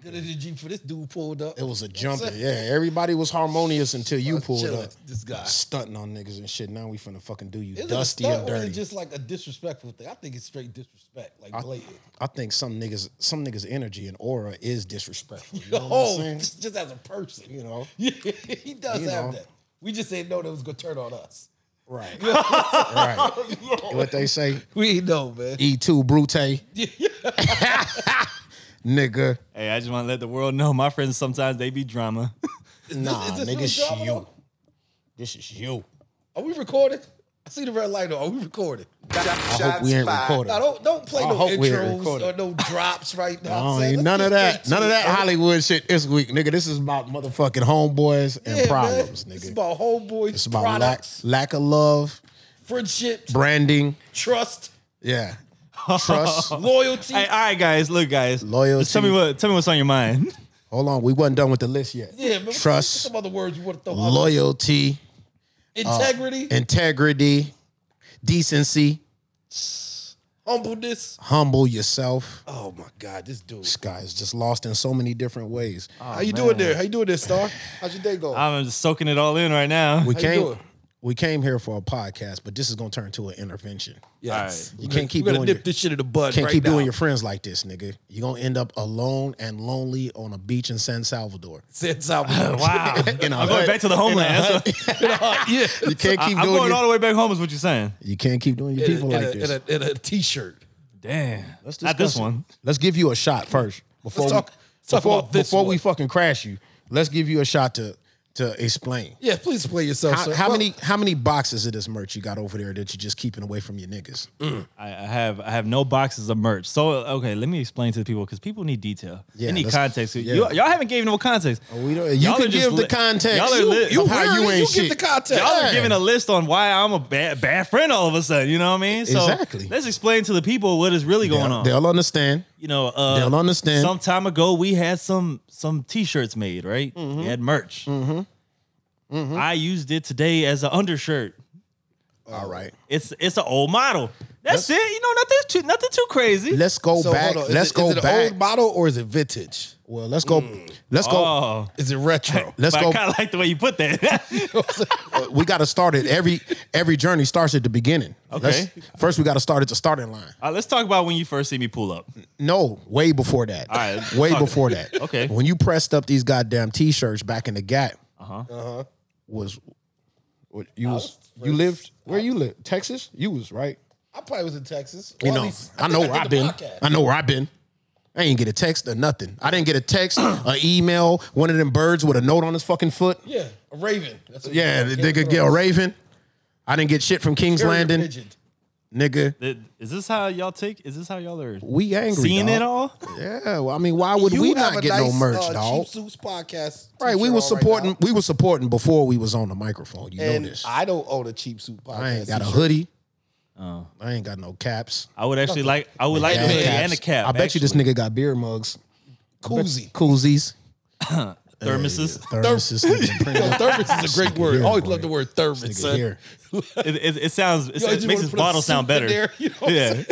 good as the Jeep for this dude pulled up. It was a jumper. Yeah, everybody was harmonious until you I'm pulled chilling. up. This guy. stunting on niggas and shit. Now we finna fucking do you Is it a dusty stunt and or is it dirty. just like a disrespectful thing? I think it's straight disrespect, like blatant. I think some niggas, some niggas' energy and aura is disrespectful. You know Oh, what I'm saying? just as a person, You know, Yeah, he does You have know. that. We just didn't know that was gonna turn on us. right, right. What they say, We ain't know, man. E two Brute, nigga. Hey, I just want to let the world know my friends sometimes they be drama. Nah, is this nigga, really it's drama, you. though? This is you. Are we recording? I see the red light on. Are we recording? I hope we ain't recording. Now don't don't play I no hope we ain't intros recording. or no drops right now. I I'm don't saying, need let's none of get that. straight None to of it. that Hollywood shit this week, nigga. This is about motherfucking homeboys and Yeah, man. problems, nigga. It's about homeboys, It's about lack, products, lack of love, friendship, branding. trust, Yeah. Trust. loyalty. hey, all right, guys, look, guys, Loyalty. Just tell me what tell me what's on your mind. Hold on. We wasn't done with the list yet. yeah, man, Trust, uh, Some other words you want to throw out. loyalty, Integrity, integrity, decency, humbleness. humble yourself. Oh my God, this dude. This Oh, guy is just lost in so many different ways. How you doing there? How you doing there, Star? How's your day going? I'm just soaking it all in right now. We you came doing? we came here for a podcast, but this is gonna turn to an intervention. yes. You can't keep We're doing gonna your- nip this shit in the bud. Can't right keep now. doing your friends like this, nigga. You're gonna end up alone and lonely on a beach in San Salvador. San Salvador. wow, In a I'm going hut. back to the homeland. That's what- yeah. You can't I, keep am doing going your, all the way back home. Is what you're saying? you can't keep doing your In a- people in like a, this. in a, in a t-shirt. Damn, Let's not this discuss it. one. Let's give you a shot first before Let's talk- we, let's talk before, about this before we one. fucking crash you. Let's give you a shot to to explain. Yeah, please play yourself. How, sir. how Well, many how many boxes of this merch you got over there that you're just keeping away from your niggas? I, I have I have no boxes of merch. So okay, let me explain to the people because people need detail. Yeah, they need let's- context. You- yeah. Oh, y'all haven't given no context. We don't, you Y'all can are just give the lit. context. Y'all are lit. You, You of how wearing you it, ain't you shit. get the context. Y'all Yeah. are giving a list on why I'm a bad, bad friend all of a sudden. You know what I mean? So Exactly. let's explain to the people what is really going They'll, on. they'll understand. you know, uh, They'll understand. Some time ago, we had some some T-shirts made, right? Mm-hmm. We had merch. I used it today as an undershirt. Oh. All right. It's it's an old model. That's it. You know, nothing too nothing too crazy. Let's go so back. hold on, is Let's it- go is it back. An old model or is it vintage? Mm. well, let's go. Let's go. oh, Is it retro? let's but go. I kind of like the way you put that. we got to start it. Every every journey starts at the beginning. Okay. Let's- first, we got to start at the starting line. All right, let's talk about when you first see me pull up. No, way before that. All right, way talk- before that. Okay. When you pressed up these goddamn t-shirts back in the gap, Uh-huh. was what you was, you lived where you lived Texas? You was right. I probably was in Texas. You Or at know, least- I, think know where did I've the been. podcast. I know where I've been. I ain't get a text or nothing. I didn't get a text, an email, one of them birds with a note on his fucking foot. Yeah, a raven. That's what Yeah, you the call it. nigga get a raven. I didn't get shit from King's Carrier Landing, pigeon. nigga. Th- Is this how y'all take? Is this how y'all are We angry. seeing dawg. it all? Yeah, well, I mean, why would You we have not a get no nice, merch, uh, dog? Cheap Suits podcast. Right, we t-shirt were on supporting. now. we were supporting before we was on the microphone. You know and this. I, I don't own a cheap suit podcast. ain't got a t-shirt. hoodie. I ain't got no caps. I would actually like. I would like Dad to put caps. Oh. and a cap. I bet you this actually. nigga got beer mugs, koozie. koozies, thermoses. thermoses. nigga, print Yo, up. thermos is a great word. here, I always boy. love the word Nigga, thermos. son. here. It, it, it sounds. It, Yo, I sounds- just makes wanna this put a bottle sound soup in better. there, you know what I'm yeah.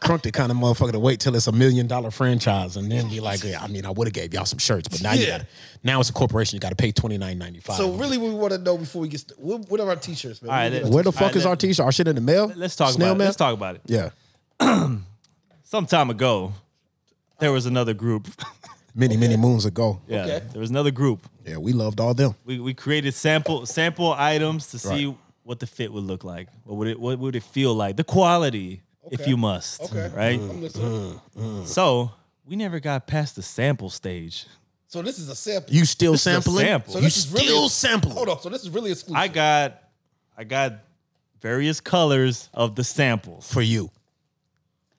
Crunk the kind of motherfucker to wait till it's a million dollar franchise and then be like, yeah, I mean, I would have gave y'all some shirts, but now you Yeah. got to now it's a corporation. You got to pay twenty nine ninety five. So really, what we want to know before we get st- what, what are our t-shirts, man? All right, We need then. our where the All right, fuck is let- our t shirt? Our shit in the mail? Let's talk Snail about. It. mail? Let's talk about it. Yeah, Some time ago, there was another group. many many moons ago. Yeah, Okay. there was another group. Yeah, we loved all them. We we created sample sample items to see Right. what the fit would look like. What would it? What would it feel like? The quality, if Okay. you must. Okay. Mm. Right. I'm Mm-hmm. listening. So we never got past the sample stage. So this is a sample. You still is a sampling? sample. So you this is really- still sampling? Hold on. So this is really exclusive. I got, I got various colors of the samples. for you,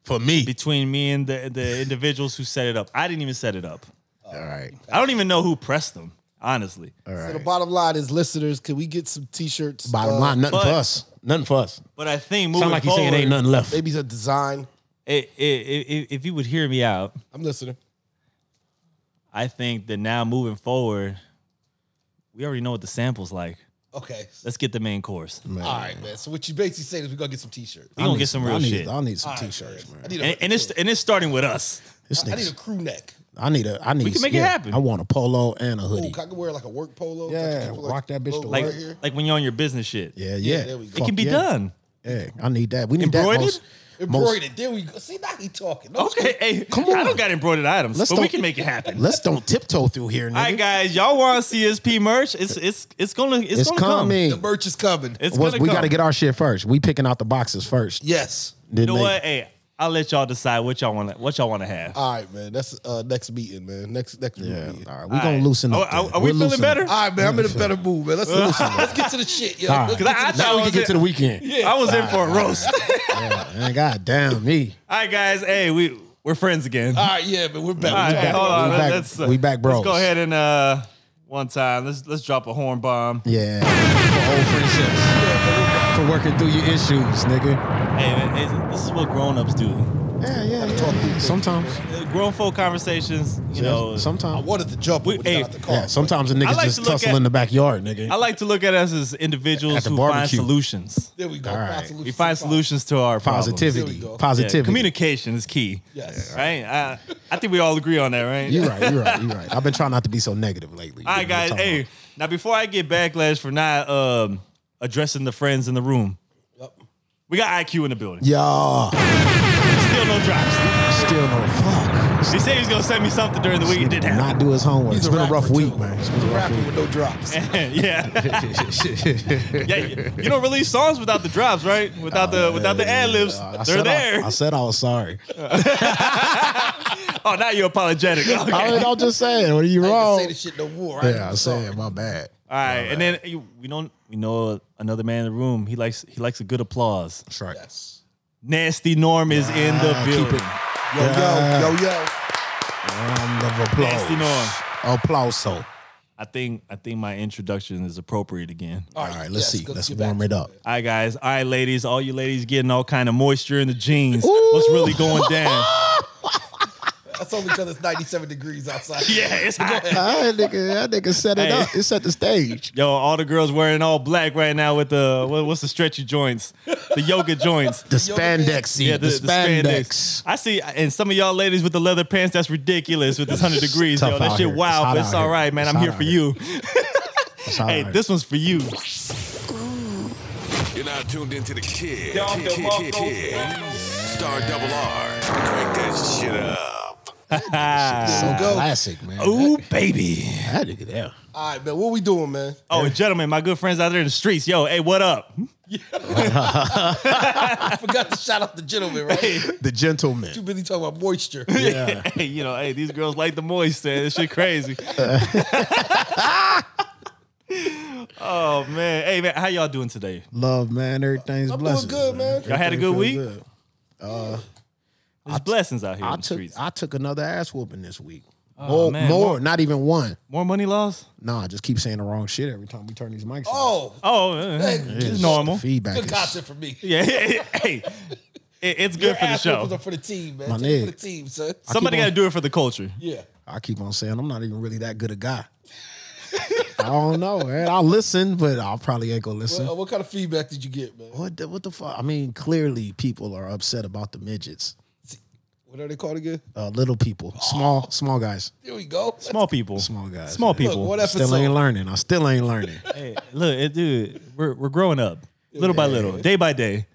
for me. between me and the, the individuals who set it up. I didn't even set it up. All right, I don't even know who pressed them, honestly. all so the right. bottom line is, listeners, can we get some t-shirts? Bottom Uh, line, nothing for but- us. Nothing for us. But I think moving Sound like you forward, saying ain't nothing left. maybe a design. i- i- i- if you would hear me out, I'm listening. I think that now moving forward, we already know what the sample's like. Okay. Let's get the main course. We All right, man. So what you basically saying is we're gonna get some t-shirts. gonna get some real I need, shit. I need some All right, t-shirts, man. man. I need a, And, and it's and it's starting with us. This I need a nigga's crew neck. I need a. I need. can make it yeah, happen. I want a polo and a hoodie. Ooh, I could wear like a work polo. type Yeah, of- rock that bitch to logo Like, work. right here. like when you're on your business shit. Yeah, yeah. Yeah, there we go. It It Fuck can be yeah. done. Yeah, I need that. We need Embroidered? that. Most, most, Embroidered. There we go. See now he talking. No, Okay, hey, Come I on. don't got embroidered items, Let's but we don't- can make it happen. let's don't tiptoe through here, nigga. All right, guys, y'all want CSP merch? It's it's it's gonna it's, it's gonna come. coming. The merch is coming. It's Was- gonna we come. got to get our shit first. We picking out the boxes first. yes. Then You know they- what? Hey, I'll let y'all decide what y'all want to what y'all want to have. All right, man. That's uh next meeting, man. Next next Yeah, meeting. all right. We All gonna right. loosen Oh, up. are- then. are we We're feeling loosening better? up. All right, man. I'm in a better mood, man. Let's let's get to the shit. Yeah. All right. Let's Cause get I, I to the thought Now we can I was get in- to the weekend. I was in for a roast. Yeah, man, God damn me. All right, guys. Hey, we we're friends again. All right, yeah, but we're back. All right, We're hey, back. hold on. We back- let's uh, we back bros. Let's go ahead and uh, one time. Let's let's drop a horn bomb. Yeah, For old friendships. for working through your issues, nigga. Hey, man, hey, this is what grown ups do. Yeah, yeah. yeah. Sometimes, Uh, Grown folk conversations. You know, yeah, sometimes. I wanted to jump We- when we hey, got out the car. Yeah, sometimes a nigga like to just look tussle at- in the backyard, nigga. I like to look at us as individuals At the who find barbecue. solutions. There we go. All Find right. solutions We find to solutions to our problems. positivity, There we go. positivity. Yeah, communication is key. Yes. Right. I, I think we all agree on that, right? You're right. You're right. You're right. I've been trying not to be so negative lately. All right, guys. Hey, now before I get backlash for not um, addressing the friends in the room, Yep. we got IQ in the building. y'all, Still no drops. still no fuck. He said he was gonna send me something during the week. Did It didn't happen. not do his homework. He's it's been a rapper, rough week, too. man. It's He's been a a rough rapper week. with no drops. yeah. yeah. You you don't release songs without the drops, right? Without the without the ad libs. Uh, They're said there. I, I said I was sorry. oh, now you're apologetic. Okay. I mean, I'm just saying. What are you I ain't wrong? gonna say this shit no more. I ain't yeah, I'm even sorry. saying my bad. All right, and then you- we don't we know another man in the room. He likes he likes a good applause. That's right. Yes. Nasty Norm is in the building. Yo, Yeah. yo, yo, yo. Round of applause. Nasty Norm. Applause. So. I think I think my introduction is appropriate again. All right, let's yes, see. go- Let's get back warm to it up. All right, guys. All right, ladies. All you ladies getting all kind of moisture in the jeans. What's really going down? That's only because it's 97 degrees outside. yeah, it's hot. All right, nigga, that nigga set it Hey. up. It set the stage. Yo, all the girls wearing all black right now with the what, what's the stretchy joints, the yoga joints. The Yoga pants. spandex. seat, the, spandex. I see, and some of y'all ladies with the leather pants. That's ridiculous with this hundred degrees, tough yo. out That shit here. It's wild, hot but it's out all here. right, man. It's I'm hot here out for here. you. Hey, this one's for you. You're now tuned into the kid. Kid, kid, kid, kid. Star double R. Crank that shit up. There we go. classic, man. Ooh, baby. That nigga there. All right, man. What we doing, man? Oh, and gentlemen, my good friends out there in the streets, yo, hey, what up? I forgot to shout out the gentleman, right? The gentleman. You really talking about moisture. Yeah. hey, you know, hey, these girls like the moist, man. This shit crazy. oh man, hey man, how y'all doing today? Love, man. Everything's I'm blessed. doing good, man. Y'all had a good week? There's t- blessings out here I in the took streets. I took another ass whooping this week. more, man. more, not even one. More money loss? Nah, I just keep saying the wrong shit every time we turn these mics. on. Oh, Oh, eh, Hey, it's normal. The feedback. good Is, content for me. Yeah, hey, it- it's good Your for the ass whoopings show. are for the team, man. My Take it nigga. for the team, son. Somebody keep got on- to do it for the culture. Yeah. I keep on saying I'm not even really that good a guy. I don't know, man. I'll listen, but I'll probably ain't gonna listen. Well, uh, what kind of feedback did you get, man? what the what the fuck? I mean, clearly people are upset about the midgets. What are they called again? Uh, little people, small small guys, Here we go. Small people. small guys. Small man. people. Look, what I episode? still ain't learning. I still ain't learning. Hey, look, it, dude, we're, we're growing up little by little, day by day.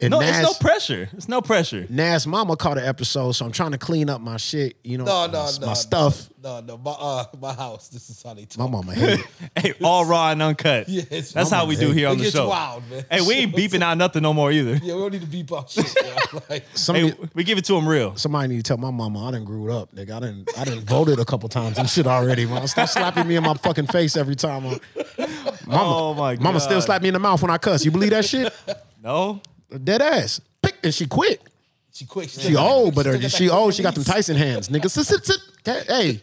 And No, Nas, it's no pressure. It's no pressure. Nas mama caught an episode, so I'm trying to clean up my shit. You know, no, my, no, no. my no, stuff. No, no. My, uh, my house. This is how they talk. My mama hated. Hey, all raw and uncut. Yeah, it's- That's how we do here it on the gets show. wild, man. Hey, we ain't beeping out nothing no more either. Yeah, we don't need to beep up shit. yo. Like, Somebody, Hey, we give it to them real. somebody need to tell my mama I done grew up, nigga. I done I done voted a couple times and shit already, man. Stop slapping me in my fucking face every time. I'm- Mama, Oh my god. mama still slap me in the mouth when I cuss. You believe that shit? No. Dead ass. Pick and she quit. she quick. She, She old, but her, still got she that old. She got them release. Tyson hands, nigga. Sit, sit, sit. Hey,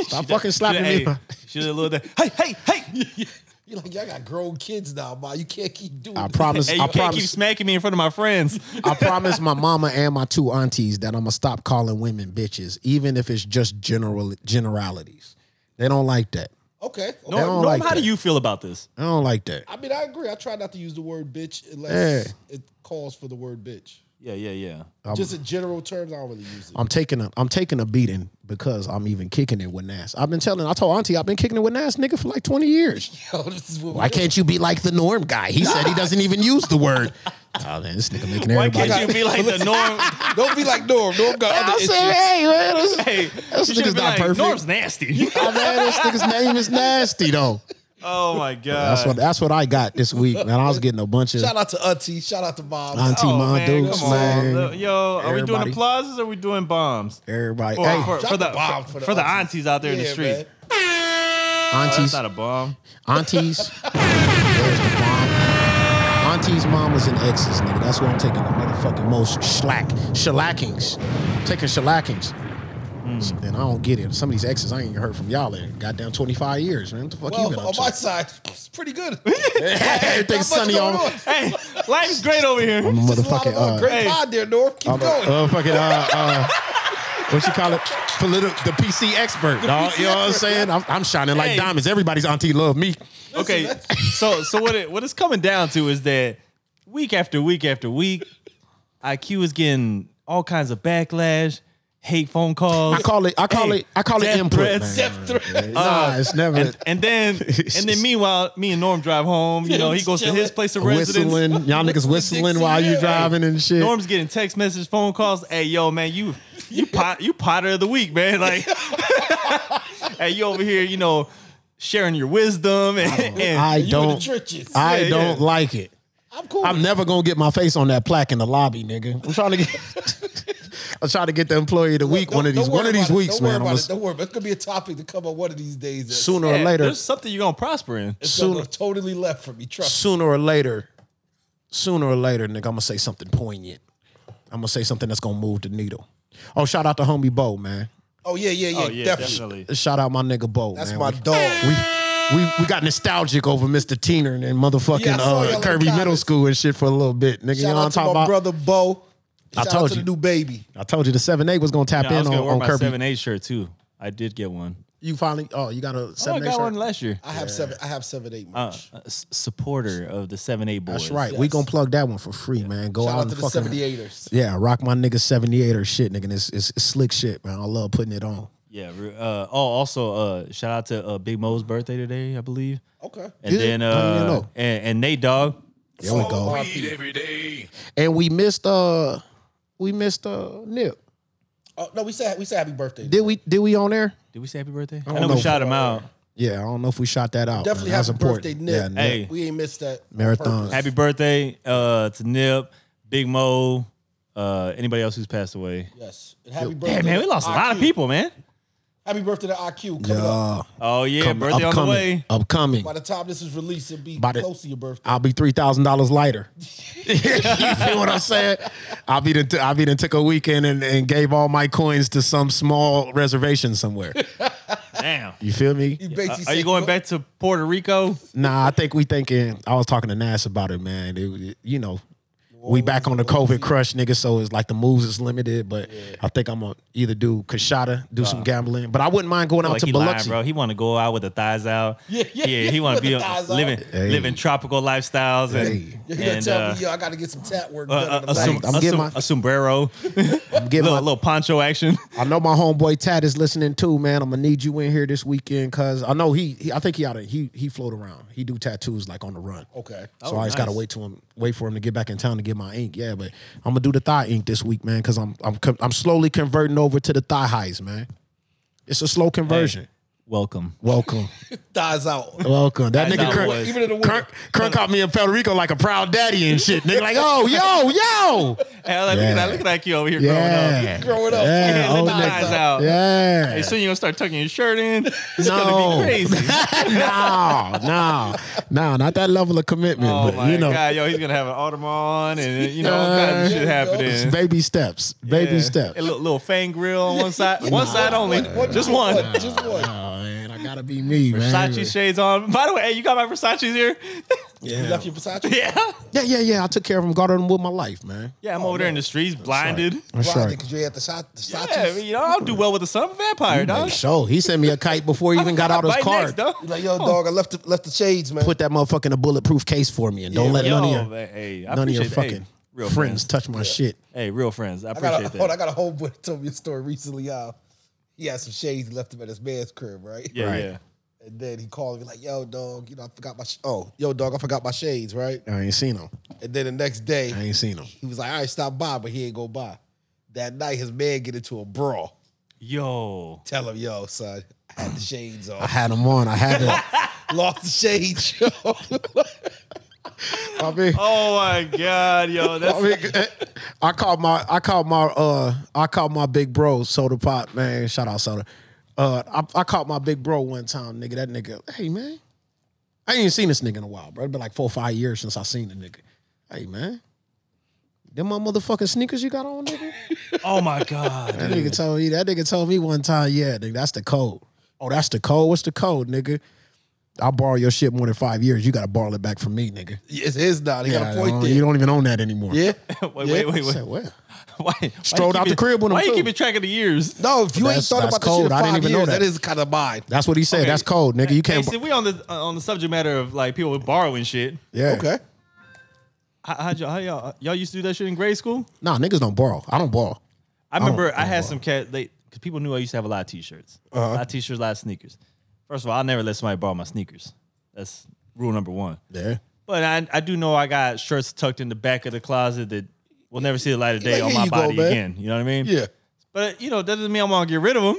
stop fucking slapping hey, me. She's a little. Hey, hey, hey! You're like, y'all got grown kids now, ma. You can't keep doing I this. promise. Hey, you I can't keep promise. smacking me in front of my friends. I promise my mama and my two aunties that I'm gonna stop calling women bitches, even if it's just general generalities. They don't like that. Okay. okay. They Norm, don't like how do that. you feel about this? I don't like that. I mean, I agree. I try not to use the word bitch unless it calls for the word bitch. Yeah, yeah, yeah. Just in general terms, I don't really use it. I'm taking a I'm taking a beating because I'm even kicking it with Nas. I've been telling I told Auntie I've been kicking it with Nas nigga for like 20 years. Yo, this is what Why we can't you be like the norm guy? He said he doesn't even use the word. Oh man, this nigga making Why everybody. can't you be like the norm? Don't be like Norm. Norm got I other said, issues. hey man, this, Hey, this you should nigga's be not like, perfect. Norm's nasty. Oh, man, this nigga's name is nasty though. oh my god. That's what that's what I got this week, man. I was getting a bunch of Shout out to Auntie. Shout out to Bob. Auntie Oh, Mom man, Dukes, come on. man. Yo, are we doing Everybody. applauses or are we doing bombs? Everybody, Or hey, for, drop for the the, bomb for, for the aunties out there in the Yeah, street. man. Oh, that's aunties, not a bomb. aunties. There's the mom. Aunties, mamas, and exes, nigga. That's what I'm taking the motherfucking most slack, shellackings, taking shellackings. And I don't get it. Some of these exes, I ain't heard from y'all in goddamn 25 years, man. What the fuck Well, you been oh, on up my to? side, it's pretty good. Everything's Not much sunny going on. on. Hey, life's great over I'm a here. There's a lot motherfucking of, uh, uh, great hey. pod there, Norm. Keep I'm a- going. uh, fucking uh, uh, what you call it? Political, the PC expert. dawg. you know what I'm saying? I'm, I'm shining like Hey. diamonds. Everybody's auntie love me. Okay, so so what it, what it's coming down to is that week after week after week, IQ is getting all kinds of backlash, hate phone calls. I call it. I call Hey, it. I call it death input. threats, man. death threats. Nah, it's never. and, and then and then meanwhile, me and Norm drive home. You know, he goes to his place of residence. whistling, y'all niggas whistling while you yeah. driving and shit. Norm's getting text message, phone calls. Hey, yo, man, you you pot you potter of the week, man. Like, hey, you over here, you know, sharing your wisdom and, and I You in the don't. trenches. I Yeah, yeah. don't like it. I'm cool. I'm never gonna get my face on that plaque in the lobby, nigga. I'm trying to get. I'm trying to get the employee of the week Don't- one of don't these worry one of these about it. weeks, don't man. Worry I'm about gonna- it. Don't worry. It's gonna be a topic to come up one of these days. That's- sooner or Yeah, later, There's something you're gonna prosper in. Something sooner totally left for me. Trust sooner or later, sooner or later, nigga, I'm gonna say something poignant. I'm gonna say something that's gonna move the needle. Oh, shout out to homie Bo, man. me. Oh yeah, yeah, yeah, Oh yeah, definitely. definitely. Shout out my nigga Bo. That's man. my We- dog. we we we got nostalgic over Mr. Teener and, and motherfucking Yeah, I saw y'all uh, in Kirby the Middle comments. School and shit for a little bit. Nigga, you Shout know what I'm out to my talking about? brother Bo. I Shout out told to you. the new baby. I told you the seven eight was gonna tap Yeah, I in was on, gonna wear on my Kirby. seven eight shirt too. I did get one. You finally oh you got a Oh, I seven eight got one shirt. last year. I have seven. I have seven eight Uh, merch. a s- supporter of the seven eight boys. That's right. We Yes. gonna plug that one for free, man. Go Shout out out and to the fucking 78ers. yeah, rock my nigga seventy eight or shit, nigga. It's, it's it's slick shit, man. I love putting it on. Yeah. re- Uh, oh, also, uh, shout out to uh, Big Mo's birthday today, I believe. Okay. Is And it? then I didn't even uh, know. and, and Nate Dog. There we go. Weed every day. And we missed uh we missed uh Nip. Oh no, we said we said happy birthday. Did we did we on there? Did we say happy birthday? I, don't know we know. shot him out. Yeah, I don't know if we shot that out. Definitely man. That's happy important. birthday, Yeah, Nip. Nip. Hey. We ain't missed that on Marathon. purpose. Happy birthday uh, to Nip, Big Mo, uh, anybody else who's passed away. Yes. And happy birthday. Hey man, we lost a lot of IQ. people, man. Happy birthday to IQ coming up. Yeah. Oh yeah, Coming- birthday on the way. uh, Upcoming. By the time this is released, it'll be By the- close to your birthday. I'll be three thousand dollars lighter. you feel what I'm saying? I'll be the I'll be done took a weekend and, and gave all my coins to some small reservation somewhere. Damn. You feel me? You basically Uh, Are you said- going back to Puerto Rico? Nah, I think we thinking. I was talking to Nas about it, man. It- it- you know, we back on the COVID crush, nigga. So it's like the moves is limited, but I think I'm gonna either do Kashada, do some gambling, but I wouldn't mind going out Like to he lying, Biloxi. bro. He want to go out with the thighs out. Yeah, yeah, yeah, He want with to be the on- thighs out. living living tropical lifestyles and Hey. You're gonna and tell uh, me, yo, I gotta get some tap work a, done. a, on a, the som- back. I'm a getting som- my- a sombrero, I'm getting little, my, little poncho action. I know my homeboy Tad is listening too, man. I'm gonna need you in here this weekend, cause I know he, he I think he oughta he he float around. He do tattoos like on the run. Oh, okay. So I just gotta nice. wait to him, wait for him to get back in town to get my ink. Yeah, but I'm gonna do the thigh ink this week, man, cause I'm I'm co- I'm slowly converting over to the thigh highs, man. It's a slow conversion. Welcome. Welcome, Thighs out. welcome. That Thighs nigga out, Kirk, boys. Even in the winter. Kirk, Kirk caught me in Puerto Rico like a proud daddy and shit. Nigga, like, oh yo yo, Hey, I like, Look at Yeah. that. Look at that kid over here growing up. yeah, Growing up. yeah, Yeah, let old the nigga. thighs out. yeah. Hey, soon you're gonna start tucking your shirt in. It's no. gonna be crazy. no, no, no, not that level of commitment. Oh but my you know, god, yo, he's gonna have an Audemars and uh, you know all kinds of Yeah. shit it's happening. baby steps, baby Yeah. steps. A little, little fang grill on one side, one side only, just one. Just one. oh man, I gotta be me, man. Versace shades on. By the way, hey, you got my Versace's here? You left your Versace? yeah, Oh, Yeah, yeah, yeah. I took care of him, guarded him with my life, man. yeah. I'm over there in the streets, blinded. I'm Why? sorry. Because you had the shot. The Versace. Yeah, I mean, you know, I don't do well with the sun. I'm a vampire, dog. So he sent me a kite before he even got out his Bite car. next, dog. You're like, yo, dog, I left the, left the shades, man. Put that motherfucker in a bulletproof case for me, and don't let none of your man, hey, I none of your appreciate- hey, fucking Real friends touch my shit. Hey, real friends. I I got a, appreciate hold on, that. I got a homeboy that told me a story recently. How he had some shades he left him at his man's crib, right? Yeah, Right. yeah. And then he called me like, "Yo, dog, you know I forgot my sh- oh, yo, dog, I forgot my shades, right?" I ain't seen them. And then the next day, I ain't seen them. he was like, "All right, stop by," but he ain't go by. That night, his man get into a brawl. Yo. Tell him, "Yo, son, I had the shades I on, had them on. I had them. lost the shades." yo." I mean, Oh my God, yo. I, That's mean, eh, I called my I called my uh I called my big bro Soda Pop man. Shout out Soda. Uh, I, I called my big bro one time, nigga. That nigga, hey man, I ain't even seen this nigga in a while, bro. It's been like four or five years since I seen the nigga. Hey man, them my motherfucking sneakers you got on, nigga. oh my God. That nigga told me. That nigga told me one time. Yeah, nigga, that's the code. Oh, that's the code. What's the code, nigga? I'll borrow your shit more than five years. You gotta borrow it back from me, nigga. it's his not. He I got a don't- point there. you don't even own that anymore. yeah. Wait, wait, wait, I wait. said, well, Why, why you Strolled out the keeping- crib with him, Why you too. keeping track of the years? No, if you ain't That's- thought that's about this shit in cold. I five didn't even know years, that. that is kind of mine. that's what he said. That's code, nigga. You Hey, can't. see, we on the on the subject matter of like people borrowing shit. yeah. Okay. How, how'd y'all, how y'all y'all used to do that shit in grade school? Nah, niggas don't borrow. I don't borrow. I remember don't- I, had some cat. They because people knew I used to have a lot of t-shirts, a lot of t-shirts, a lot of sneakers. First of all, I never let somebody borrow my sneakers. That's rule number one. Yeah. But I, I do know I got shirts tucked in the back of the closet that will never see the light of day Like, on here my you go, body man. again. You know what I mean? Yeah. But you know that doesn't mean I'm gonna get rid of them.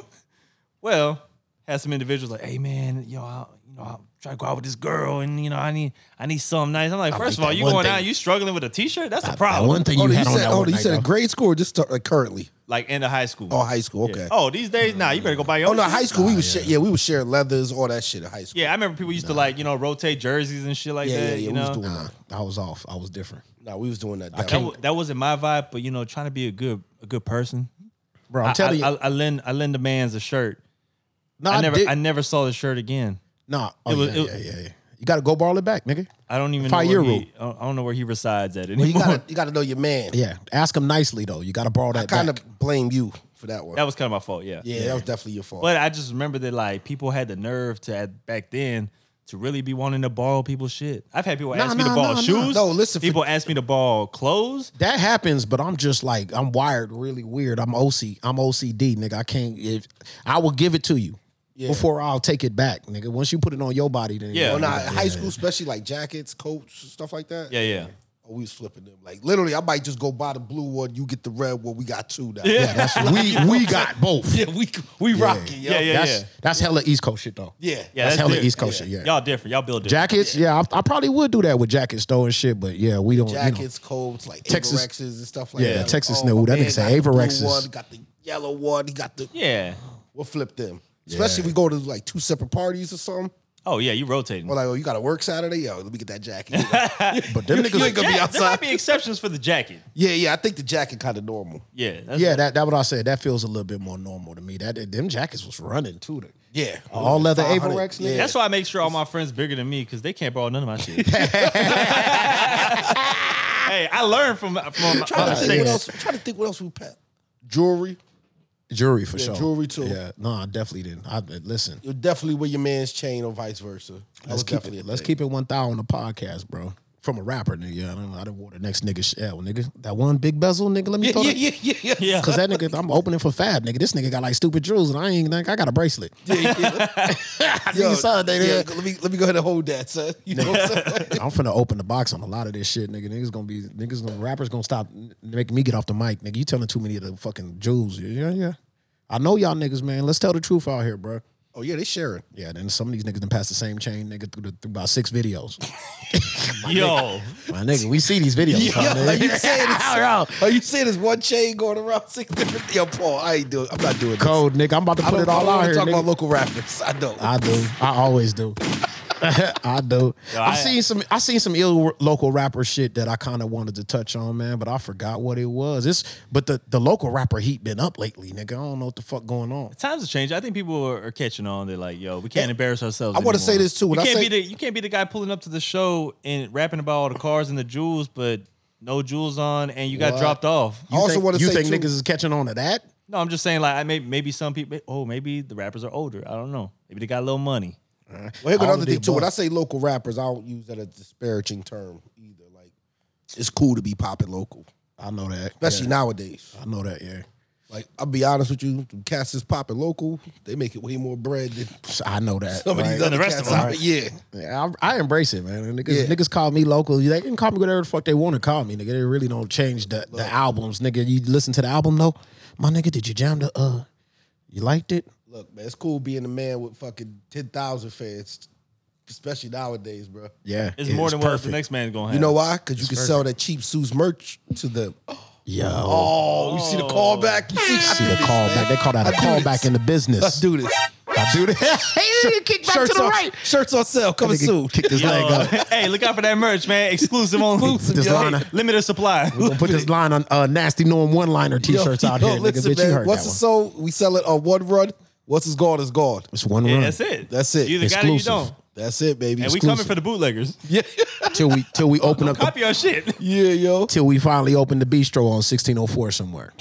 Well, had some individuals like, hey man, yo, I, you know, I try to go out with this girl, and you know, I need I need something nice. I'm like, like first of all, that you one going thing. out, you struggling with a t-shirt? That's a That problem. one thing you Oh, you had on said, that oh, one you night, said though. a grade school or just start, like, currently? Like in the high school. Oh, high school. Yeah. Okay. Oh, these days, nah, you better go buy your. Oh no, shit. high school we was share, yeah we was sharing leathers all that shit in high school. Yeah, I remember people used to like you know rotate jerseys and shit like yeah, that. yeah, yeah. you we was know, doing Nah, that. I was off. I was different, No, we was doing that. that, wa- that wasn't my vibe. But you know, trying to be a good a good person. bro. I'm I, telling I, you. I, I lend I lend a man's a shirt. Nah, I, never did- I never saw the shirt again. nah. Oh, it was- yeah, it- yeah, yeah, yeah. You gotta go borrow it back, nigga. I don't even know Five year where he- rule. I don't- I don't know where he resides at Well, you anymore. gotta you gotta know your man. Yeah. Ask him nicely though. You gotta borrow that. I kind back. of blame you for that one. that was kind of my fault. Yeah. yeah, that was definitely your fault. But I just remember that like people had the nerve to at- back then to really be wanting to borrow people's shit. I've had people Nah, ask me nah, to borrow nah, nah. shoes. No, listen, for- People ask me to borrow clothes. That happens, but I'm just like I'm wired really weird. I'm OC. I'm OCD, nigga. I can't. If I will give it to you before I'll take it back, nigga. Once you put it on your body, then Yeah. oh, nah, yeah, high school, especially like jackets, coats, stuff like that. Yeah, yeah. Oh, we was flipping them. Like literally, I might just go buy the blue one. You get the red one. We got two now. yeah, that's, we we got both. Yeah, we we rocking. yo. Yeah, yeah, that's yeah. that's hella East Coast shit though. yeah, Yeah, that's, that's hella different. East Coast shit. Yeah, Y'all different. Y'all build different. jackets. Yeah, I, I probably would do that with jackets though and shit. But yeah, we don't. you know. Jackets, coats, like Texas- Avorexes and stuff like Yeah, that. Texas Like, knew. my That man nigga said got the blue Avorexes. one, Got the yellow one. He got the yeah. We'll flip them. Especially if we go to like two separate parties or something. Oh yeah, you rotating. Or like, oh, you got to work Saturday? Yo, let me get that jacket. but them niggas. you ain't gonna be Yeah, there outside. might be exceptions for the jacket. yeah, yeah. I think the jacket kind of normal. Yeah, that's- yeah, that that what I said. That feels a little bit more normal to me. That them jackets was running too. Yeah. All leather 500, Averex, nigga? Yeah. That's why I make sure all my friends bigger than me because they can't borrow none of my shit. hey, I learned from from my, I'm my trying, to think what mistakes. else, I'm trying to think what else we pack. Jewelry. Jewelry for sure. jewelry, too. Yeah, no, I definitely didn't. I listen. You'll definitely wear your man's chain or vice versa. That Let's was keep definitely it. a Let's thing. keep it one thousand on the podcast, bro. From a rapper, nigga. Yeah, I don't. I don't want the next nigga. sh- Yeah, well, nigga. That one big bezel, nigga. Let me throw Yeah, that- yeah, yeah, yeah, yeah. Cause that nigga, I'm opening for Fab, nigga. This nigga got like stupid jewels, and I ain't think I got a bracelet. I Yo, need something, yeah, nigga. Let me let me go ahead and hold that, son. You know what I'm saying? I'm finna open the box on a lot of this shit, nigga. Niggas gonna be niggas gonna rappers gonna stop n- making me get off the mic, nigga. You telling too many of the fucking jewels. Yeah, yeah. I know y'all niggas, man. Let's tell the truth out here, bro. Oh yeah, they sharing. Yeah, then some of these niggas done pass the same chain, nigga, through, the, through about six videos. Yo, My nigga, we see these videos. Yo, huh, are nigga? you saying this? Are you saying this one chain going around six different? Yo, Paul, I ain't doing. I'm not doing. This. Cold, nigga. I'm about to I put don't, it all I don't out wanna here. Talk nigga. about local rappers. I don't. I do. I always do. I do. Yo, I, I- seen some. I seen some ill local rapper shit that I kind of wanted to touch on, man. But I forgot what it was. It's but the the local rapper heat been up lately, nigga. I don't know what the fuck going on. times have changed. I think people are, are catching on. They're like, yo, we can't embarrass ourselves. I wanna anymore. say this, too. When You I can't say- be the you can't be the guy pulling up to the show and rapping about all the cars and the jewels, but no jewels on, and you got dropped off. I also Think- want to you say think too, niggas is catching on to that? No, I'm just saying, like, I may, maybe some people. Oh, maybe the rappers are older. I don't know. Maybe they got a little money. Well, here's all another the thing too. When I above. say local rappers, I don't use that as a disparaging term either. Like it's cool to be popping local, I know that. especially yeah. nowadays. I know that. Yeah. Like I'll be honest with you, the cats is popping local. They make it way more bread than I know that. some of right? these other the rest cats. of 'em. out there. Yeah, Yeah, I, I embrace it, man. And Niggas, Yeah. niggas call me local. They can call me whatever the fuck they want to call me, nigga. They really don't change the, the albums, nigga. You listen to the album though, my nigga. Did you jam the uh? You liked it? look, man, it's cool being a man with fucking ten thousand fans, especially nowadays, bro. Yeah, It's more than what the next man's gonna have. You know why? Because you can sell that cheap Sue's merch to them. Yo, Oh, you see the callback? You see, I see do the this, callback. man. They call that a I do callback this. in the business. Let's do this. I do that. hey, kick back shirts to the on, right. Shirts on sale. Coming Nigga soon. Kick this leg Yo, up. hey, look out for that merch, man. Exclusive only. This yo. line, Limited supply. gonna put this line on uh, nasty norm one liner t shirts out Yo, here, nigga. listen, Bitch, you man, heard Once that it's one. sold, we sell it on one run. Once it's gone, it's gone. It's one Yeah, run. that's it. That's it. You either got it or you Exclusive. don't. That's it, baby. And we Exclusive. coming for the bootleggers. Till we till we open up the Copy our shit. Yeah, yo. till we finally open the bistro on 1604 somewhere.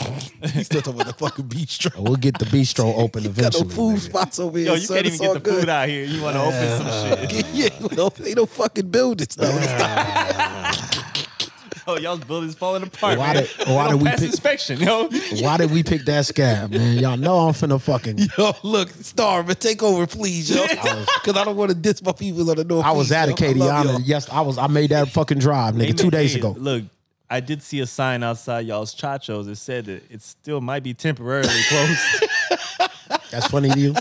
He's still talking about the fucking bistro. We'll get the bistro Got open no eventually. food nigga. spots over here. Yo, you son. can't even It's get all the good. food out here. You want to open some shit. yeah, no, they don't fucking build it. though. It's not- Yo, y'all's building's falling apart. Why man. did- why They did don't we pass pick- inspection? Yo, Why did we pick that scab, man? Y'all know I'm finna fucking. Yo, look, Star, but take over, please, yo. Because I don't want to diss my people on the north. I was at a Acadiana. Yes, I was. I made that fucking drive, Hey, nigga, two man, days hey, ago. Look, I did see a sign outside y'all's chachos that said that it still might be temporarily closed. That's funny to you.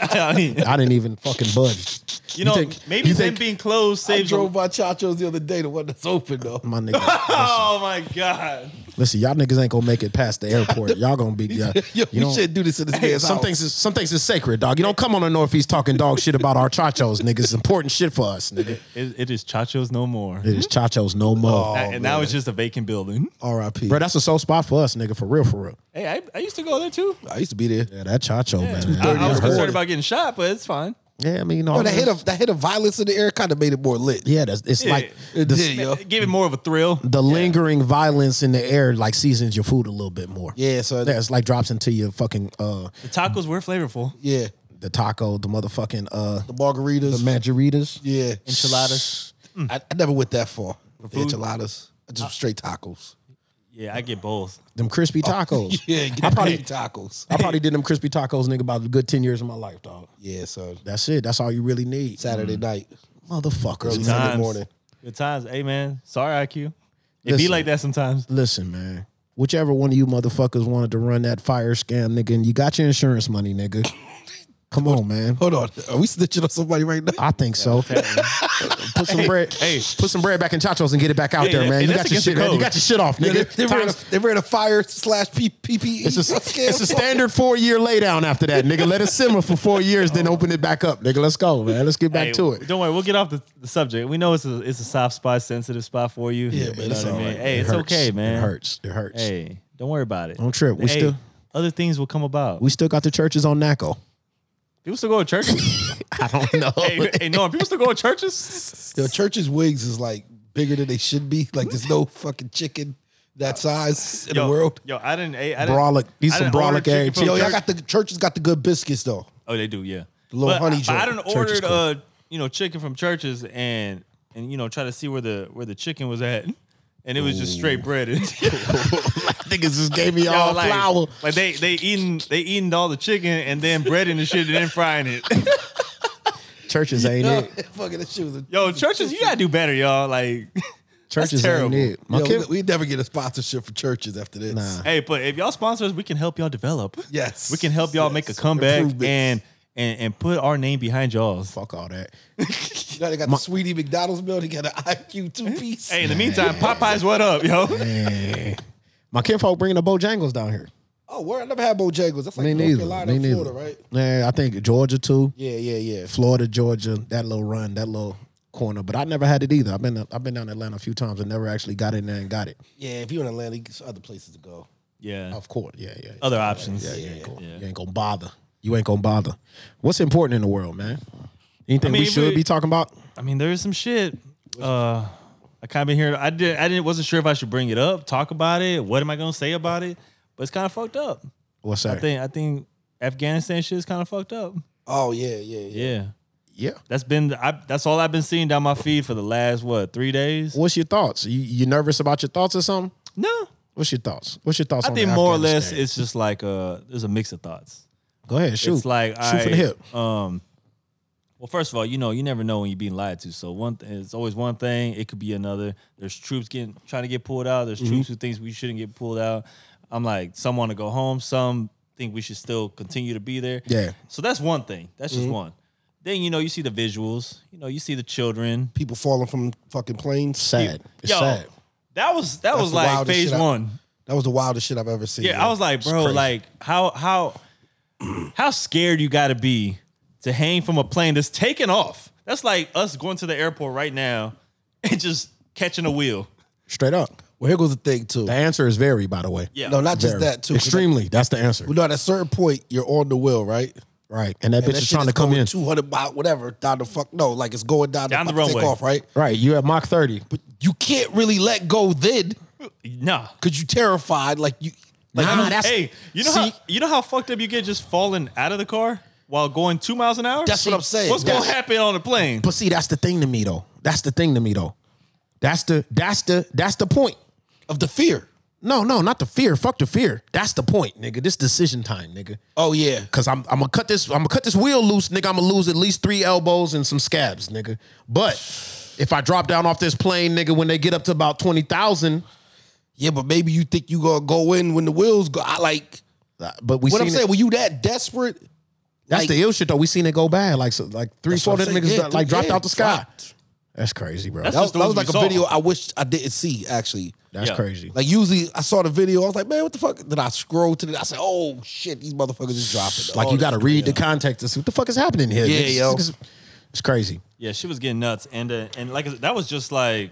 I mean, I didn't even fucking budge. you know, think- maybe you them think- being closed I saves. drove a- by Chacho's the other day, the one that's open though. My nigga, Oh my god! listen, y'all niggas ain't gonna make it past the airport. Y'all gonna be, yeah. Yo, you you know, shouldn't do this in this man's some house. things is some things is sacred, dog. You don't come on the Northeast talking dog shit about our chachos, nigga. It's important shit for us, nigga. It, it is chachos no more, It is chachos no Oh. more, and now it's just a vacant building. R.I.P. bro. That's a soul spot for us, nigga. For real, for real. Hey, I, I used to go there too. I used to be there. Yeah, that chacho, man. I, I was in the concerned morning. about getting shot, but it's fine. Yeah, I mean, no, Bro, that hit of that hit of violence in the air kind of made it more lit. Yeah, that's, it's Yeah. like It the, did, yo. Give it more of a thrill. the lingering violence in the air like seasons your food a little bit more. Yeah, so Yeah, it's like drops into your fucking uh The tacos were flavorful. yeah, the taco, the motherfucking uh the margaritas, the margaritas. yeah, Enchiladas. I, I never went that far. The food? enchiladas, just straight tacos. Yeah, I get both. Them crispy tacos. Oh, Yeah, get I probably the tacos. I probably did them crispy tacos, nigga, about a good 10 years of my life, dog. Yeah, so That's it. That's all you really need. Saturday night, Motherfuckers. early man. Sunday Times. morning. Good times. Hey man, sorry IQ. It be Listen. like that sometimes. Listen, man. Whichever one of you motherfuckers wanted to run that fire scam, nigga, and you got your insurance money, nigga. Come on, man. Hold on, are we snitching on somebody right now? I think so. put some bread, hey, put some bread back in Chacho's and get it back out Yeah, there, yeah, man. and You that's got your against the shit, man. You code. got your shit off, Yeah, they, nigga. they ran a, Times- they ran a fire slash P, E. PPE. it's, a, scam. it's a standard four year laydown after that, nigga. Let it simmer for four years, then open it back up, nigga. Let's go, man. Let's get back Hey, to it. Don't worry, we'll get off the, the subject. We know it's a it's a soft spot, sensitive spot for you. Yeah, man, it's all right. Hey, It it's hurts. okay, man. It hurts. It hurts. Hey, don't worry about it. Don't trip. We hey, still- other things will come about. We still got the churches on NACO. people still go to churches. I don't know. hey, hey, Norm, people still go to churches. Yo, churches' wigs is like bigger than they should be. Like there's no fucking chicken that size in yo, the world. Yo, I didn't. Hey, I didn't Brolic. These I some didn't order brolic chicken eggs. from Yo, church. y'all got the churches got the good biscuits though. Oh, they do. Yeah, Little but, honey I, but I joint. done Church is ordered uh, you know, chicken from churches and and you know, try to see where the where the chicken was at, and it was just straight breaded. Niggas just gave me Y'all all like, flour. Like they they eating they eating all the chicken and then breading the shit and then frying it. Churches ain't Yo, it. fucking that shit was a- Yo, churches, you gotta do better, y'all. Like, Churches ain't terrible. it. My Yo, kid, we, we never get a sponsorship for churches after this. Nah. hey, but if y'all sponsor us, we can help y'all develop. Yes. we can help y'all make a Yes. comeback Improvements. and and and put our name behind y'all's. fuck all that. You know, they got the Sweetie McDonald's meal. They got an IQ two piece. Hey, in the meantime, Popeyes, what up, yo? My kinfolk bringing the Bojangles down here. Oh, where I never had Bojangles. That's like Me North neither. Carolina, Me neither. Florida, right? Yeah, I think Georgia too. Yeah, yeah, yeah. Florida, Georgia, that little run, that little corner. But I never had it either. I've been I've been down to Atlanta a few times and never actually got in there and got it. Yeah, if you're in Atlanta, there's other places to go. Yeah, Of course. Yeah, yeah. other options. Yeah, you, ain't gonna, yeah. you ain't gonna bother. You ain't gonna bother. What's important in the world, man? Anything I mean, we if should we- be talking about? I mean, there is some shit. Uh, I kind of been here. I did. I didn't. Wasn't sure if I should bring it up, talk about it. What am I gonna say about it? But it's kind of fucked up. What's I that? think. I think Afghanistan shit is kind of fucked up. Oh yeah, yeah, yeah. Yeah. Yeah. That's been I, that's all I've been seeing down my feed for the last what three days. What's your thoughts? You, you nervous about your thoughts or something? No, What's your thoughts? What's your thoughts? I on think the more or Afghanistan? less it's just like uh there's a mix of thoughts. Go ahead, shoot. It's like shoot all for right, the hip. Um, well, first of all, you know you never know when you're being lied to. So one, th- it's always one thing. It could be another. There's troops getting trying to get pulled out. There's troops who thinks we shouldn't get pulled out. I'm like, some want to go home. Some think we should still continue to be there. Yeah. So that's one thing. That's just one. Then you know you see the visuals. You know you see the children. People falling from fucking planes. Sad. It's Yo, sad. that was that That's was the like wildest phase shit I- one. That was the wildest shit I've ever seen. Yeah, I was like, bro, like how how how scared you gotta be to hang from a plane that's taking off. That's like us going to the airport right now and just catching a wheel. Straight up. Well, here goes the thing too. The answer is very, by the way. Yeah. No, not just Very. that too. 'Cause Extremely. That's the answer. I- well, no, at a certain point, you're on the wheel, right? Right. And that bitch And that is shit trying to come going in. 200 mile, whatever, down the fuck. No, like it's going down, Down the fucking runway. Take off, right? Right. You at Mach 30. But you can't really let go then Nah. because you're terrified. Like you, like Nah, you- that's- Hey, you know See- how you know how fucked up you get just falling out of the car while going two miles an hour? That's what I'm saying. What's That's- gonna happen on the plane? But see, that's the thing to me though. That's the thing to me though. That's the that's the that's the point. of the fear. No, no, not the fear. Fuck the fear. That's the point, nigga. This decision time, nigga. Oh yeah, Cause I'm I'm gonna cut this I'm gonna cut this wheel loose, nigga. I'm gonna lose at least three elbows and some scabs, nigga. But if I drop down off this plane, nigga, when they get up to about twenty thousand, yeah. But maybe you think you gonna go in when the wheels go. I like uh, but we what seen I'm it- saying. Were you that desperate? that's like- the ill shit though. We seen it go bad, like so, like three, That's four what of I'm them saying. niggas Yeah, that, like dude, dropped yeah, out the sky. dropped. That's crazy, bro. That's That was, just the that was ones like a we saw. video I wish I didn't see. Actually, That's Yeah. crazy. like usually I saw the video. I was like, man, what the fuck? Then I scrolled to the. I said, oh shit, these motherfuckers is dropping. Like Oh, you this- got to read the context to see what the fuck is happening here. Yeah, It's- yo. It's, it's crazy. Yeah, she was getting nuts, and uh, and like I said, that was just like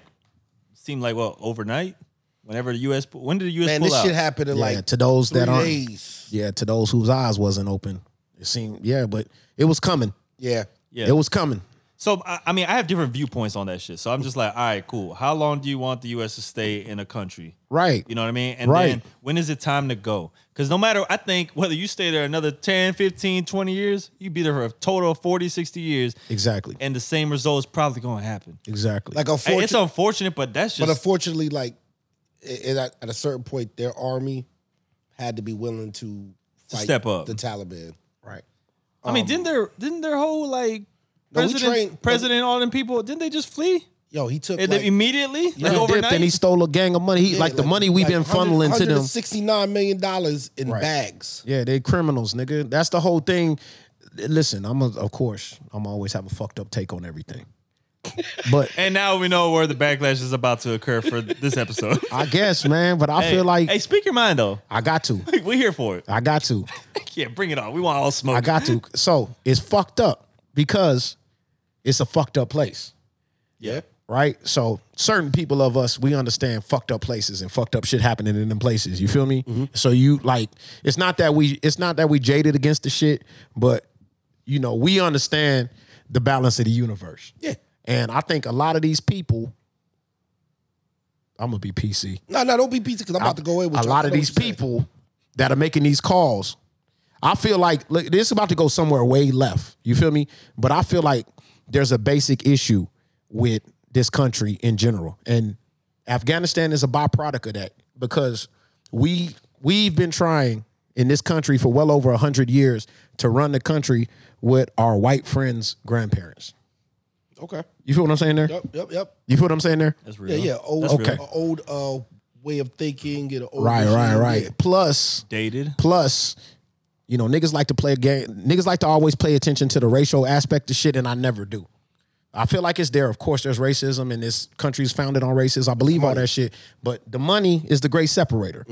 seemed like well overnight. Whenever the U.S. pu- when did the U.S. Man, pull this out? shit happened in Yeah, like to those that three aren't- days. Yeah, to those whose eyes wasn't open, it seemed. Yeah, but it was coming. Yeah, yeah, It was coming. So I, I mean, I have different viewpoints on that shit. So I'm just like, all right, cool. How long do you want the U.S. to stay in a country? Right. You know what I mean? And Right. then when is it time to go? Because no matter, I think whether you stay there another 10, 15, 20 years, you be there for a total of 40, 60 years, Exactly. and the same result is probably going to happen. exactly. like Hey, unfortunately, it's unfortunate, but that's just But unfortunately, like i- i- at at a certain point, their army had to be willing to, To step up. the Taliban. right. I mean, didn't their didn't their whole like No, we president, trained- president, all them people, didn't they just flee Yo, he took And like, then immediately, like he overnight? dipped and he stole a gang of money. He, yeah, like the money we've like been 100 funneling to them. $169 million dollars in Right. bags. Yeah, they criminals, nigga. That's the whole thing. Listen, I'm a, of course I'm always have a fucked up take on everything, but and now we know where the backlash is about to occur for this episode. I guess, man. But I hey, feel like hey, speak your mind though. I got to. We're here for it. I got to. Yeah, bring it on. We want all smoke. I got to. So it's fucked up because it's a fucked up place, Yeah. right? So certain people of us, we understand fucked up places and fucked up shit happening in them places. You feel me? So you like, it's not that we, it's not that we jaded against the shit, but you know, we understand the balance of the universe. Yeah. And I think a lot of these people, I'm gonna be PC. No, no, don't be pizza because I'm about to go in with a y'all. lot I of know these what you're saying. people that are making these calls. I feel like look, this is about to go somewhere way left. You feel me? But I feel like there's a basic issue with this country in general, and Afghanistan is a byproduct of that because we we've been trying in this country for well over hundred years to run the country with our white friends' grandparents. Okay. You feel what I'm saying there? Yep, yep, yep. You feel what I'm saying there? That's Yeah, real. yeah. Oh. Old, That's real. Okay. a old uh, way of thinking. And a old Right, right, regime. right. Yeah. Plus, Dated. Plus, you know, niggas like to play a game. Niggas like to always pay attention to the racial aspect of shit, and I never do. I feel like it's there. Of course, there's racism, and this country's founded on racism. I believe all that shit. But the money is the great separator.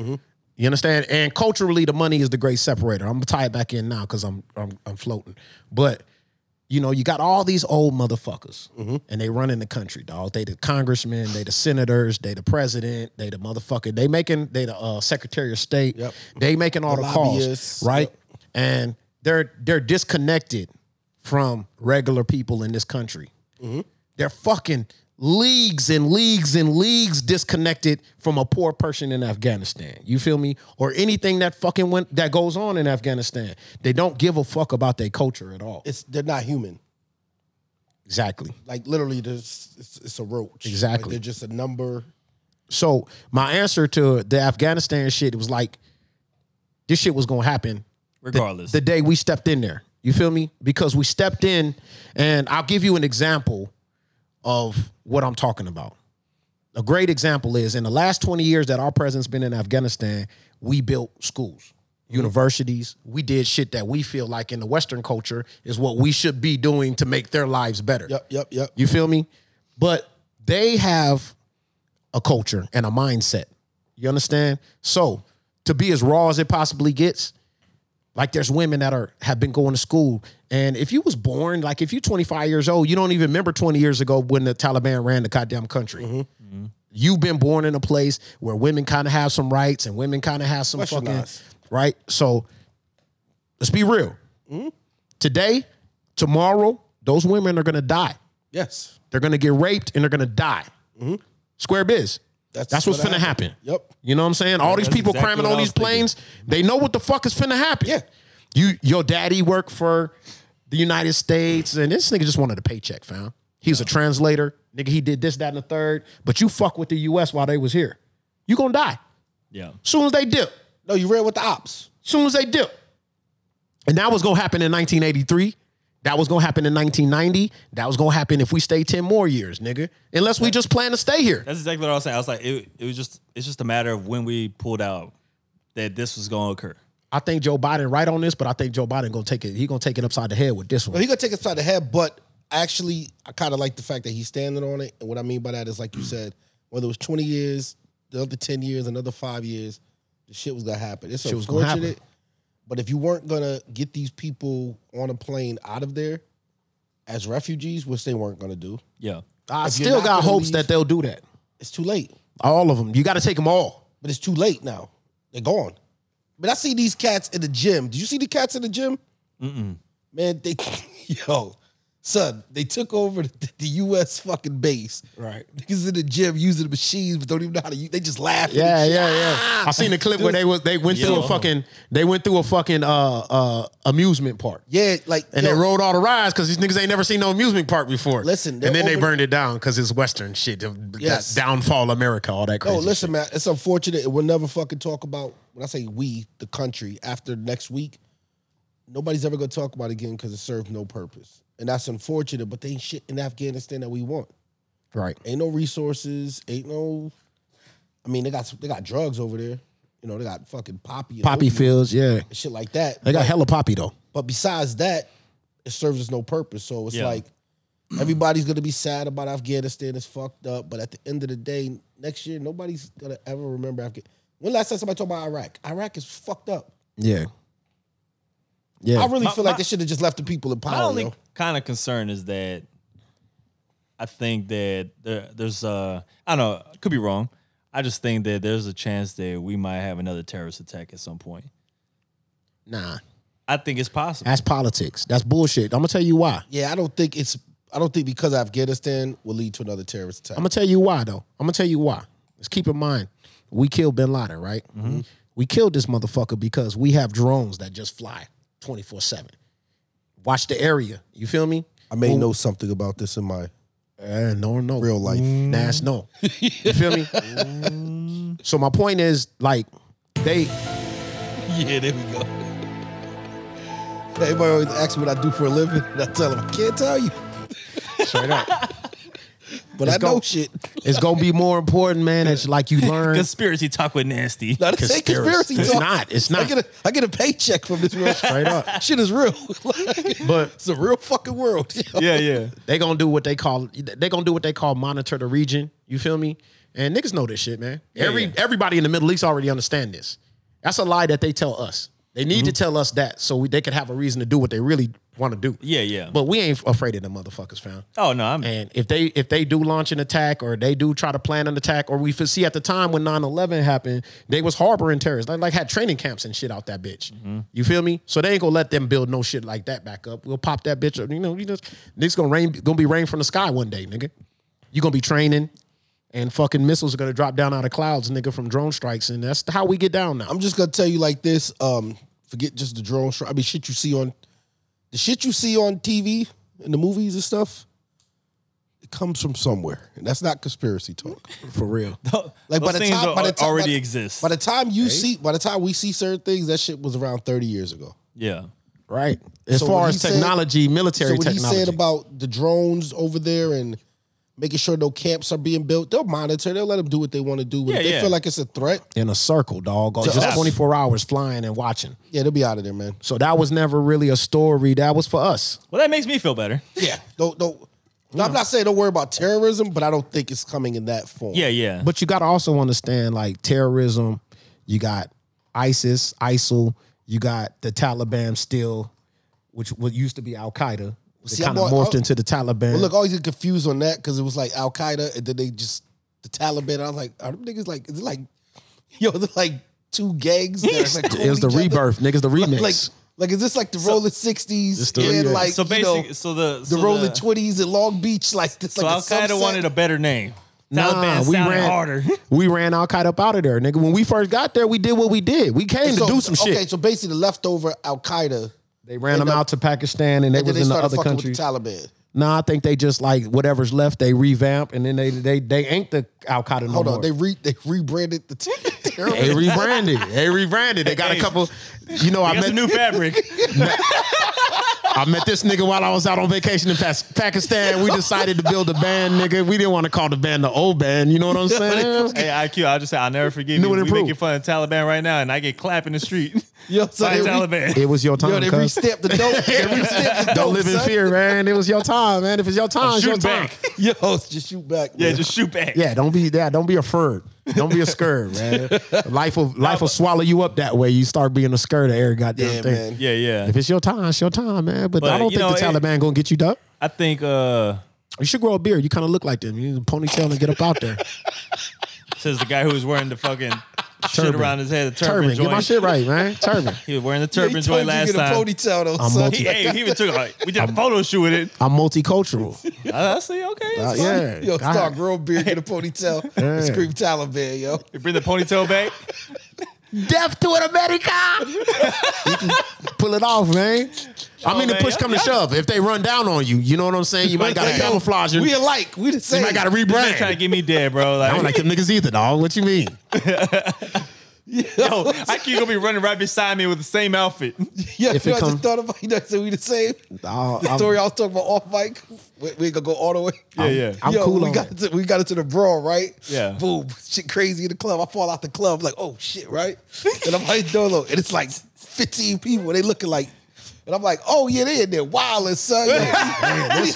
You understand? And culturally, the money is the great separator. I'm gonna tie it back in now because I'm, I'm I'm floating. But you know, you got all these old motherfuckers, and they running the country, dog. They the congressmen, they the senators, they the president, they the motherfucker. They making they the uh, secretary of state. They making all the, calls, lobbyists. right? And they're they're disconnected from regular people in this country. They're fucking leagues and leagues and leagues disconnected from a poor person in Afghanistan. You feel me? Or anything that fucking went that goes on in Afghanistan. They don't give a fuck about their culture at all. It's, they're not human. Exactly. Like literally, there's it's, it's a roach. Exactly. Like, they're just a number. So my answer to the Afghanistan shit it was like, this shit was gonna happen Regardless. the day we stepped in there. You feel me? Because we stepped in, and I'll give you an example of what I'm talking about. A great example is in the last 20 years that our president's been in Afghanistan, we built schools, universities. We did shit that we feel like in the Western culture is what we should be doing to make their lives better. Yep, yep, yep. You feel me? But they have a culture and a mindset. You understand? So to be as raw as it possibly gets, like there's women that are have been going to school. And if you was born, like if you're 25 years old, you don't even remember 20 years ago when the Taliban ran the goddamn country. You've been born in a place where women kind of have some rights and women kind of have some fucking Westernized. right. So let's be real. Today, tomorrow, those women are gonna die. Yes, They're gonna get raped and they're gonna die. Mm-hmm. Square biz. That's, what's what finna happen. Yep. You know what I'm saying? All these that's people exactly cramming what on I these was thinking. planes, they know what the fuck is finna happen. Yeah. You your daddy worked for the United States, and this nigga just wanted a paycheck, fam. He was a translator. Nigga, he did this, that, and the third. But you fuck with the US while they was here. You gonna die. yeah. Soon as they dip. No, you read with the ops. Soon as they dip. And that was gonna happen in 1983. That was gonna happen in 1990. That was gonna happen if we stay 10 more years, nigga. Unless we just plan to stay here. That's exactly what I was saying. I was like, it, it was just it's just a matter of when we pulled out that this was gonna occur. I think Joe Biden right on this, but I think Joe Biden gonna take it. He gonna take it upside the head with this Well, one. he gonna take us out the head, but actually, I kind of like the fact that he's standing on it. And what I mean by that is, like you said, whether it was twenty years, the other ten years, another five years, the shit was gonna happen. It's Shit was gonna happen. unfortunate, but if you weren't gonna get these people on a plane out of there as refugees, which they weren't gonna do, Yeah. I if you're still not got gonna hopes leave- that they'll do that. it's too late. All of them. You got to take them all. But it's too late now. They're gone. But I see these cats in the gym. Did you see the cats in the gym? Mm-mm. Man, they yo, son, they took over the, the U.S. fucking base. Right, niggas in the gym using the machines, but don't even know how to. use They just laugh. at Yeah, it. yeah, yeah. I seen the clip where they was they went through a Yo. fucking they went through a fucking uh uh amusement park. yeah. Like And yo, they rode all the rides because these niggas ain't never seen no amusement park before. Listen, and they're then they over- burned it down because it's Western shit. the- that Yes. downfall America, all that crazy. No, listen, man. It's unfortunate. We'll never fucking talk about when I say we, the country. After next week, nobody's ever gonna talk about it again because it served no purpose, and that's unfortunate. But they ain't shit in Afghanistan that we want. shit. right? ain't no resources, ain't no. I mean, they got they got drugs over there. You know, they got fucking poppy, and Poppy opium fields, yeah. and shit like that. They got but, hella poppy though. but besides that, it serves us no purpose. So it's Yeah. like everybody's gonna be sad about Afghanistan. It's fucked up. But at the end of the day, next year nobody's gonna ever remember Afghanistan. When last time somebody talked about Iraq? Iraq is fucked up. Yeah, yeah. I really My- feel like my- they should have just left the people in My power. only yo. kind of concern is that I think that there, there's uh I don't know, could be wrong. I just think that there's a chance that we might have another terrorist attack at some point. nah, I think it's possible. that's politics. That's bullshit. I'm gonna tell you why. Yeah, I don't think it's. I don't think because Afghanistan will lead to another terrorist attack. I'm gonna tell you why though. I'm gonna tell you why. Let's keep in mind, we killed Bin Laden, right? Mm-hmm. We killed this motherfucker because we have drones that just fly 24 seven. Watch the area. You feel me? I may know something about this in my Uh, no, no. real life. Nash, no. You feel me? Mm. so my point is, like, they Yeah, there we go. Everybody always asks me what I do for a living, and I tell them I can't tell you, straight up. but Let's I know go. shit. It's gonna be more important, man. It's like you learn. Conspiracy talk with nasty. Not a conspiracy It's talk. not. It's I not. get a I get a paycheck from this real straight up. Shit is real. But- it's a real fucking world. yo. Yeah, yeah. They gonna do what they call they gonna do what they call monitor the region. You feel me? And niggas know this shit, man. Every yeah. everybody in the Middle East already understand this. That's a lie that they tell us. They need Mm-hmm. to tell us that so we, they could have a reason to do what they really want to do. Yeah, yeah. But we ain't afraid of them motherfuckers, fam. Oh no, I'm And if they if they do launch an attack or they do try to plan an attack or we f- see at the time when 9-11 happened, they was harboring terrorists. They like had training camps and shit out that bitch. You feel me? So they ain't gonna let them build no shit like that back up. We'll pop that bitch up. You know, you just niggas gonna rain gonna be rain from the sky one day, nigga. You gonna be training and fucking missiles are gonna drop down out of clouds, nigga, from drone strikes, and that's how we get down now. I'm just gonna tell you like this. Um, forget just the drone strike. I mean, shit you see on the shit you see on TV and the movies and stuff. It comes from somewhere, and that's not conspiracy talk. for real. Like Those by the things time, are- by the time, already by the- exist. By the time you see, by the time we see certain things, that shit was around thirty years ago. yeah. Right. As So far what as he said- technology, military so what technology. he said about the drones over there and making sure no camps are being built, they'll monitor. They'll let them do what they want to do. When Yeah, if they yeah. feel like it's a threat, in a circle, dog. Just us. 24 hours flying and watching. yeah, they'll be out of there, man. So that was never really a story. That was for us. Well, that makes me feel better. Yeah, don't don't. No, I'm not saying don't worry about terrorism, but I don't think it's coming in that form. Yeah, yeah. But you got to also understand like terrorism, you got ISIS, ISIL, you got the Taliban still, which what used to be Al Qaeda. See, kind I'm of all- morphed oh, into the Taliban. But look, I always get confused on that because it was like Al Qaeda, and then they just the Taliban. I was like, are them niggas like? Is it like, yo, they're like two gangs. that are, like, it was the cool with each other? rebirth, niggas. The remix. Like, like, is this like the rolling sixties the and remix. like so you basically, know, so the so the rolling the- twenties and Long Beach? Like, this, So like Al Qaeda wanted a better name. nah, Taliban we sounded ran harder. we ran Al Qaeda up out of there, nigga. When we first got there, we did what we did. We came to do some shit. Okay, so basically, the leftover Al Qaeda, They ran them out to Pakistan, and they and then was they in the started other fucking with countries. the Taliban. Nah, I think they just like whatever's left, they revamp, and then they they they ain't the Al Qaeda no Hold more. on, they re they rebranded the. T- They rebranded. They rebranded. They got a couple. You know, I That's met a new fabric. I met this nigga while I was out on vacation in Pas- Pakistan. We decided to build a band, nigga. We didn't want to call the band the old band. You know what I'm saying? hey, IQ, I'll just say I'll never forgive New you. and We improved. making fun of Taliban right now, and I get clapped in the street Yo, so by they re- Taliban. It was your time. Yo, they cuz. restamped the dope. They restamped the dope. Don't live in son. fear, man. It was your time, man. If it's your time, it's your Oh, Shoot time. back. Yo, just shoot back. Yeah, man. just shoot back. Yeah, don't be that. Don't be a furred. Don't be a scurred, man. Life will life will swallow you up that way. You start being a scurred of every goddamn Yeah, thing. man. yeah, yeah. If it's your time, it's your time, man. But, I don't But, you think the know, it- Taliban gonna get you duck. I think uh You should grow a beard. You kind of look like them. You need a ponytail and get up out there. says the guy who was wearing the fucking shit Turban. around his head, the turban, turban. Get my joint. shit right, man. Turban. He was wearing the They turban told joint last you get a time. ponytail though, I'm son. multi- He, hey, he even took like we did a photo shoot with it. I'm multicultural. I, I see, okay, it's Uh, fine. yeah. Yo, God. start grow a beard, get a ponytail, and scream Taliban, yo. You bring the ponytail back. Death to it, America. You can Pull it off, man. I mean, the Oh, man. push come to shove. If they run down on you, you know what I'm saying. You might got to Yo, camouflage. Your, We you alike. We the same. might got to They trying to rebrand. get me dead, bro. I don't Like, like them niggas either, dog. What you mean? yo, I keep gonna be running right beside me with the same outfit. Yo, if you know, it I come- just thought about you know, so we the same. Dog, The I'm- story I was talking about off mic. We, we gonna go all the way. Yeah, yeah. I'm Yo, cool we on got to we got into the brawl, right? Yeah. Boom. Shit crazy in the club. I fall out the club, like, oh shit, right? and I'm like Dolo. And it's like 15 people. They looking like and I'm like, oh yeah, they in there wildin', son. Yo, Man, this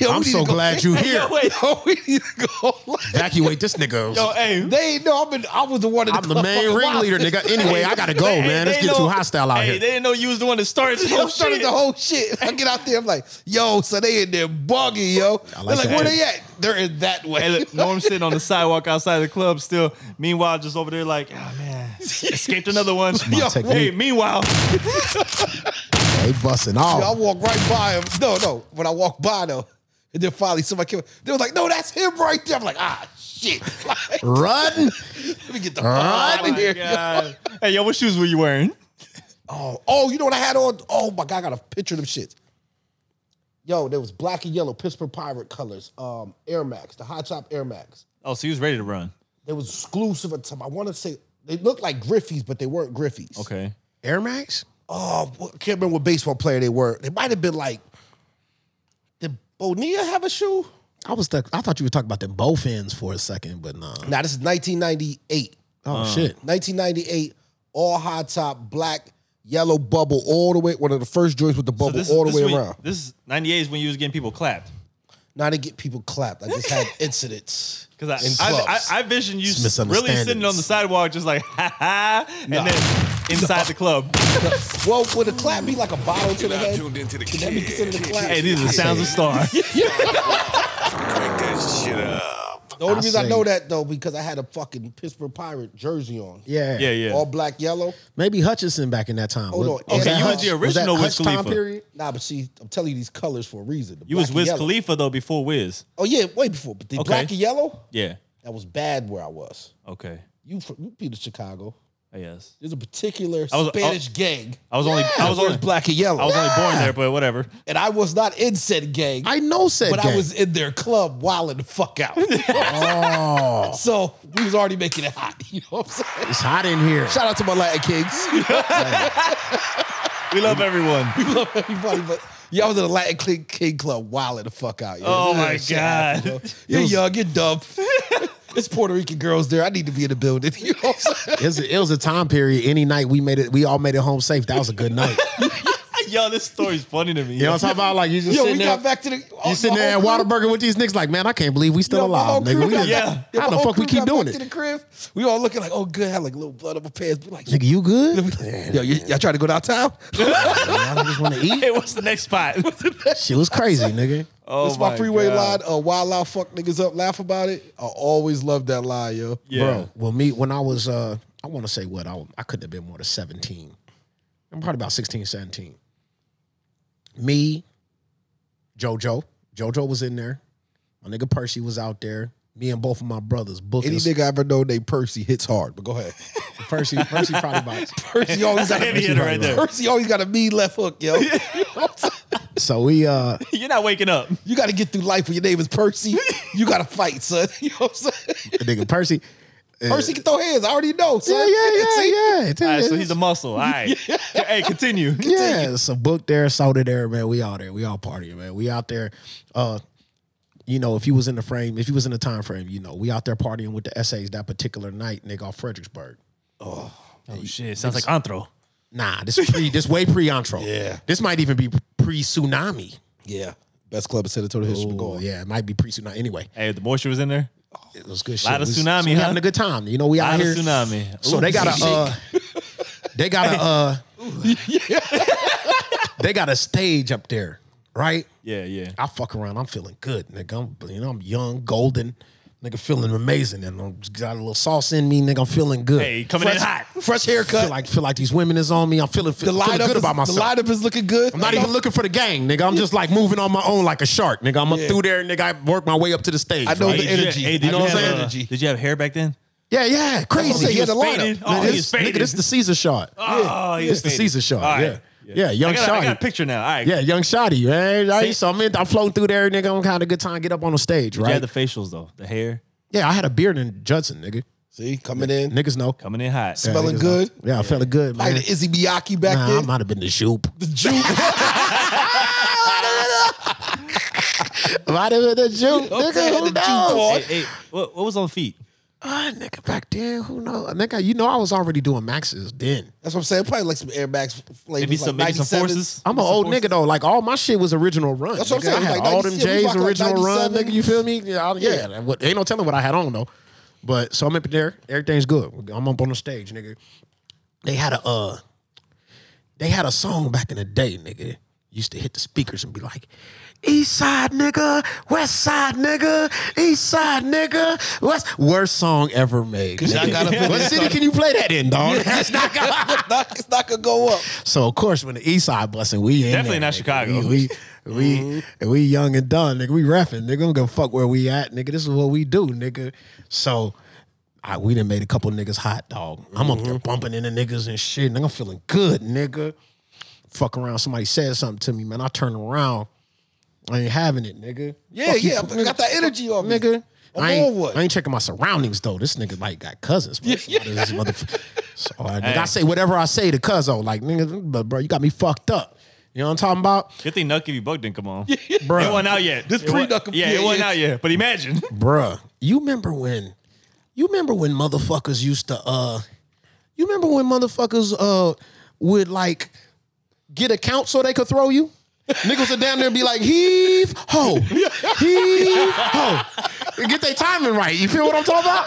Yo, we I'm need so to go- glad you here. Wait, yo, we need to go. Like, Evacuate this nigga. yo, hey, they ain't know I've been I was the one in the I'm the club main fucking ringleader, wildin'. nigga. Anyway, I gotta go, Hey, man. It's they getting know- too hostile out hey, here. They didn't know you was the one that started Oh, the I whole started shit. the whole shit. I get out there, I'm like, yo, so they in there buggy, yo. They're like like, that where too. they at? They're in that way. Hey, look, Norm sitting on the sidewalk outside the club still. Meanwhile, just over there like, oh man, escaped another one. Yo, technique. hey, meanwhile, They busting Yo, I off. walk right by him. No, no. When I walk by though, and then finally somebody came. They was like, no, that's him right there. I'm like, ah, shit. Like, Run. let me get the fuck Right. out of here. Oh, God. hey, yo, what shoes were you wearing? Oh, oh, you know what I had on? Oh my god, I got a picture of them shits. Yo, there was black and yellow Pittsburgh Pirate colors. Um, Air Max, the high top Air Max. Oh, so he was ready to run. They was exclusive at the time. I want to say they looked like Griffies, but they weren't Griffies. Okay. Air Max? Oh, I can't remember what baseball player they were. They might have been like. Did Bonilla have a shoe? I was stuck. I thought you were talking about the bow fins for a second, but nah. Nah, this is 1998. Oh shit. 1998, all high top, black, yellow bubble all the way. One of the first joints with the So bubble this, all the this way when- around. This is 98 is when you was getting people clapped. Now they get people clapped. I just had incidents. in Because I, I, clubs. I, I vision you It's really sitting on the misunderstandings. sidewalk just like, ha ha, and then inside the club. well, would a clap be like a bottle to You're the not head? tuned into the Can that be kid. considered a clap? Hey, these are the sounds of star. Crank that shit up. The only I reason I say- know that though because I had a fucking Pittsburgh Pirate jersey on. Yeah. yeah, yeah. All black, yellow. Maybe Hutchinson back in that time. Hold Was- on. Okay, that you was Hutch- the that original Wiz Hutch time Khalifa. period? Nah, but see, I'm telling you these colors for a reason. The You was black and Wiz yellow. Khalifa though before Wiz. Oh yeah, way before. But the Okay. black and yellow, Yeah. that was bad where I was. Okay. You, from, you be to Chicago. I guess There's a particular was- I- Spanish gang. I was only I was only black and yellow. I was only born there, but whatever. and I was not in said gang, I know said but gang. I was in their club wilding the fuck out. oh, so we was already making it hot. You know what I'm saying? it's hot in here. Shout out to my Latin kings. You know, We love everyone. we love everybody, but yeah, I was in the Latin King, King Club wilding the fuck out. you know? Oh my Shit happened, God. bro. You're young, you're dumb. It's Puerto Rican girls there. I need to be in the building. You know what I'm saying? It was, it was a time period. Any night we made it, we all made it home safe. That was a good night. Yo, this story's funny to me. You know what I'm talking about? Like you just Yo, we sitting there, got back to the. uh, you sitting there at Waterburger with these niggas. Like man, I can't believe we still Yo, my whole alive, crew nigga. We got- just- Yeah. Yeah, how my the whole fuck crew we keep got doing back To the it, crib, we all looking like, oh good, had like little blood up my pants. we like, nigga? You good? yo, you, y'all trying to go downtown? I just want to eat. Hey, what's the next spot? She was crazy, nigga. oh That's my, freeway God. line. Uh, wild out, fuck niggas up, laugh about it. I always love that line, yo. Yeah. Bro, well, me when I was uh I want to say what I I couldn't have been more than 17. I'm probably about 16, 17. Me, Jojo. Jojo was in there. My nigga Percy was out there. Me and both of my brothers booking. Any us- nigga I ever know named Percy hits hard, but go ahead. Percy, Percy probably about Percy always got a Heavy hitter right there. Percy always got a mean left hook, yo. So we uh You're not waking up. you got to get through life when your name is Percy. You got to fight, son. You know what I'm saying? nigga Percy. Percy can throw hands. I already know, son. Yeah, yeah, yeah, See? yeah. All right, so he's a muscle. All right. Hey, continue. Yeah, so book there, soda there, man. We all there. We all partying, man. We out there. Uh, you know, if you was in the frame, if you was in the time frame, you know, we out there partying with the essays that particular night, nigga, off Fredericksburg. Oh shit, sounds like Antro. Nah, this pre, this way pre Antro. Yeah. this might even be pre tsunami. Yeah. Best club in San Antonio history. Go Oh on. yeah, it might be pre tsunami. Anyway, Hey, the moisture was in there. it was good shit. Lot of It was- tsunami, we huh? having a good time. You know, we out Out of here. tsunami. So they got a, uh, they got a, uh, they got a stage up there, right? yeah, yeah. I fuck around. I'm feeling good, nigga. I'm you know I'm young, golden, nigga, feeling amazing, and I'm got a little sauce in me, nigga. I'm feeling good. Hey, coming in hot. Fresh feel haircut. like feel like these women is on me. I'm feeling, the feel, feeling lineup good is, about myself. The lineup is looking good. I'm not even looking for the gang, nigga. I'm just like moving on my own like a shark, nigga. I'm up Yeah. through there, nigga. I work my way up to Oh, the stage. I know right? the energy. Hey, I did you, know have, the uh, energy. did you have hair back then? Yeah, yeah, I'm saying, crazy. he had a lineup. Man, faded. Oh, this, he's nigga, faded. this is the Caesar shot. Oh, he This the Caesar shot. Yeah. yeah, young I got, a- I got a shot. picture now. All right. Yeah, young shotty, man. Right? See? So I'm in, I'm floating through there, nigga. I'm kind of good time. Get up on the stage, You right? had the facials though. The hair yeah, I had a beard in Judson, nigga. See, coming in. Niggas know. coming in hot. Yeah, Smelling niggas good. know. Yeah, I felt good, man. Like the Izzy Miyake back nah, I then. might have been the shoop. the Jew. might have been the shoop, Okay, nigga. Who the Jew knows? boy. Hey, hey, what, what was on feet? Ah, nigga, back then, who knows? Nigga, you know I was already doing maxes then. That's what I'm saying. Probably like some Air Max flavors. Maybe some like maybe 97s. some forces. I'm an old nigga though. Like all my shit was original run. That's what I'm nigga. saying, I had like all them 97, J's we rocked like original run, 97. nigga. You feel me? Yeah, I- yeah. Yeah. that- What, ain't no telling what I had on though. But so I'm up there. Everything's good. I'm up on the stage, nigga. They had a uh, they had a song back in the day, nigga. Used to hit the speakers and be like, East Side nigga, West Side nigga, East Side nigga, West worst song ever made. y'all nigga. got up in what there, city can you play that in, dog? That's not It's not- it's not gonna go up. so of course, when the East Side busting, we in Definitely there, not nigga. Chicago. We we we, Mm-hmm. we young and done, nigga. We reffing, nigga. I'm gonna fuck where we at, nigga. This is what we do, nigga. So. I, we done made a couple niggas hot, dog. I'm up Mm-hmm. there bumping into niggas and shit, nigga. I'm feeling good, nigga. Fuck around. Somebody said something to me, man. I turn around. I ain't having it, nigga. Yeah, Fuck you, yeah. I got that energy on me. nigga. I'm I ain't, on one. I ain't checking my surroundings though. This nigga like got cousins. Bro. This motherf- so, all right, nigga, I Hey. say whatever I say to Cuzzo. Like nigga, but bro, you got me fucked up. You know what I'm talking about, Good thing Nuck Give You Bug didn't come on. Bruh. It wasn't out yet. This pre-Nuck Give Yeah, You- it wasn't out yet. But imagine. Bruh, You remember when? You remember when motherfuckers used to uh? You remember when motherfuckers uh would like get a count so they could throw you? Niggas would down there and be like heave ho, heave ho, And get their timing right. You feel what I'm talking about?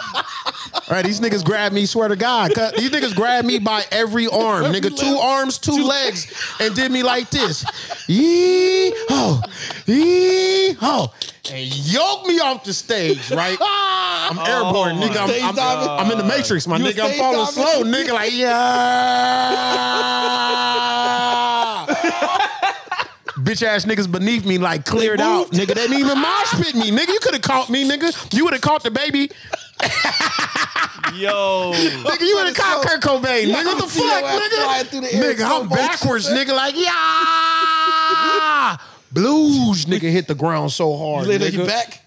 All right, these niggas grabbed me, swear to God. cut- These niggas grabbed me by every arm, nigga. Two arms, two, legs, and did me like this. Yee ho, yee ho. And yoked me off the stage, right? I'm airborne, nigga. Stage I'm, I'm, diving? I'm in the matrix, my Uh, You a nigga. I'm stage falling slow, diving? nigga. Like, yeah. Bitch ass niggas beneath me, like cleared out, nigga. They didn't even mosh pit me, nigga. You could have caught me, nigga. You would have caught the baby Yo, nigga, you in the cop Kurt Cobain, nigga. What the see your fuck, ass flying nigga? through the air in Nigga, slow I'm motion, backwards, nigga. Like, yeah. Blues, nigga, hit the ground so hard. Lay on your nigga. back.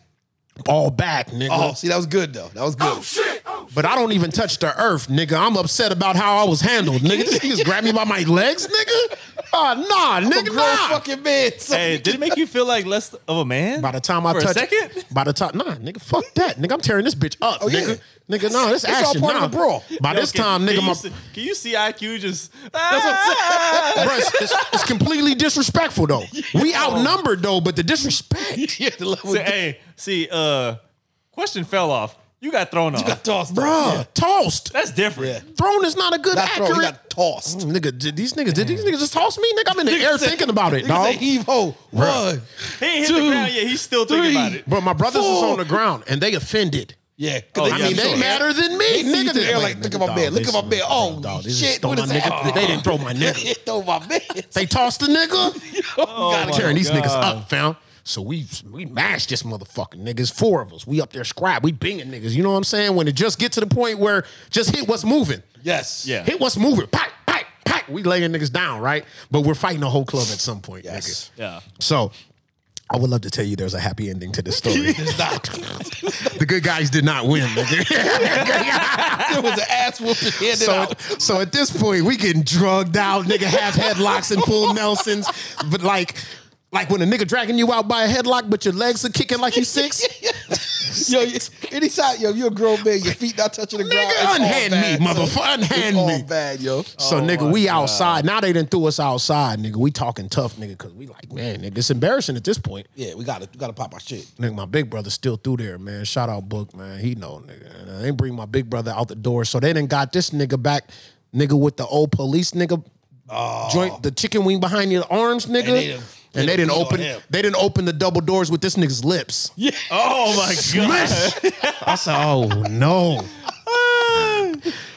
All back, nigga. Oh, see, that was good though. That was good. Oh, But I don't even touch the earth, nigga. I'm upset about how I was handled, nigga. This nigga's grabbed me by my legs, nigga. Ah, nah, a nigga, grown nah. fucking man. So hey, did it make you feel like less of a man? By the time I For a touch, second? by the time, nah, nigga, fuck that, nigga. I'm tearing this bitch up, nigga. Nigga, nah, Oh, It's this all action, part of nah. the brawl. By Yo, this can- time, can nigga, you my see- Can you see IQ just? Ah! Bruh, it's, it's- it's completely disrespectful though. We outnumbered though, but the disrespect, yeah, the level. See, hey, see, uh, question fell off. You got thrown off. got tossed, bruh, tossed. That's different. Thrown is not a good Not thrown, accurate. he got tossed. Nigga, did these niggas did these niggas just toss me? Nigga, I'm in the air thinking about it, Nigga say dog. heave ho. One. He ain't hit Two, the ground yet. He's still thinking about it. But my brothers is Four. on the ground and they offended. Yeah. Oh, I yeah, mean, I'm they sure. madder than They me, see you nigga. through the They're air like, look at my nigga, man, dog, look at my this- man. Oh, dog, this shit, is throw what my is nigga. that? They didn't throw my nigga. Hit though, my man. They tossed the nigga. my tearing these niggas God. up, fam. So we we mashed this motherfucking niggas. Four of us. We up there scribe. We binging niggas. You know what I'm saying? When it just get to the point where just hit what's moving. Yes. Yeah. Hit what's moving. Pack, pack, pack. We laying niggas down, right? But we're fighting the whole club at some point, niggas. Yeah. So I would love to tell you there's a happy ending to this story. It's not. the good guys did not win. nigga. There was an ass whooping handed so, out. so at this point, we getting drugged out, nigga, half headlocks and full Nelsons. But like, like when a nigga dragging you out by a headlock, but your legs are kicking like you six. Yo, you- anytime, yo, you're a grown man, your feet not touching the ground. it's nigga, all unhand bad, me, son. motherfucker. It's Unhand all me. bad, yo. So Oh nigga, we outside. Now they done threw us outside, nigga. We talking tough, nigga, cause we like, man, nigga, it's embarrassing at this point. Yeah, we gotta, we gotta pop our shit. Nigga, my big brother still through there, man. Shout out Book, man. He know, nigga. And They bring my big brother out the door. So they done got this nigga back, nigga, with the old police nigga joint, the chicken wing behind your arms, nigga. And they they done- they done didn't, beat on open him. they didn't open the double doors with this nigga's lips. Yeah. Oh my god. I said, oh no.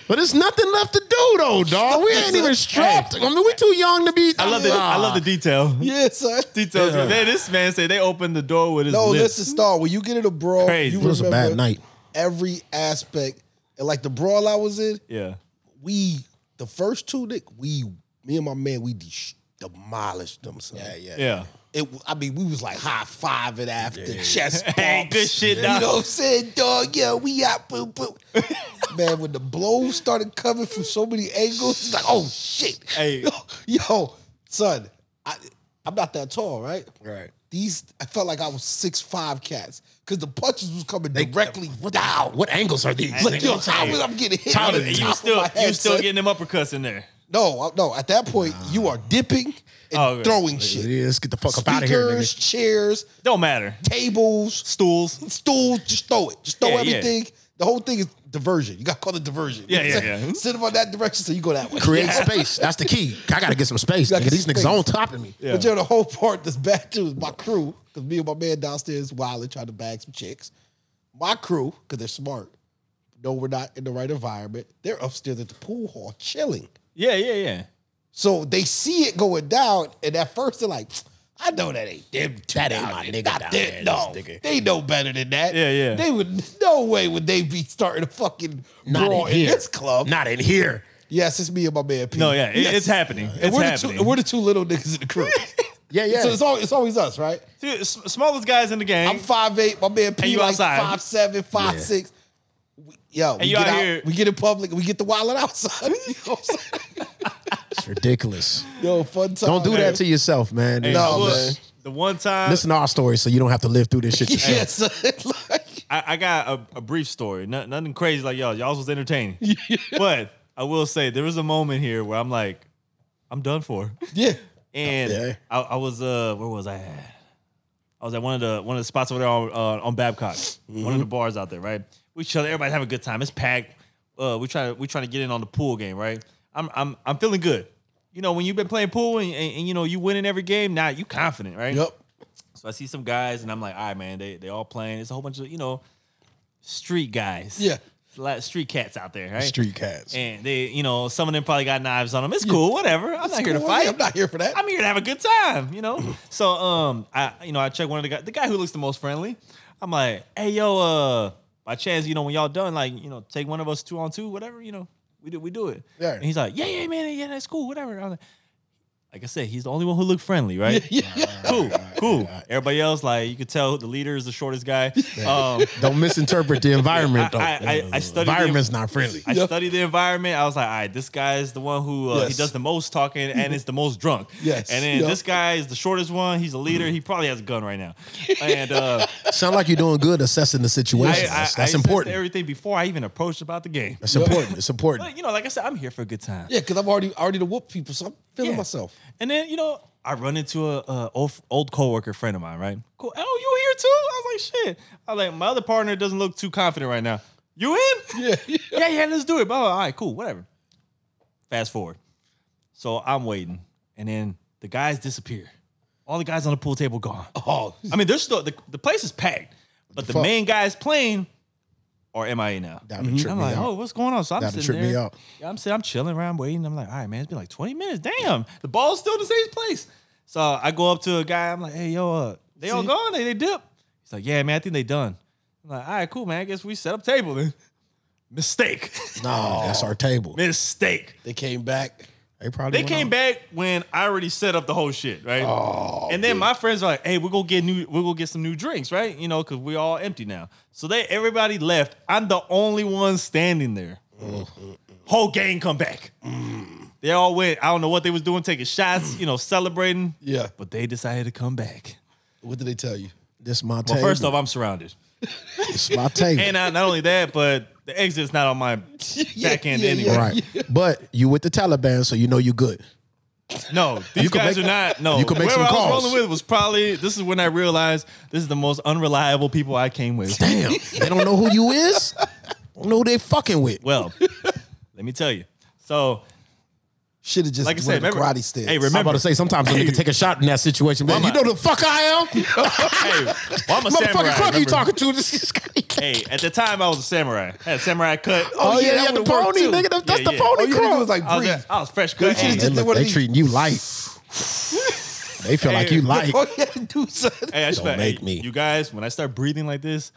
But it's nothing left to do though, dog. We ain't even strapped. I mean, we too young to be. I love the I love the detail. Yeah, son. Details. They- This man said they opened the door with his No, lips. listen, Star. When you get in a brawl, Crazy. you It was a bad remember night. Every aspect, and like the brawl I was in, yeah. we the first two, Nick, we, me and my man, we de- demolished them. Son. Yeah, Yeah. It, wa- I mean, we was like high fiving after chest bumps. Hey, good shit, You dog. know what I'm saying, dog? Yeah, we out. Boo, boo. Man, when the blows started coming from so many angles, it's like, oh shit. Hey. yo, son, I, I'm not that tall, right? Right. These, I felt like I was six five cats because the punches was coming directly down. What angles are these? Like, yo, nigga? I was, I'm getting hit. on You, the you top of still my head, you still son. getting them uppercuts in there. No, I- no. At that point, you are dipping and Oh, okay. throwing Shit, shit. Let's get the fuck up out of here, Speakers, nigga. chairs, Don't matter. tables, Stools. stools. Just throw it. Just throw Yeah, yeah. everything. The whole thing is diversion. You got to call it diversion. Yeah, You know what I'm yeah, saying? yeah. Send them on that direction, so you go that way. Create space. That's the key. I gotta get some space. gotta Nigga. get These some niggas space. on top of me. But you know, the whole part that's bad too is my crew, because me and my man downstairs wilding trying to bag some chicks. My crew, because they're smart, know we're not in the right environment. They're upstairs at the pool hall chilling. Yeah, yeah, yeah. So they see it going down, and at first they're like, I know that ain't them. Two That ain't down my there. nigga Not them, down there, this No, nigga." they know better than that. Yeah, yeah. They would no way would they be starting a fucking Not brawl in in, here. this club. Not in here. Yes, it's me and my man. P. No, yeah. it- Yes. It's happening. And It's we're the, two, happening. and we're the two little niggas in the crew. Yeah, yeah. So it's always, it's always us, right? Dude, s- smallest guys in the game. I'm five eight. My man P you like outside. five seven, five six. We- Yo, we you get out out, here- we get in public, we get the wallet outside. You know what I'm saying? It's ridiculous. Yo, fun time. Don't do that to yourself, man. Hey, No, I will- man. The one time Listen to our story so you don't have to live through this shit yourself. Yes, like, I, I got a, a brief story, no, nothing crazy like y'all. Y'all was entertaining, but I will say there was a moment here where I'm like, I'm done for, yeah. and Okay. I, I was uh, where was I? at? I was at one of the one of the spots over there on uh, on Babcock, one of the bars out there, right? We chill, everybody's having a good time. It's packed. Uh, we try we trying to get in on the pool game, right? I'm I'm I'm feeling good. You know when you've been playing pool and, and, and you know you winning every game, now you confident, right? Yep. So I see some guys, and I'm like, all right, man, they they all playing. It's a whole bunch of you know, street guys. Yeah. It's a lot of street cats out there, right? Street cats. And they, you know, some of them probably got knives on them. It's cool, whatever. I'm not here to Cool, fight. yeah, I'm not here for that. I'm here to have a good time, you know. so um, I you know I check one of the guys, the guy who looks the most friendly. I'm like, hey yo, uh, by chance, you know, when y'all done, like, you know, take one of us two on two, whatever, you know, we do we do it. Yeah. And he's like, yeah, yeah, man, yeah, that's cool, whatever. I'm like, like I said, he's the only one who looked friendly, right? Cool, cool. Everybody else, like, you could tell the leader is the shortest guy. Um, Don't misinterpret the environment though. I- I- I studied the- environment's not friendly. I studied the environment. I was like, all right, this guy is the one who uh, he Yes. does the most talking and is the most drunk. Yes. And then Yep. this guy is the shortest one. He's a leader. He probably has a gun right now. And uh, Sound like you're doing good assessing the I, situation. I- that's I that's assessed important. Everything before I even approached about the game. That's important. It's important. But you know, like I said, I'm here for a good time. Yeah, because I'm already already to whoop people, so I'm feeling Yeah. myself. And then you know, I run into a, a old old coworker friend of mine, right? Cool. Oh, you here too? I was like, shit. I was like, my other partner doesn't look too confident right now. You in? Yeah, yeah, yeah. let's do it. Blah, blah, blah. All right, cool, whatever. Fast forward. So I'm waiting, and then the guys disappear. All the guys on the pool table gone. Oh, I mean, there's still the, the place is packed, but the, fuck? main guys playing are MIA now. That would trip I'm me like, out. oh, what's going on? So I'm That'd sitting trip me there. out. Yeah, I'm sitting, I'm chilling around, waiting. I'm like, all right, man, it's been like 20 minutes. Damn, the ball's still in the same place. So I go up to a guy. I'm like, hey, yo, uh, they all gone. They they dip. He's like, yeah, man, I think they done. I'm like, all right, cool, man. I guess we set up table then. Mistake, No, that's our table. mistake. they came back. They probably They went came out. back when I already set up the whole shit, right? Oh, and then my friends are like, "Hey, we're gonna get new. We're gonna get some new drinks, right? You know, because we're all empty now." So they everybody left. I'm the only one standing there. Whole gang come back. Mm. They all went. I don't know what they was doing, taking shots, you know, celebrating. Yeah. But they decided to come back. What did they tell you? This my Well, table. first off, I'm surrounded, it's my table. and not, not only that, but the exit's not on my back end yeah, anyway. right. But you with the Taliban, so you know you good. No, these can guys make- are not. No, you can make whoever some I was calls. rolling with was probably. This is when I realized this is the most unreliable people I came with. Damn, they don't know who you is. Don't know who they fucking with. Well, let me tell you. So, Should have just like I like said, remember, karate stance. hey, I'm about remember, to say sometimes a nigga take a shot in that situation. Man, you know the fuck I am, hey, well, I'm a samurai. motherfucking crook you remember? talking to. This is- Hey, at the time I was a samurai. I had a samurai cut. oh, yeah, yeah, that the would've worked pony, too. nigga. That- That's Yeah, the yeah. Oh, All pony you had to do crook. was like I was, breathe. a- I was fresh cut. should've Hey, They, They look, wanna they be- treating you light. they feel like Hey, you light. All you had to do was hey, I just Don't felt- make hey, me. You guys, when I start breathing like this,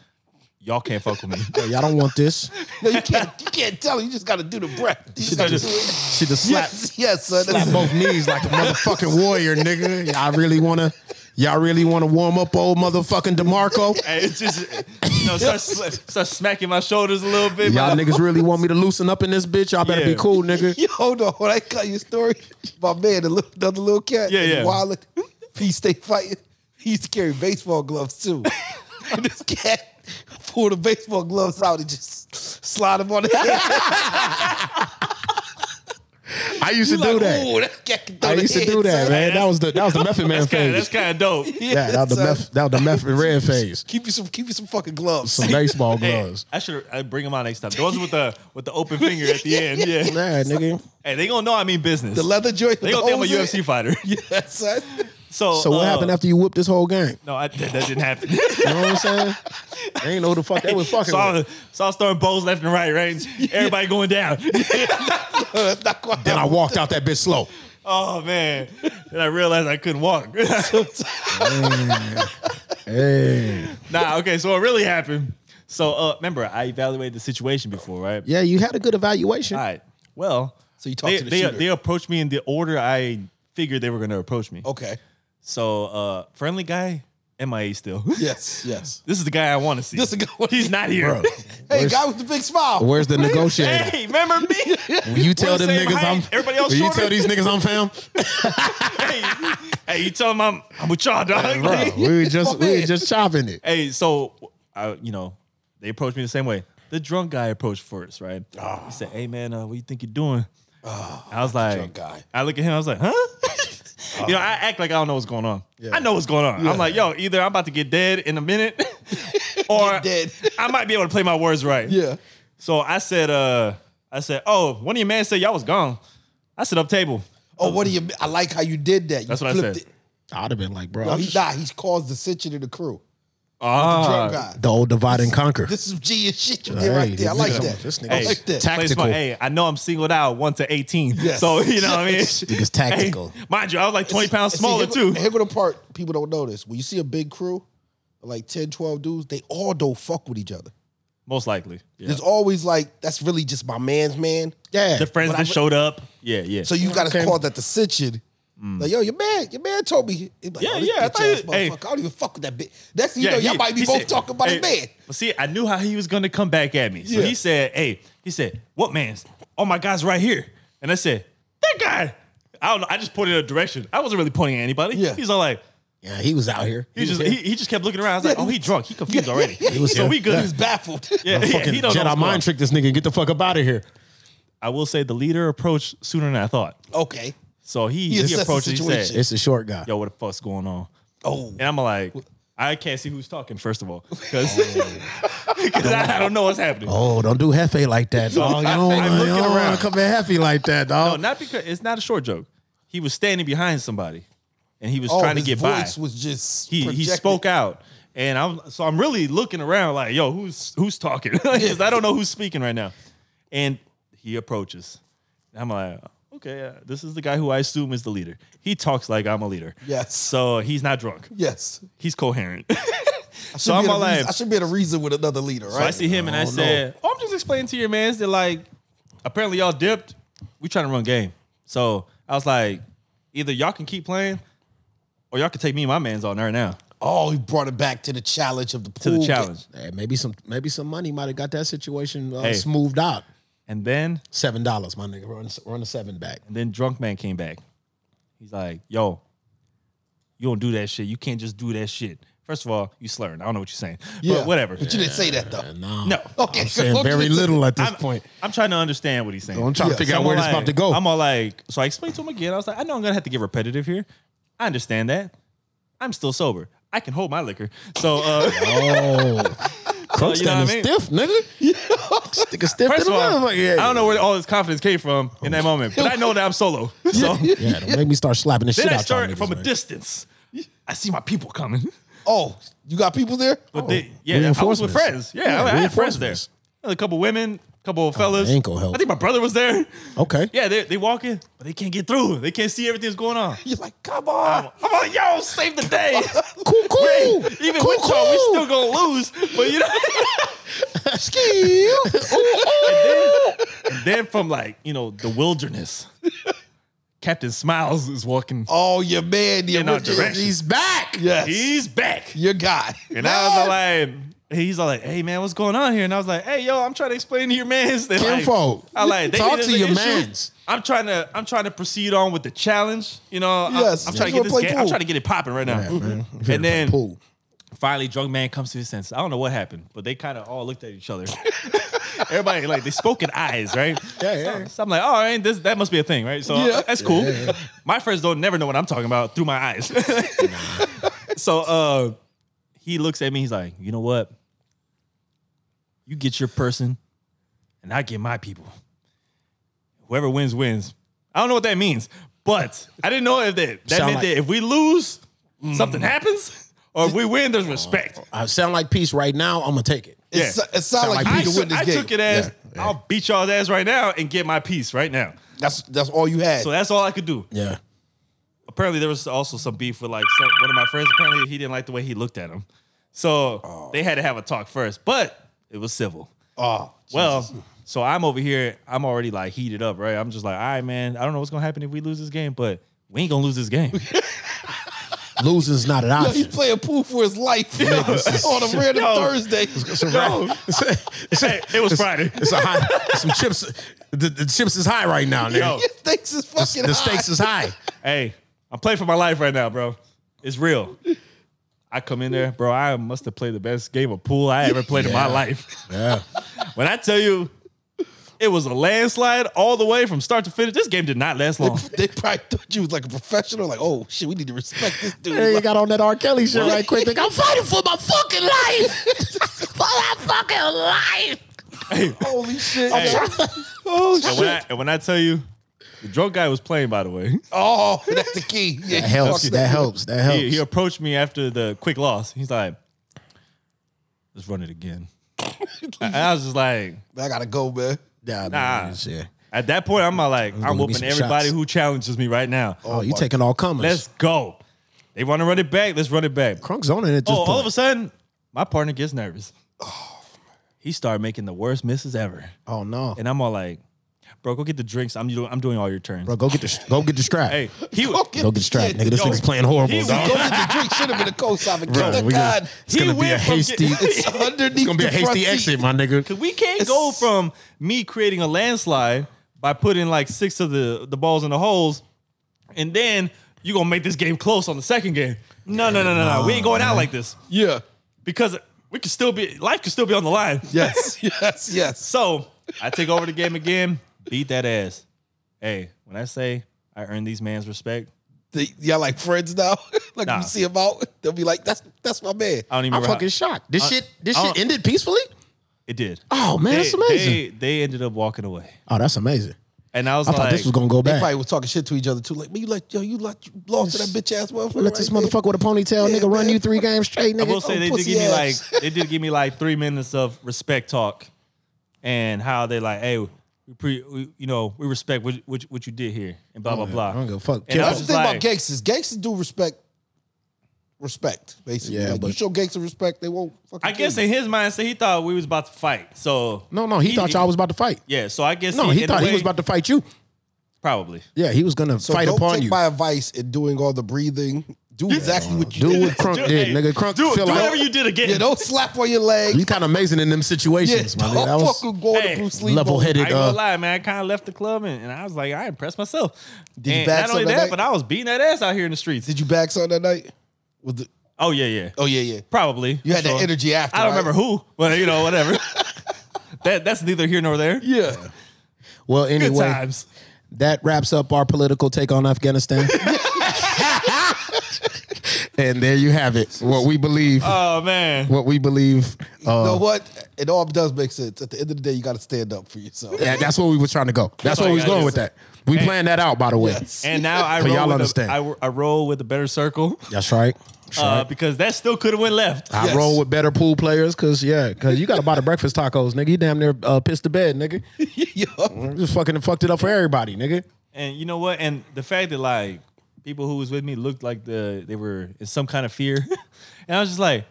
y'all can't fuck with me. Y'all don't want this. No, you can't. You can't tell. You just got to do the breath. You just gotta just- do it. She just slapped Yes, yes, son. slap both knees like a motherfucking warrior, nigga. Y'all really wanna, y'all really wanna warm up old motherfucking Demarco? hey, it's just, you know, start, sla- start smacking my shoulders a little bit. Y'all niggas really want me to loosen up in this bitch? Y'all better Yeah. be cool, nigga. Yo, hold on. When I cut your story, my man, the, little, the other little cat, Yeah, yeah. Wild, he stay fighting. He used to carry baseball gloves too. and this cat pulled the baseball gloves out and just slide them on the head. I used to Like, do that. Ooh, that cat can throw I the used to head, do that, son. man. That was the that was the Method Man that's kind of that's phase. kind of dope. Yeah, that was the son. meth that was the Method Red phase. Keep you some, keep you some fucking gloves. Some baseball Hey, gloves. I should I bring them out next time. Those with the with the open finger at the end. Yeah. Nah, nigga. Hey, they gonna know I mean business. The leather joint. they gonna think I'm a UFC fighter. Yes, son. So So what uh, happened after you whooped this whole game? No, I, that, that didn't happen. You know what I'm saying? They ain't know who the fuck they was fucking so, I with. was, so I was throwing bows left and right, right? Everybody going down. That's not quite Then I walked out that bitch slow. oh man. And I realized I couldn't walk. Hey. nah, okay, so it really happened. So uh remember, I evaluated the situation before, right? Yeah, you had a good evaluation. All right. Well, So you talked they, to the they, shooter. they approached me in the order I figured they were gonna approach me. okay. So uh friendly guy, MIA still. Yes, yes. This is the guy I want to see. This is a good one. He's not here. Bro, Hey, where's- guy with the big smile. Where's the negotiator? hey, remember me? When you tell the them same niggas height, I'm everybody else When you shorter. tell these niggas I'm fam, hey, hey, you tell him I'm, I'm with y'all, dog. bro, we were just we were man. just chopping it. hey, so I, you know, they approached me the same way. The drunk guy approached first, right? Ah. He said, "Hey, man, uh, what you think you're doing?" I was like, drunk guy. I look at him, I was like, "Huh?" you know, I act like I don't know what's going on. I know what's going on. I'm like, "Yo, either I'm about to get dead in a minute, or dead. I might be able to play my words right." Yeah. So I said, uh, I said, "Oh, one of your man said y'all was gone." I said, "Up table." Oh, what do you? I like how you did that. You That's what I flipped said. it. I'd have been like, bro, No, I'm he, just- nah, he's caused dissension in the crew. Ah, Oh, Drunk guy. the old divide and conquer. This is G and shit you did Hey, right there. I like this nigga- that. this nigga- I like that. Tack- Plain Tactical. smart. Hey, I know I'm singled out one to eighteen. Yes. So you know what I mean. It's tactical. mind you, I was like twenty pounds And see, smaller here, too. Here go the part people don't notice. When you see a big crew, like 10, 12 dudes, they all don't fuck with each other. most likely. Yeah. There's always like that's really just my man's man. Yeah. The friends that showed up. Yeah, yeah. So you got to Okay. call that the decision. Like yo, your man, your man told me. He Like, Yeah, oh, this yeah, I bitch thought ass you- hey. motherfucker, I don't even fuck with that bitch. That's you yeah, know, y'all he- might be he both said- talking about hey, his man. But see, I knew how he was going to come back at me. So Yeah. he said, "Hey," he said, "What man's? Oh my guy's right here." And I said, "That guy." I don't know. I just pointed in a direction. I wasn't really pointing at anybody. Yeah. He's all like, Yeah, he was out here. he, just he, he just kept looking around. I was like, "Oh, he drunk. He confused already." He was so here. we good. Yeah. He's baffled. Yeah, yeah, fucking he don't know Jedi what's going on. mind trick this nigga. Get the fuck up out of here. I will say the leader approached sooner than I thought. Okay. So he He he, assessed the approached. He said, situation. It's the short guy. "Yo, what the fuck's going on?" Oh, And I'm like, I can't see who's talking first of all because I, I don't know what's happening. Oh, don't do Hefe like that, dog. You don't, I- I'm you looking don't around. wanna come at Hefe like that, No, dog. not because it's not a short joke. He was standing behind somebody, and he was oh, trying to his get by. voice was just he he projected. spoke out, and I'm so I'm really looking around like, yo, who's who's talking? 'Cause I don't know who's speaking right now. And he approaches. I'm like, okay, uh, this is the guy who I assume is the leader. He talks like I'm a leader. Yes. So he's not drunk. Yes. He's coherent. I should be so I'm in a all like, reason- I should be in a reason with another leader, right? So I see him and I, don't know. said, "Oh, I'm just explaining to your man's that like, apparently y'all dipped. We trying to run game. So I was like, either y'all can keep playing, or y'all can take me and my man's on right now Oh, he brought it back to the challenge of the to pool. the game. challenge. Hey, maybe some maybe some money might have got that situation uh, Hey. smoothed out. And then, Seven dollars, my nigga. Run, run the seven back. and then drunk man came back. He's like, "Yo, you don't do that shit. You can't just do that shit. First of all, you slurring. I don't know what you're saying, Yeah. but whatever. But you didn't say that though. No, No. Okay. I'm saying very little at this I'm, point. I'm trying to understand what he's saying. I'm trying Yeah, to figure So out I'm where all this like- about to go. I'm all like, so I explained to him again. I was like, I know I'm gonna have to get repetitive here. I understand that. I'm still sober. I can hold my liquor. So uh, oh, know Crump standing what I mean? stiff, nigga. Stick a stiff to first the of all, motherfucker. Yeah, I don't know where all this confidence came from in that moment, but I know that I'm solo. So Yeah, don't make me start slapping the then shit I out start y'all niggas, from a man. distance. I see my people coming. Oh, you got people there? But they, yeah, I was Reinforcements. with friends. Yeah, Yeah, I, I had friends there. reinforcements. Oh, A couple women, couple of fellas. they ain't gonna help. Oh. I think my brother was there. Okay. Yeah, they they walking, but they can't get through. They can't see everything that's going on. You're like, come on. I'm like, yo, save the day. Cuckoo. Even with y'all, we still gonna lose. But you know, and then from like you know the wilderness, Captain Smiles is walking. Oh, your man, the In our original- direction. He's back. Yes. He's back, your guy. and I was like, he's all like, hey man, what's going on here? And I was like, hey yo, I'm trying to explain to your man's. They're like- Kinfolk, I like they- talk there's to an your issue. mans. I'm trying to I'm trying to proceed on with the challenge. You know, Yes, I'm, I'm you trying to wanna get this play game. I'm pool. trying to get it popping right now. man. And then Pool. finally drunk man comes to his senses. I don't know what happened, but they kind of all looked at each other. Everybody like they spoke in eyes, right? Yeah, yeah. So I'm like, all right, this that must be a thing, right? So Yeah. that's cool. My friends don't never know what I'm talking about through my eyes. so uh, he looks at me. He's like, you know what? You get your person, and I get my people. Whoever wins wins. I don't know what that means, but I didn't know if that that Sound meant like- that if we lose, something Mm. happens, or if we win, there's respect. I sound like peace right now. I'm gonna take it. It, Yeah. so- it sounded like, like I, you to took- win this I game. took it as Yeah. I'll beat y'all's ass right now and get my piece right now. That's that's all you had. So that's all I could do. Yeah. Apparently, there was also some beef with like some, one of my friends. Apparently, he didn't like the way he looked at him, so Oh. they had to have a talk first. But it was civil. oh, Well, so I'm over here. I'm already like heated up, right? I'm just like, all right, man. I don't know what's gonna happen if we lose this game, but we ain't gonna lose this game. Losing's not an yo, he's option. playing pool for his life on a random Yo. Thursday. No. Hey, it was Friday. It's a high. Some chips. The, the chips is high right now, nigga. Yo, Your stakes is fucking the high. stakes is high. hey, I'm playing for my life right now, bro. It's real. I come in there, bro. I must have played the best game of pool I ever played in my Yeah. life. Yeah. When I tell you, it was a landslide all the way from start to finish. This game did not last long. they probably thought you was like a professional. Like, oh shit, we need to respect this dude. Hey, you Like, got on that R. Kelly shit right quick. Think I'm fighting for my fucking life. for my fucking life. holy shit! Hey. yo. oh And when, shit! I, and when I tell you, the drunk guy was playing, by the way. Oh, that's the key. Yeah, That helps. fuck That helps. That helps. He, he approached me after the quick loss. He's like, let's run it again. and I was just like, I gotta go, man. nah, nah. man, shit. At that point, I'm like, gonna I'm be whooping some everybody shots. who challenges me right now. Oh, you taking all comers? Let's go. They want to run it back. Let's run it back. Crunk's on it at this Oh, all point. of a sudden, my partner gets nervous. He started making the worst misses ever, Oh no, and I'm all like, "Bro, go get the drinks. I'm doing, I'm doing all your turns." bro, go get the go get the strap. Hey, he would. Go get Go get the strap, nigga. This Yo, nigga's playing horrible, he was dog. Go get the drink. Should have been a co-sign. Get Bro, the we gonna- God. it's gonna He be a went from hasty. getting- It's It's underneath gonna be a the front hasty seat. exit, my nigga. We can't go from me creating a landslide by putting like six of the, the balls in the holes, and then you gonna make this game close on the second game. No, no, no, no, no. We ain't going out like this Yeah. because we could still be life could still be on the line. Yes. yes. Yes. So I take over the game again, beat that ass. Hey, when I say I earn these man's respect, The, y'all like friends now? like Nah. you see them out, they'll be like, "That's that's my man." I I'm don't even remember how- fucking shocked. This I- shit, this I shit don't- ended peacefully. it did. Uh, Oh man, They- that's amazing. They, they ended up walking away, oh, that's amazing. and I was I like, thought this was gonna go They bad. probably was talking shit to each other too. Like, man, you like yo, you like you lost to that bitch ass motherfucker. Let right this there." motherfucker with a ponytail, Yeah, nigga, run man. you three games straight, nigga. I will say they did pussy give ass. me like they did give me like three minutes of respect talk, and how they like, hey, we, pre, we you know we respect what, what what you did here, and blah blah blah. I don't give a fuck. And I That's was the just thing like, about gangsters. Gangsters do respect, respect basically. Yeah, like, you but- show gangster respect, they won't. Fucking I kill guess you. in his mindset, he thought we was about to fight. So no, no, he, thought y'all was about to fight. yeah. So I guess No, he in a thought he way- was about to fight you. probably. Yeah, he was gonna so fight don't upon take you. my advice in doing all the breathing. Do exactly what you Do what Crunk Do- did, hey, nigga. Crunk do, feel do like whatever you did again. Yeah, don't slap on your leg. you kind of amazing in them Yeah, situations, my nigga. That don't was fucking go Hey, to Bruce Lee. level I headed. ain't gonna Uh, lie, man. I kind of left the club and, and I was like, I impressed myself. you and bag not only some that that, night? but I was beating that ass out here in the streets. Did you back on that night? With the, oh yeah, yeah. oh yeah, yeah. Probably. You had sure. that energy after. I don't right? remember who, but you know, whatever. that that's neither here nor there. Yeah, well, anyway, Good times. that wraps up our political take on Afghanistan. and there you have it. What we believe. Oh man. what we believe. Uh, you know what? It all does make sense. At the end of the day, you got to stand up for yourself. yeah, that's where we was trying to go. That's, all where you we was gotta going do. with that. We planned that out, by the way. Yes. And now I So y'all roll with understand. a, I, I roll with a better circle That's right. That's uh, right. because that still could have went left. I Yes. roll with better pool players because yeah, because you got to buy the breakfast tacos, nigga. You damn near uh, pissed the bed, nigga. Yo. Just fucking fucked it up for everybody, nigga. And you know what? And the fact that like people who was with me looked like the they were in some kind of fear, and I was just like,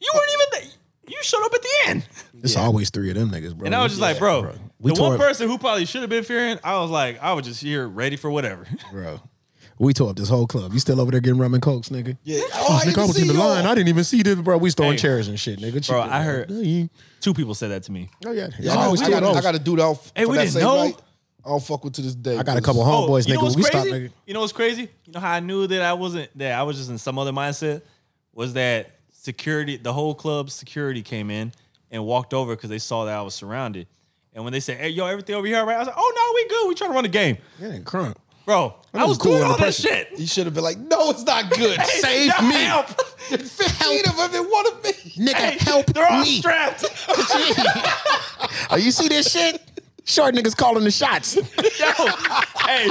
you weren't even. The, you showed up at the end, It's always three of them niggas, bro. and I was just like, Yeah, bro. We the tore one it- person who probably should have been fearing, I was like, I was just here ready for whatever. bro. We tore up this whole club. You still over there getting rum and cokes, nigga? Yeah. Oh, I, nigga, I was in the line. I didn't even see this, bro. We was throwing Hey. chairs and shit, nigga. Bro, Chill, I heard- Oh yeah, Two people said that to me. Oh, yeah. It's I, always gotta- two I, of gotta, I those. gotta do that. f- Hey, for we that didn't same know. night. I don't fuck with to this day. I got a couple homeboys, Oh, you know nigga. what's When we stopped, crazy? nigga. You know what's crazy? You know how I knew that I wasn't that I was just in some other mindset was that security, the whole club security came in and walked over because they saw that I was surrounded. And when they said, "Hey, yo, everything over here, all right?" I was like, "Oh no, we good. We trying to run the game, Yeah, crunk. bro." I was was cool doing under all that pressure. shit. You should have been like, no, it's not good. Save Y'all me. help. Fifteen of them in one of me. Nigga, Hey, help They're all me. strapped. oh, you see this shit? Short niggas calling the shots. yo, hey,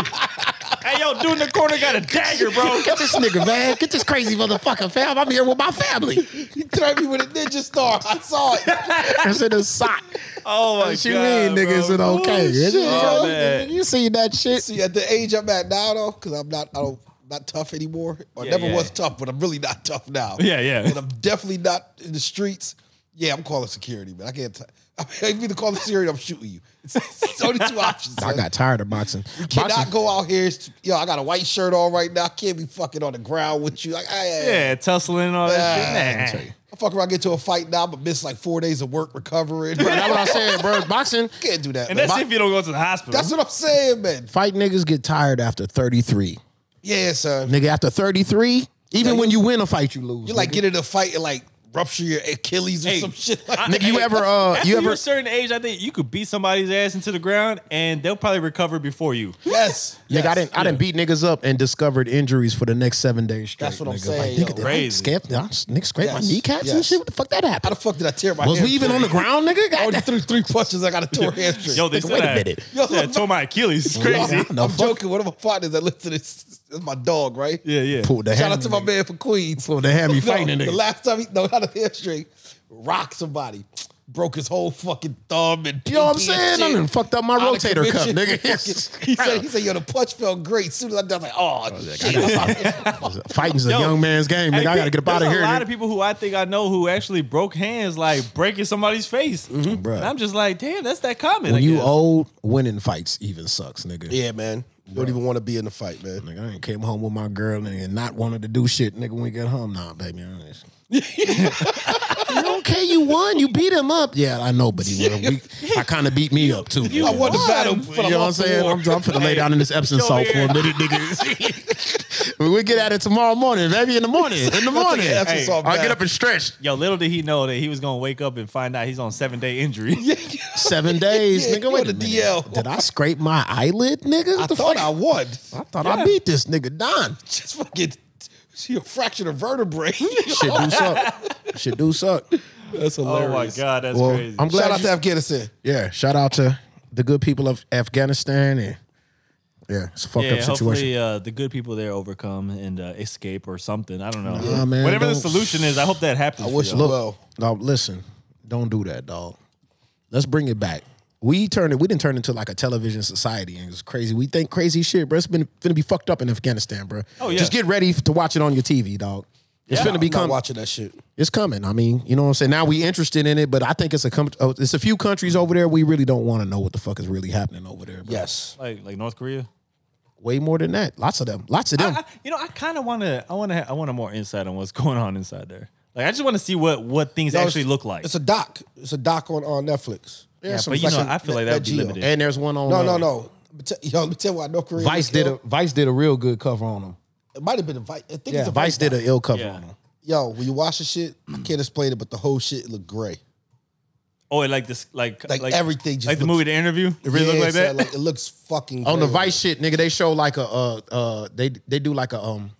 hey, yo, dude in the corner got a dagger, bro. Get this nigga, man. Get this crazy motherfucker, fam. I'm here with my family. He threatened me with a ninja star. I saw it. That's in a sock. Oh my What you god, mean, nigga? Is bro. it okay? Is it- Oh, man. you seen that shit? See, at the age I'm at now, though, because I'm not, I don't, not tough anymore. I Yeah, never yeah. was tough, but I'm really not tough now. Yeah, yeah. And I'm definitely not in the streets. Yeah, I'm calling security, man. I can't. T- I mean, I'm either calling security, or I'm shooting you. It's, it's only two options. I son. got tired of boxing. Cannot boxing go out here. It's- Yo, I got a white shirt on right now. I can't be fucking on the ground with you. Like, I, Yeah, tussling and all that Ah. shit. Nah. I fuck around, get to a fight now, but miss like four days of work recovering. bro, I that's what I said, bro. Boxing, can't do that. And man. that's if you don't go to the hospital. That's what I'm saying, man. fight niggas get tired after 33. Yeah, son. Nigga, after 33, even when you win a fight, you lose. You like get in a fight and like rupture your Achilles or Hey, some shit like nigga, you ever uh After you you are ever a certain age, I think you could beat somebody's ass into the ground and they'll probably recover before you. Yes. Nigga, I yes. didn't I didn't beat niggas up and discovered injuries for the next seven days straight. That's what I'm nigga. saying, Like, yo. nigga, did I Crazy. scrape, I s- nigga, scrape my Yes, kneecaps and yes. shit? What the fuck that How happened? the fuck did I tear my Was we hamstring? even on the ground, I nigga? God only damn. threw three punches. I got a tore hamstring. Yo, they Nigga, said wait a I- minute. Yo, yeah, I tore my Achilles. It's crazy. Yeah. I'm No, fuck. joking. One of my partners that listen to this this is my dog, right? Yeah, yeah. Pulled the Shout hammy, out to my nigga. man for Queens. Pulled the hammy No, fighting the nigga. last time he no, not a hamstring, rock somebody. broke his whole fucking thumb and You know what I'm pinky and saying? I shit. done fucked up my Out of rotator cuff, commission. nigga. he said, he said, yo, the punch felt great. Soon as I done, I was like, oh, shit. Fighting's a Yo, young man's game, nigga. I gotta get up out of there's here. a lot nigga. of people who I think I know who actually broke hands like breaking somebody's face. Mm-hmm. Bruh. And I'm just like, damn, that's that common. I When you guess. old, winning fights even sucks, nigga. yeah, man. You don't even want to be in the fight, man. Nigga, I ain't came home with my girl nigga, and not wanted to do shit, nigga. When we get home, nah, baby. I ain't- You okay, you won. You beat him up. Yeah, I know, but he won. We, I kind of beat me up too. I won the battle, You but know I what I'm lost the saying? war. I'm, I'm finna lay down in this Epsom Yo, salt for man. a minute, nigga. we we get at it tomorrow morning, baby. In the morning, in the morning. That's Hey, what's all I'll bad. get up and stretch. Yo, little did he know that he was gonna wake up and find out he's on seven day injury. Seven days, Yeah, nigga. go Wait to a minute. DL. Did I scrape my eyelid, nigga? I What the thought fuck? I won. I thought I beat this nigga Don. Just fucking, she a fraction of vertebrae. Shit do suck. Shit do suck. That's hilarious. oh my god, that's Well, crazy. I'm glad Shout out you- to Afghanistan. yeah, shout out to the good people of Afghanistan and yeah, it's a fucked yeah, up hopefully situation. uh, the good people there overcome and uh, escape or something. I don't know. Nah, man, Whatever the don't- solution is, I hope that happens. I for wish y'all. you well. Now listen, don't do that, dog. Let's bring it back. We turned it. We didn't turn into like a television society, and it's crazy. We think crazy shit, bro. It's been gonna be fucked up in Afghanistan, bro. Oh, yeah. Just get ready to watch it on your TV, dog. It's gonna I'm become not watching that shit. It's coming. I mean, you know what I'm saying. Now we interested in it, but I think it's a com- oh, it's a few countries over there we really don't want to know what the fuck is really happening over there. Bro. Yes. like like North Korea. way more than that. Lots of them. Lots of I, them. I- you know, I kind of want to. I want to. Ha- I want a more insight on what's going on inside there. Like, I just want to see what what things No, actually it's- look like. It's a doc. It's a doc on, on Netflix. yeah, some but you know, fucking- I feel like Nat- that would be Nat Geo. limited. and there's one on. No, no, uh, no. But t- Yo, let me tell you why North Korea. Vice was did a killed. Vice did a real good cover on them. It might have been a Vice. I think Yeah, it's a Vice did doc. an ill cover Yeah. on them. Yo, when you watch the shit, I can't explain it, but the whole shit looked gray. Oh, and like this, like Like, everything just like the looks- movie The Interview. It really Yeah, looked like son, that. it looks fucking. On the gray. Vice shit, nigga, they show like a uh uh they they do like a um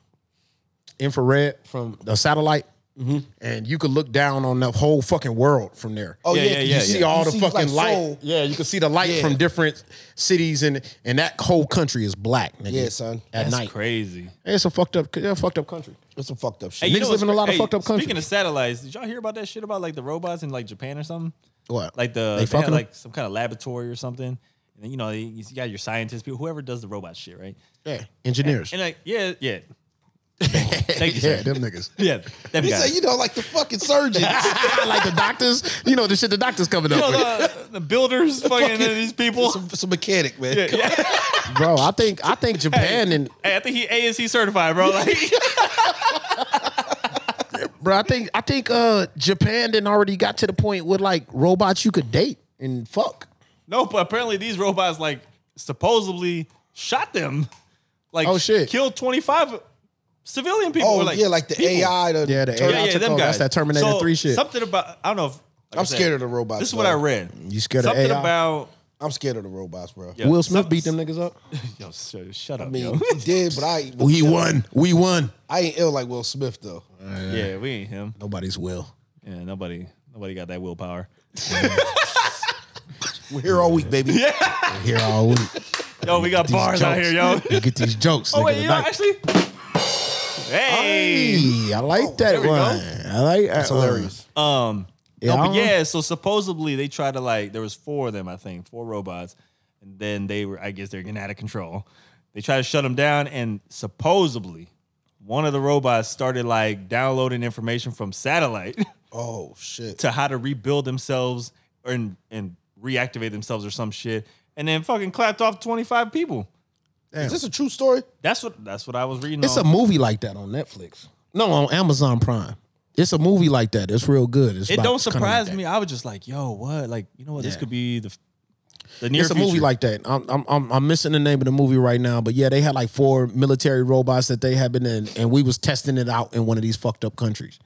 infrared from the satellite. Mm-hmm. And you could look down on the whole fucking world from there. Oh Yeah, yeah, yeah, you yeah, see see all you the see, fucking like, light. soul. Yeah, you can see the light Yeah. from different cities, and and that whole country is black, nigga. Yeah, son. At That's night, crazy. it's a fucked up, yeah, fucked up country. It's some fucked up Hey, shit. you Niggas know live in a what's lot of cra- fucked up countries. Speaking of satellites, did y'all hear about that shit about like the robots in like Japan or something? What? Like the They they, fucking had like some kind of laboratory or something. And then, you know, you you got your scientists, people, whoever does the robot shit, right? Yeah, engineers. And like, yeah, yeah, you, yeah, sir. them niggas. yeah. That He guy. said, you know, like the fucking surgeon. like the doctors, you know the shit the doctors coming up You know, with. the, the builders fucking these people. some, some mechanic, man. Yeah, yeah. Bro, I think I think Japan and Hey, I think he ASC certified, bro. Like, bro, I think I think uh Japan then already got to the point with like robots you could date and fuck. no, but apparently these robots like supposedly shot them. Like, Oh, shit. killed twenty five civilian people. Oh or, like, yeah, like the people. AI. The Yeah, the Terminator. AI. Yeah, yeah, took them over. guys. That's that Terminator So, 3 shit. Something about I don't know. If, like I I'm said, scared of the robots. This is what bro. I read. You scared of something AI? about I'm scared of the robots, bro. Yeah. Will Smith Some- beat them niggas up. yo. sh- Shut up, I mean, yo. he did, but I ain't, We won. We won. I ain't ill like Will Smith though. yeah, we ain't him. Nobody's will. Yeah, nobody, nobody got that willpower. We're here all week, baby. Yeah. Here all week. Yo, we got These bars out jokes. here, yo. You get these jokes. oh nigga, wait, you know, tonight. actually, hey. Hey, I like that there we one. go. I like that's Hilarious. Yeah, Um, no, I but don't- yeah, so supposedly they tried to like there was four of them, I think, four robots, and then they were I guess they're getting out of control. They tried to shut them down, and supposedly one of the robots started like downloading information from satellite Oh shit. to how to rebuild themselves and and reactivate themselves or some shit, and then fucking clapped off twenty five people. Is this a true story? That's what that's what I was reading. It's a on. movie like that on Netflix. No, on Amazon Prime. It's a movie like that. It's real good. It's it about- don't it's kinda surprise like that. me. I was just like, yo, what? Like you know what? This Yeah. could be the the near It's a future. movie like that. I'm, I'm I'm I'm missing the name of the movie right now, but yeah, they had like four military robots that they had been in, and we was testing it out in one of these fucked up countries.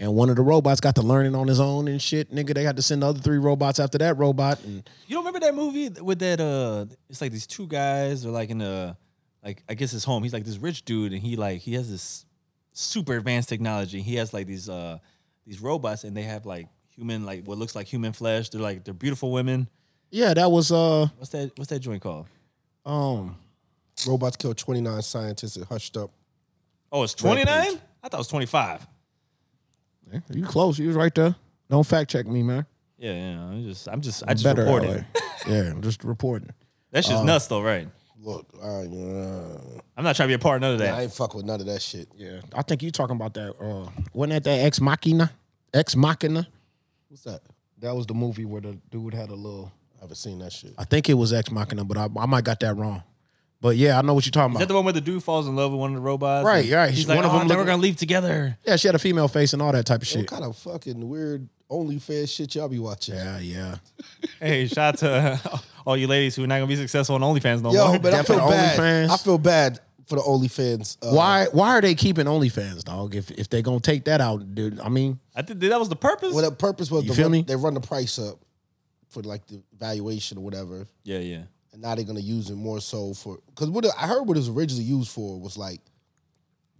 And one of the robots got to learning on his own and shit, nigga. They had to send the other three robots after that robot, and You don't remember that movie with that? Uh, it's like these two guys are like in a, like I guess his home. He's like this rich dude, and he like he has this super advanced technology. He has like these uh these robots, and they have like human like what looks like human flesh. They're like they're beautiful women. yeah, that was uh What's that? What's that joint called? um Robots killed 29 scientists and hushed up. Oh, it's twenty nine. I thought it was twenty five. you close, you was right there. Don't fact check me, man. Yeah, yeah. I'm just, I'm just, I just Better reported. LA. Yeah, I'm just reporting. That's Uh-huh. just nuts, though, right? Look, I, uh, I'm not trying to be a part of none of that. I ain't fuck with none of that shit. Yeah. I think you talking about that. Uh, wasn't that that Ex Machina? Ex Machina. What's that? That was the movie where the dude had a little. I haven't seen that shit. I think it was Ex Machina, but I, I might got that wrong. But yeah, I know what you're talking Is that about. the one where the dude falls in love with one of the robots? Right, And right. He's She's like, one of oh, them They were looking- gonna leave together. yeah, she had a female face and all that type of What shit. kind of fucking weird OnlyFans shit y'all be watching? Yeah, yeah. Hey, shout out to all you ladies who are not gonna be successful on OnlyFans no Yo, more. but I That for feel the bad. OnlyFans? I feel bad for the OnlyFans. Uh, Why why are they keeping OnlyFans, dog? If if they gonna take that out, dude. I mean, I think that was the purpose. Well, the purpose was You to feel run- me? they run the price up for like the valuation or whatever, yeah, yeah. and now they're gonna use it more so for because what it- I heard what it was originally used for was like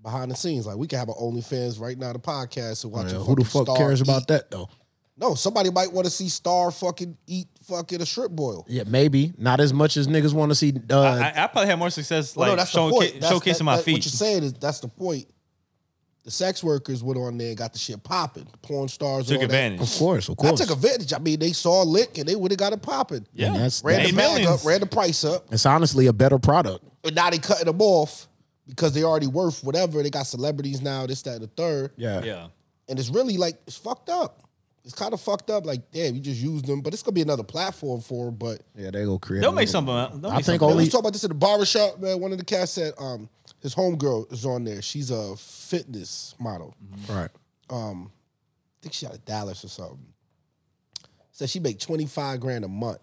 behind the scenes, like we can have an OnlyFans right now, the podcast, and watch a uh, who fucking the fuck star cares eat- about that though? No, somebody might want to see Star fucking eat fucking a strip boil. Yeah, maybe not as much as niggas want to see. Uh, I, I probably had more success like Well, no, that's showing, the point. ca- That's- showcasing that- my that- feet. What you're saying is that's the point. The sex workers went on there and got the shit popping. The porn stars and all took that. advantage. of course, of I course. took advantage. I mean, they saw a lick and they would have got it popping. Yeah, And that's- Ran Made the bag up, ran the price up, it's honestly a better product. and now they cutting them off because they already worth whatever. They got celebrities now, this, that, and the third. Yeah, yeah, And it's really like it's fucked up. It's kind of fucked up. Like, damn, you just used them, but it's gonna be another platform for them. But yeah. They go create. they'll make another- something. out- they'll I make think Man, something we only- was talking about this at the barbershop, man. One of the cats said um, his homegirl is on there. She's a fitness model. Right. I think she out of Dallas or something. Said she make twenty five grand a month,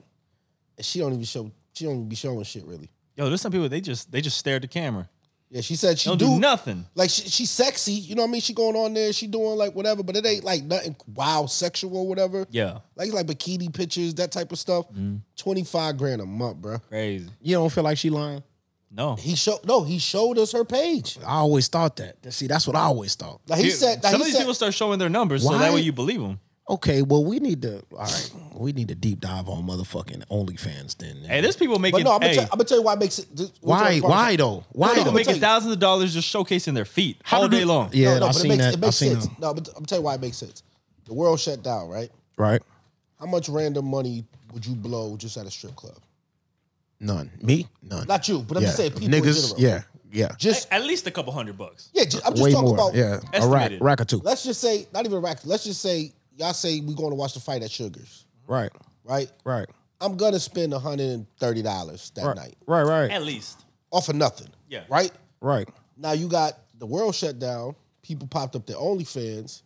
and she don't even show. She don't even be showing shit really. Yo, there's some people they just they just stare at the camera. Yeah, she said she They don't do, do nothing. Like she, she's sexy, you know what I mean? She going on there, she doing like whatever, but it ain't like nothing wow sexual or whatever. Yeah, Like Mm-hmm. like bikini pictures, that type of stuff. Twenty five grand a month, bro. crazy. You don't feel like she lying? No, He showed no, he showed us her page. I always thought that. See, that's what I always thought. Like he Dude, said, like some he of these said- people start showing their numbers, so that Why? way you believe them. Okay, well, we need to. All right, we need to deep dive on motherfucking OnlyFans then. Hey, there's people But making no, I'm gonna, hey, tell, I'm gonna tell you why it makes it. this- we'll tell why? you Why though? Why No, no, though? people I'm gonna making tell you. thousands of dollars just showcasing their feet How all do day you- long. Yeah, No, no, I but seen it makes, that. It I makes seen sense. that. No, but I'm tell you why it makes sense. The world shut down, right? Right? How much random money would you blow just at a strip club? None. Me? None. Not you, but I'm yeah. just saying people in Niggas. general. yeah. Yeah. Just At least a couple hundred bucks. yeah, just, I'm just Way talking more. about yeah. A rack. Estimated. Rack or two. let's just say, not even rack. Let's just say, y'all say we going to watch the fight at Sugar's, Right. right? Right. I'm gonna spend hundred and thirty dollars that Right. night, Right. Right. At least. all for nothing. Yeah. Right Right. now, you got the world shut down. People popped up their OnlyFans.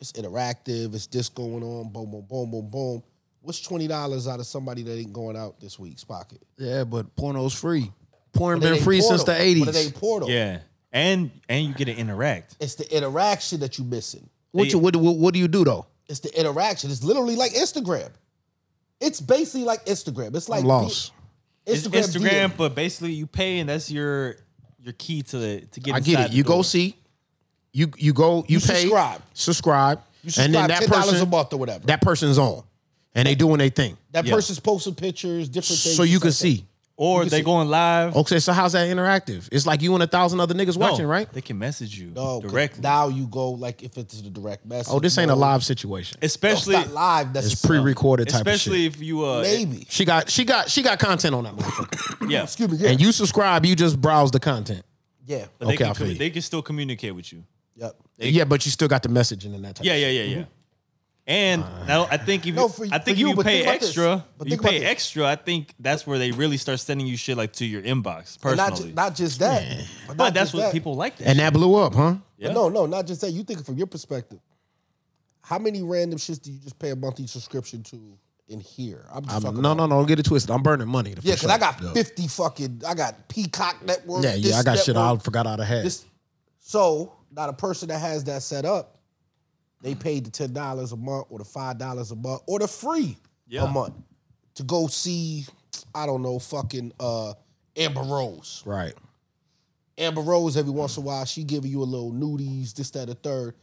It's interactive. It's this going on. Boom, boom, boom, boom, boom. What's twenty dollars out of somebody that ain't going out this week's pocket? Yeah, but porno's free. Porn But it been ain't free since the portal. But it eighties. ain't portal. Yeah, and and you get to interact. It's the interaction that you missing. What you what, what what do you do though? It's the interaction. It's literally like Instagram. It's basically like Instagram. It's like I'm lost. be- It's Instagram. Instagram, DM. but basically you pay, and that's your your key to the to get. I get inside it. the You go door. see. You you go. You, You pay. subscribe. Subscribe. You and then subscribe that ten dollars a person month or whatever. That, that person's on, and they doing their thing, Yeah. person's posting pictures, different things. so you it's can like that. see. or can they see- Oh, going live. Okay, so how's that interactive? It's like you and a thousand other niggas No, watching, right? They can message you No, 'cause directly, Now you go like if it's the direct message. Oh, this ain't a no. live situation. It's, No, especially it's not live. That's pre-recorded type especially of if you uh Maybe. shit. She got she got she got content on that motherfucker. yeah. Excuse me. Yeah. And you subscribe, you just browse the content. yeah. Oh, But they Okay, I can, feel commu- you. they can still communicate with you. Yep. yeah, but you still got the messaging and that type Yeah, of yeah, yeah, yeah. And now I think if No, you, for- I think for you, if you but pay think about this. extra, But you think about pay this. extra. I think that's where they really start sending you shit like to your inbox And Not personally. just, not just that. But, but not that's just what that. people like. That And that blew up, huh? But Yeah. No, no, not just that. You think from your perspective. How many random shits do you just pay a monthly subscription to in here? I'm just I'm- talking no, about- no, no, don't get it twisted. I'm burning money. Yeah, because I got 50 fucking, I got Peacock Network. Yeah, this yeah, I got shit I network, forgot I had. This, so, not a person that has that set up, they paid the $10 a month or the $5 a month or the free Yeah. a month to go see, I don't know, fucking uh, Amber Rose. right. Amber Rose, every once in a while, she giving you a little nudies, this, that, a third.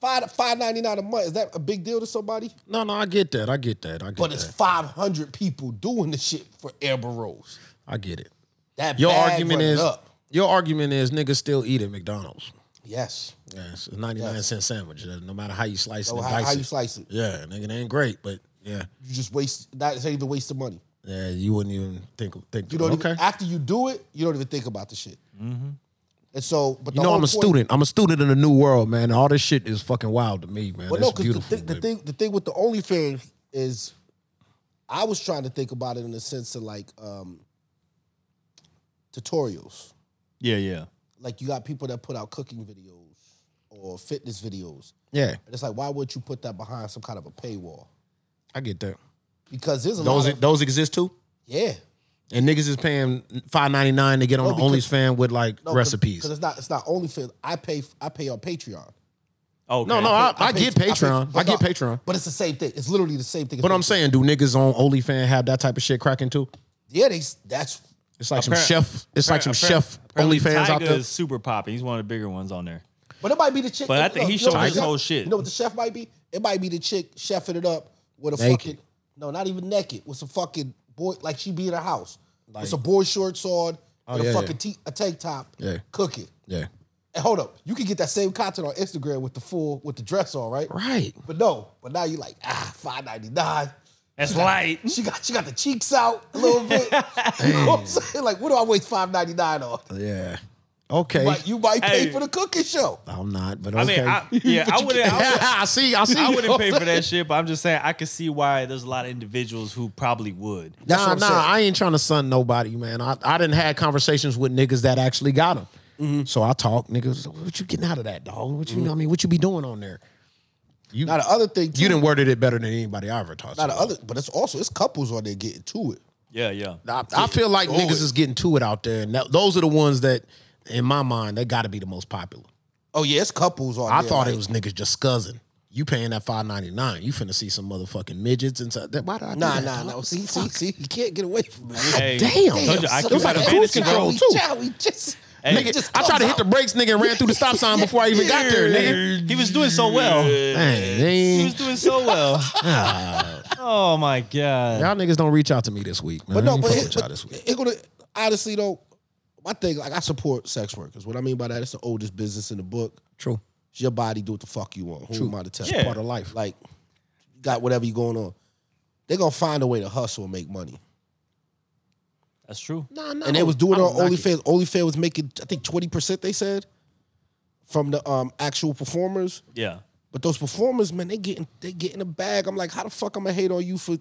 Five five ninety nine a month is that a big deal to somebody? No, no, I get that. I get that. I get But that. it's five hundred people doing the shit for Amber Rose. I get it. That Your bag argument running is up. your argument is niggas still eat at McDonald's. yes. Yeah, it's a 99 cent sandwich. uh, No matter how you slice it So and how, dice how it. you slice it? yeah, nigga, it ain't great, but Yeah. You just waste that's not even waste of money. Yeah, you wouldn't even think think. You don't okay. Mm-hmm. even after you do it, you don't even think about the shit. And so, but you the know, whole I'm a point- student. I'm a student in a new world, man. All this shit is fucking wild to me, man. Well, no, it's because the, beautiful. thing the man. thing the thing with the OnlyFans is, I was trying to think about it in the sense of like um, tutorials. Yeah, yeah. Like you got people that put out cooking videos or fitness videos, yeah, and it's like, why would you put that behind some kind of a paywall? I get that. Because there's a Those lot of those exist too, yeah and niggas is paying five ninety nine to get on No, because- OnlyFans with like No, 'cause- recipes. Because it's not it's not OnlyFans. I pay I pay on Patreon. Okay. no, no, I, I, pay- get Patreon. I, but get no, Patreon. but it's the same thing. It's literally the same thing. as But I'm Patreon. saying, do niggas on OnlyFans have that type of shit cracking too? yeah, they s- that's It's like Apparent- some chef. It's like some Apparent- chef apparently OnlyFans out Tyga there. is super poppy. He's one of the bigger ones on there. But it might be the chick. But I you think know- he you know showed what his the chef- whole shit. You know what the chef might be? It might be the chick chefing it up with a Naked. fucking no, not even naked, with some fucking boy like she be in her house with some boy shorts on and Oh, yeah, a fucking yeah. T, a tank top, Yeah. cooking. Yeah, And hold up, you can get that same content on Instagram with the full with the dress on, right? right. But no, but now you like ah five ninety nine. That's light. She got she got the cheeks out a little bit. you know what I'm saying? Like, what do I waste five ninety nine on? Yeah. Okay. Like, you might pay Hey. for the cooking show. I'm not, but I okay. mean, I, yeah, I wouldn't. I would- I see. I see. I wouldn't pay for that shit, but I'm just saying I could see why there's a lot of individuals who probably would. That's nah, what I'm nah, saying. I ain't trying to sun nobody, man. I, I didn't had conversations with niggas that actually got them. Mm-hmm. So I talk, niggas. What you getting out of that, dog? What you? I mean, what you be doing on there? You, Now the other thing, too, you didn't worded it better than anybody I ever talked Now to. the other, but it's also it's couples on there getting to it. Yeah, yeah. I, I feel like niggas is getting to it out there, and that, those are the ones that, in my mind, they got to be the most popular. Oh yeah, it's couples on. I there, thought like- it was niggas just scuzzing. You paying that five ninety nine? You finna see some motherfucking midgets inside. That, why did I? do Nah, that, nah, dog? no. See, see, see. You can't get away from it. Hey, Damn, Told you, I it keep was like my a advantage cruise control Joey, too. Joey, just, Hey. nigga, Nigga, I tried to hit the brakes, nigga, and ran through the stop sign before I even got there, nigga. He was doing so well. Man, He man. was doing so well. oh my god. Y'all niggas don't reach out to me this week, man. But no, I ain't but, fuck it, with y'all but this week. it gonna honestly though. My thing, like I support sex workers. What I mean by that, it's the oldest business in the book. True. It's your body, do what the fuck you want. Who am I to tell? Yeah. part of life. Like, you got whatever you going on. They're gonna find a way to hustle and make money. That's true. Nah, nah. and they was doing I it don't on knock OnlyFans. OnlyFans was making, I think, twenty percent. They said from the um, actual performers, Yeah. but those performers, man, they getting they getting a bag. I'm like, how the fuck I'm gonna hate on you for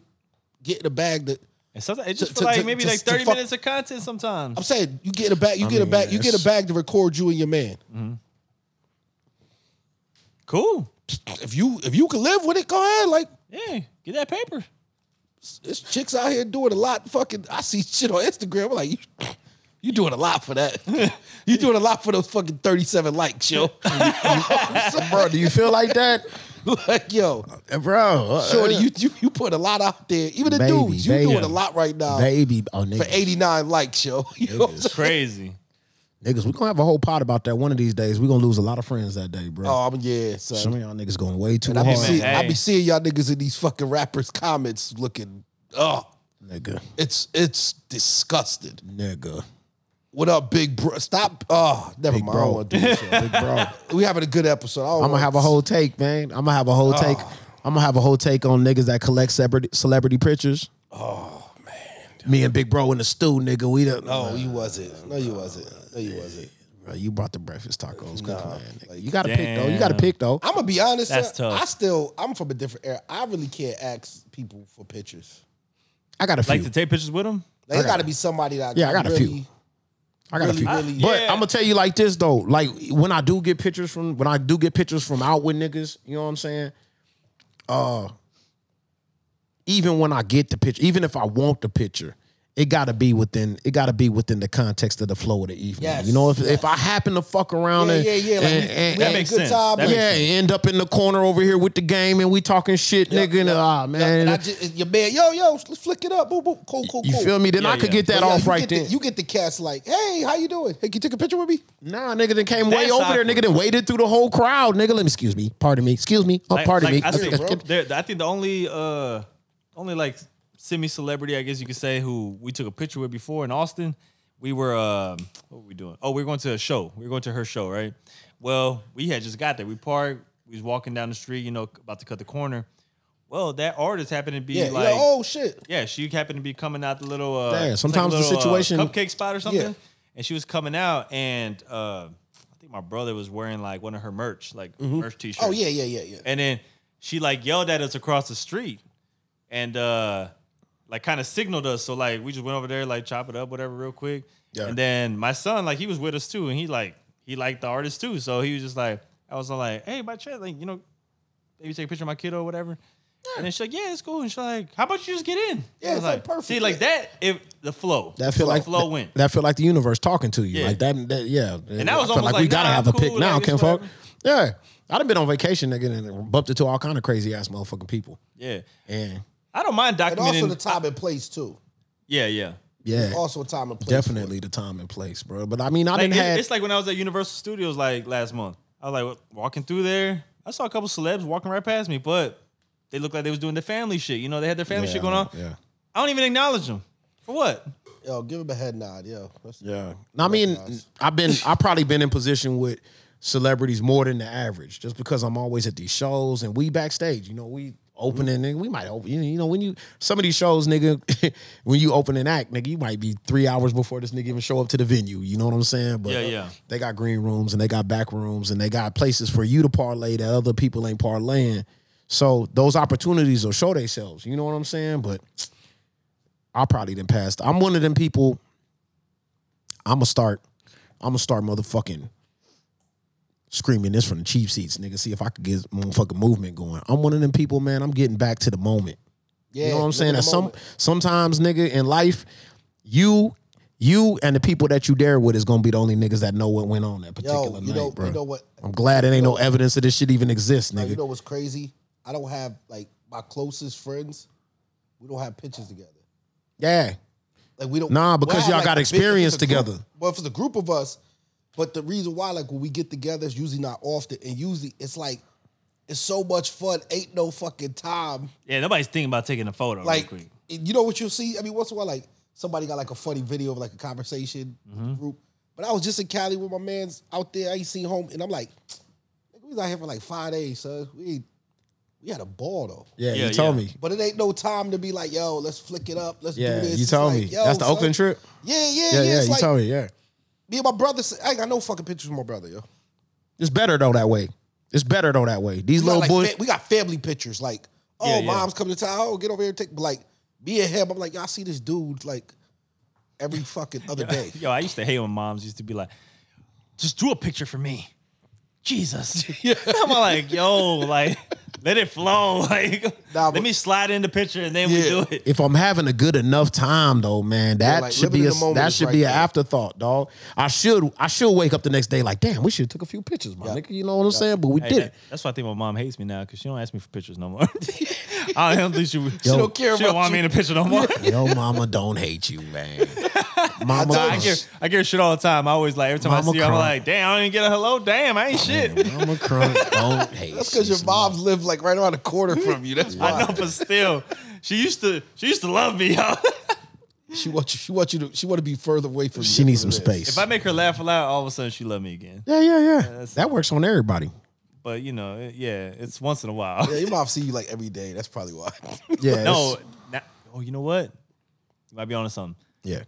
getting a bag that And sometimes it just To- for to- like to- maybe to- like to 30 fuck- minutes of content sometimes. I'm saying you get a bag, you get a bag, you get it's- Mm. a bag to record you and your man. Cool. If you if you can live with it, go ahead. Like Yeah. Get that paper. it's chicks out here doing a lot. Fucking, I see shit on Instagram. I'm like, you, you doing a lot for that. you doing a lot for those fucking 37 likes, yo. it. Bro, do you feel like that? like, yo. Uh, Bro. uh, Shorty, you, you you put a lot out there. Even the Baby, dudes, you baby. doing a lot right now Baby, oh, for niggas. 89 likes, yo. You know what I'm saying? Crazy. niggas, we're gonna have a whole pot about that one of these days. We're gonna lose a lot of friends that day, bro. Oh, I'm- yeah, son. Some of y'all niggas going way too I hard, be, see, man, I hey. be seeing y'all niggas in these fucking rappers' comments looking, oh, nigga. it's it's disgusted. Nigga. What up, big bro? Stop. Oh, never Big mind. I don't bro. wanna do this, yo. Big bro. we having a good episode. I don't I'm gonna wanna- have a whole take, man. I'm gonna have a whole take. I'm gonna have a whole take on niggas that collect celebrity celebrity pictures. Oh man, Oh. me and Big Bro in the stew, nigga. We don't. No, you wasn't. No, you wasn't. No, you wasn't. Bro, you brought the breakfast tacos. Good plan. nigga. you gotta pick though. You damn. gotta pick though. I'm gonna be honest. That's son. tough. I still, I'm from a different era. I really can't ask people for pictures. I got a few. Like to take pictures with him? Like, it got to be somebody that Yeah, I got a really, few. I got a really, few. really- but Yeah. I'm gonna tell you like this though. Like when I do get pictures from when I do get pictures from out with niggas, you know what I'm saying? Uh even when I get the picture, even if I want the picture, it gotta be within it gotta be within the context of the flow of the evening. Yes, You know, if, yes. if I happen to fuck around Yeah, and, yeah, yeah. Like, and- we, and- we had That a makes good sense. time. That but- makes yeah, end up in the corner over here with the game and we talking shit, nigga. And, ah Yeah, and man. I ju- your man, yo, yo, let's flick it up. Boom, boom, cool, cool, cool. you feel me? Then Yeah, I could yeah. get that But yeah, off you right get the- there. you get the cats like, hey, how you doing? Hey, can you take a picture with me? Nah, nigga, then came way That's over there, awkward. nigga, then waded through the whole crowd, nigga. Let me, excuse me, pardon me, excuse me, oh, Like- pardon like, me. I think, Excuse- there, I think the only uh only like semi celebrity, I guess you could say, who we took a picture with before in Austin, we were um what were we doing? Oh, we were going to a show. We were going to her show, right? Well, we had just got there. We parked, we was walking down the street, you know, about to cut the corner. well, that artist happened to be Yeah, like, yeah, oh shit. yeah, she happened to be coming out the little. Uh, Yeah, it's like a sometimes the little, uh, situation- cupcake spot or something, and she was coming out, and uh, I think my brother was wearing like one of her merch, like Mm-hmm. merch t-shirt. Oh yeah, yeah, yeah, yeah. And then she like yelled at us across the street and uh like kind of signaled us. So like we just went over there, like chop it up, whatever, real quick. Yeah. And then my son, like he was with us too, and he like he liked the artist too. So he was just like, I was all like, hey, my chat, like, you know, maybe take a picture of my kiddo or whatever. And then she's like, yeah, it's cool. And she's like, how about you just get in? Yeah, I was it's, like, perfect, See, like that, if the flow. That feel the like flow that, went. that feel like the universe talking to you. Yeah. Like that, that- yeah. that was I feel almost we like, gotta nah, have a cool, pick like, now, it's kinfolk. whatever. Yeah, I'd have been on vacation nigga and bumped into all kind of crazy ass motherfucking people. yeah. And I don't mind And documenting. also the time and place too. yeah, yeah. yeah, Also time and place. definitely the time and place, bro. But I mean, I Like, didn't it- have. it's like when I was at Universal Studios like last month. I was like walking through there. I saw a couple celebs walking right past me, but they looked like they was doing the family shit. You know, they had their family yeah, shit going on. Yeah. I don't even acknowledge them. For what? Yo, give him a head nod, yo. That's- Yeah. I mean, I've been I've probably been in position with celebrities more than the average, just because I'm always at these shows and we backstage. You know, we opening and we might open. You know, when you some of these shows, nigga, when you open an act, nigga, you might be three hours before this nigga even show up to the venue. You know what I'm saying? But uh, Yeah, yeah. They got green rooms and they got back rooms and they got places for you to parlay that other people ain't parlaying. So those opportunities will show themselves. You know what I'm saying? But I probably didn't pass. I'm one of them people. I'm gonna start. I'm gonna start motherfucking screaming this from the cheap seats, nigga. See if I could get motherfucking movement going. I'm one of them people, man. I'm getting back to the moment. Yeah, you know what I'm live saying? in the That some moment. sometimes, nigga, in life, you you and the people that you there with is gonna be the only niggas that know what went on that particular yo, night, you know, bro. you know what? I'm glad it ain't no evidence of this shit even exists, Now, nigga. you know what's crazy? I don't have like my closest friends. We don't have pictures together. yeah, Like we don't. Nah, we'll because have, y'all like, the got big- if it's experience a group- together. Well, if it's a group of us, but the reason why, like when we get together, it's usually not often, and usually it's like it's so much fun. Ain't no fucking time. Yeah, nobody's thinking about taking a photo Like real quick. you know what you'll see. I mean, once in a while, like somebody got like a funny video of like a conversation group. But I was just in Cali with my man's out there. I ain't seen home, and I'm like, nigga, we was out here for like five days, son. We we had a ball though. yeah, Yeah, You told yeah. me. But it ain't no time to be like, yo, let's flick it up. Let's Yeah, do this. you It's told like, me. yo, That's the son. Oakland trip. Yeah, yeah, Yeah, yeah. yeah. It's you like, told me. Yeah. me and my brother, said- I ain't got no fucking pictures with my brother, yo. It's better though that way. It's better though that way. These We little got, like, boys. fa- we got family pictures. Like, oh, Yeah, yeah. mom's coming to town. Oh, get over here and take, but, like, me and him, I'm like, y'all see this dude, like, every fucking other day. Yo, I used to hate when moms used to be like, just do a picture for me. Jesus. I'm like, yo, like, let it flow. Like, Nah, let but- me slide in the picture and then Yeah. we do it. if I'm having a good enough time though, man, that like, should living be a, in the moment that is should right be an there. afterthought, dog. I should I should wake up the next day like, damn, we should have took a few pictures, my nigga. You know what I'm saying? But we Hey, didn't. that- that's why I think my mom hates me now because she don't ask me for pictures no more. I don't think she, she don't care She don't about want me in a picture no more. Yo, mama, don't hate you, man. Mama, Nah, I get I get shit all the time. I always like every time I Mama see her, I'm Crump. like, damn, I didn't get a hello. Damn, I ain't shit. mama, crunk, don't hate. That's because your moms live, like, right around the corner from you. That's why. I know, but still, she used to she used to love me. Yo. She wants you, she wants you to, she want to be further away from you. She needs some That's what it is. space. if I make her laugh aloud, all of a sudden she love me again. yeah, yeah, yeah. That works on everybody. But you know, it- yeah, it's once in a while. Yeah, your mom see you, like, every day. That's probably why. Yeah. no, it's- not, oh, you know what? You might be onto something. Yeah.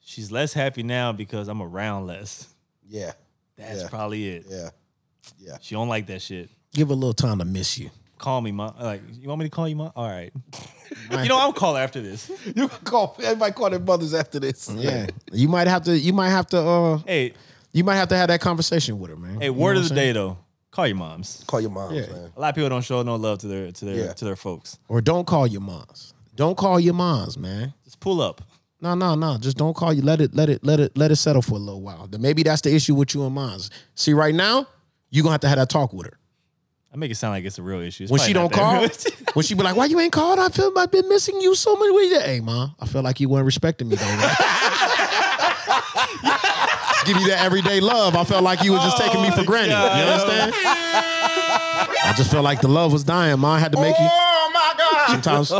She's less happy now because I'm around less. yeah, That's Yeah. probably it. yeah. She don't like that shit. Give her a little time to miss you. Call me, mom. Like, you want me to call you, mom? All right. you know, I'll call her after this. You can call, everybody call their mothers after this. Yeah. You might have to you might have to uh Hey, you might have to have that conversation with her, man. hey, You know what word of I'm the saying? day though. Call your moms. Call your moms, Yeah. man. A lot of people don't show no love to their to their Yeah. to their folks. Or don't call your moms. Don't call your moms, man. Just pull up. No, no, no. Just don't call you. Let it, let it, let it, let it settle for a little while. Then maybe that's the issue with you and moms. See, right now, you're gonna have to have that talk with her. I make it sound like it's a real issue. It's When she probably don't not call, that real. when she be like, "Why you ain't called? I feel I've been missing you so much." Where you at? Hey, mom, I feel like you weren't respecting me. Though, man." Just give you that everyday love. I felt like you were just taking Oh, me for granted. You understand? I just felt like the love was dying. Ma I had to make you. Oh my Sometimes,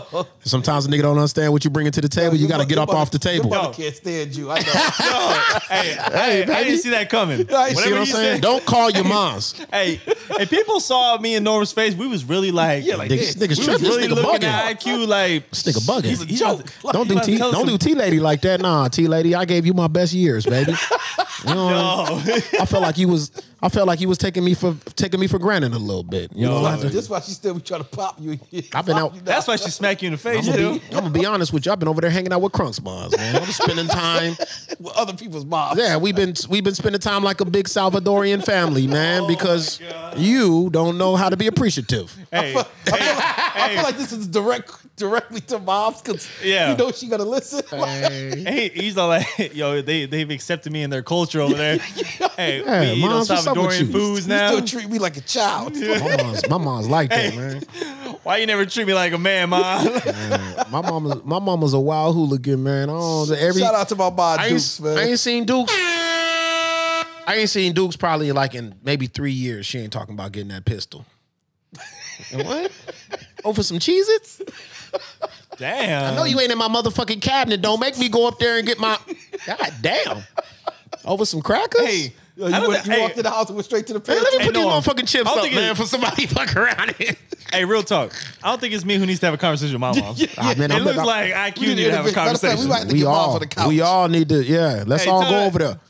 sometimes a nigga don't understand what you bringing to the table. You got to get up off the table. I can't stand you. I know. hey, hey, I didn't see that coming. See Whatever what I'm you saying? said. Don't call your moms. Hey, if people saw me in Norm's face, we was really like, yeah, like Niggas, niggas we tripping. was This really nigga looking bugging. at IQ like This nigga bugging. He's, he's about to- Don't he's do about to T. tell us Don't do some- T. Lady like that. Nah, T. Lady, I gave you my best years, baby. You know what I'm No. I felt like he was. I felt like he was taking me for taking me for granted a little bit. You know, Yo, I had to- That's why she still be trying to pop you. I've been out. That's why she smack you in the face. I'm gonna, too. be, I'm gonna be honest with you. I've been over there hanging out with Crunks Bonds, man. I'm spending time. with other people's moms. Yeah, we've been we've been spending time like a big Salvadorian family, man, Oh because you don't know how to be appreciative. Hey, I feel like this is direct directly to moms because Yeah. you know she gonna listen. hey, he's all like, yo, they they've accepted me in their culture over there. Hey, Yeah, we eat on moms, what's up with Salvadorian you? foods you now. still treat me like a child. My mom's, my mom's like that, man. Why you never treat me like a man, ma? My mama's my mama's a wild hooligan, man. Oh, every Shout out to my mom, I ain't, Dukes, man. I ain't seen Dukes. I ain't seen Dukes probably like in maybe three years. She ain't talking about getting that pistol. And what? Oh, for some Cheez Its? Damn. No, you ain't in my motherfucking cabinet. Don't make me go up there and get my. God damn. Over some crackers? hey, Yo, I you don't went, thi- you hey, walked in the house and went straight to the Man, let me pantry. put these no, motherfucking I chips don't up, think man, it- for somebody to fuck around here. hey, real talk. I don't think it's me who needs to have a conversation with my mom. Ah, man, it I'm looks not- like IQ need to have Matter a of fact, conversation. we might have to we get mom all, for the couch. we all need to, yeah. Let's Hey, all tell go her- over there.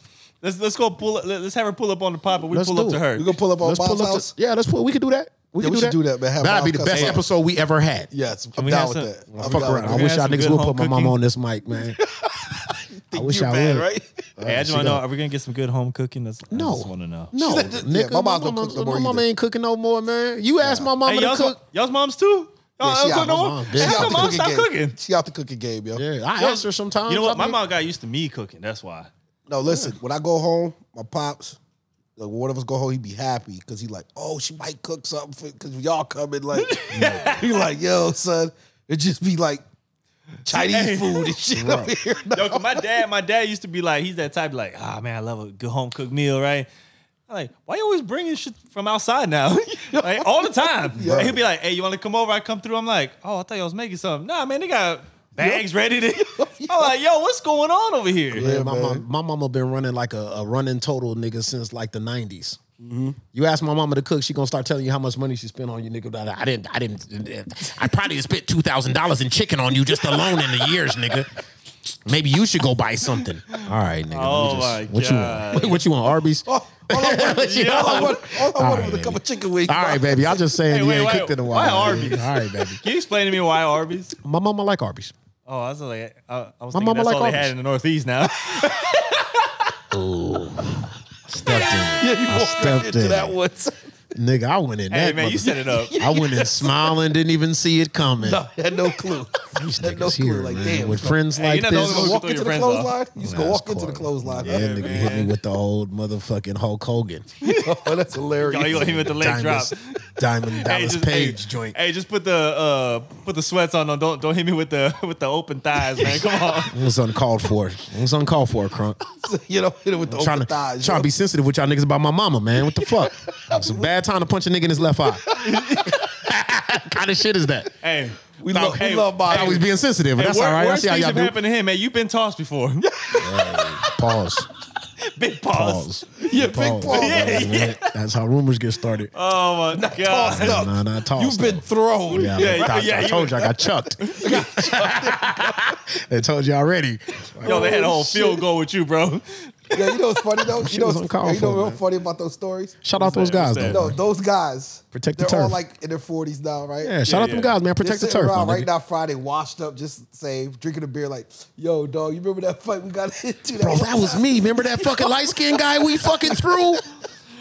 Let's let's go pull. Let, us have her pull up on the pop, and we Let's pull do up to it. her. We gonna pull up on Let's mom's pull up. house. To, yeah, let's pull. We could do that. We Yeah, could we do should do that, man. Have That'd Bob be the cuss best us out. episode we ever had. yes, I'm Can we down have with some- that. I I'm fuck down around. with I We're wish gonna y'all have some niggas good would put home my mama cooking. on this mic, man. I wish you I bad, would. right? Hey, I just she want to know: got- Are we gonna get some good home cooking? That's, I No, just want to know. no, She said- yeah, nigga. my my mom's mama, don't cook no my more mama either. ain't cooking no more, man. You ask my mama Hey, to y'all's, cook. y'all's moms too. Oh, Yeah, Y'all she don't out. cook My She mom big. Yeah, no more. Hey, out your the mom stop game. cooking. She out the cooking game, yo. Yeah, I Yo, ask her sometimes. You know what? I My mean, mom got used to me cooking. That's why. No, listen. When I go home, my pops, like, one of us go home, he be happy because he like, oh, she might cook something because y'all coming. Like, he like, yo, son, it just be like Chinese food and shit up here. Yo, 'cause my dad, my dad used to be like, he's that type like, ah man, I love a good home cooked meal, right? I'm like, why you always bringing shit from outside now? like all the time. And he'd be like, hey, you want to come over? I come through. I'm like, oh, I thought y'all was making something. Nah, man, they got bags ready to. I'm like, yo, what's going on over here? man, my mom, my mama been running like a, a running total nigga since like the 90s Mm-hmm. You ask my mama to cook, she gonna start telling you how much money she spent on you, nigga. I didn't, I didn't, I probably spent two thousand dollars in chicken on you just alone in the years, nigga. Maybe you should go buy something. All right, nigga. Oh, let me my what you want? God. What you want? Arby's. Oh, all I wanted, Yo. all I wanted, all I All wanted right, was a cup baby. of chicken wings. All right, baby. I'm just saying Hey, you wait, ain't why- cooked in a why while. Arby's? All right, baby. Can you explain to me why Arby's? My mama like Arby's. Oh, I was like, I, I was My thinking mama that's like all they Arby's. had in the Northeast now. Stepped in. Yeah, you walked I right stepped into in. that one. son. Nigga, I went in hey that. man, you motherfucker. set it up. I went in smiling, didn't even see it coming. No, I had no clue. These had no niggas clue, here, like, man, damn, with bro. friends Hey, like you're not the this. only Go one walk throw into your the friends clothesline. off. You just Nah, go it's walk into the cold. clothesline. Yeah, nigga hit me with the old motherfucking Hulk Hogan. Oh, that's Yo, you hilarious. hit me with the leg drop. Diamond, Diamond Dallas Page hey, joint. Hey, just put the uh, put the sweats on. Don't- Don't don't hit me with the with the open thighs, man. Come on. It was uncalled for. It was uncalled for, crunk. You know, hit it with the trying open to thighs. trying yo. to be sensitive with y'all niggas about my mama, man. What the fuck? It's a bad time to punch a nigga in his left eye. kind of shit is that? Hey, We love, hey, we love I Bobby. thought we was being sensitive, but hey, that's wor- all right. I Worst see how things y'all have do. happened to him. Hey, you've been tossed before. Pause. Big pause. Pause. Yeah, big pause. Yeah, That's how rumors get started. Oh my tossed god. up. Nah, nah, toss. You've been thrown. Yeah, Yeah, I, got- yeah, I you- told you I got chucked. they told you already. Yo, they had a Oh, whole field goal with you, bro. Yeah, you know what's funny though? You know, was what's- uncalled you know for, what's man. funny about those stories? Shout out those that? guys What's though. that? No, those guys. Protect the they're all turf. like in their forties now, right? Yeah, shout out yeah. them guys, man. Protect the They're sitting turf, my around nigga. right now, Friday, washed up, just same, drinking a beer. Like, yo, dog, you remember that fight we got into? Bro, one that was time?" me. Remember that fucking light skinned guy we fucking threw?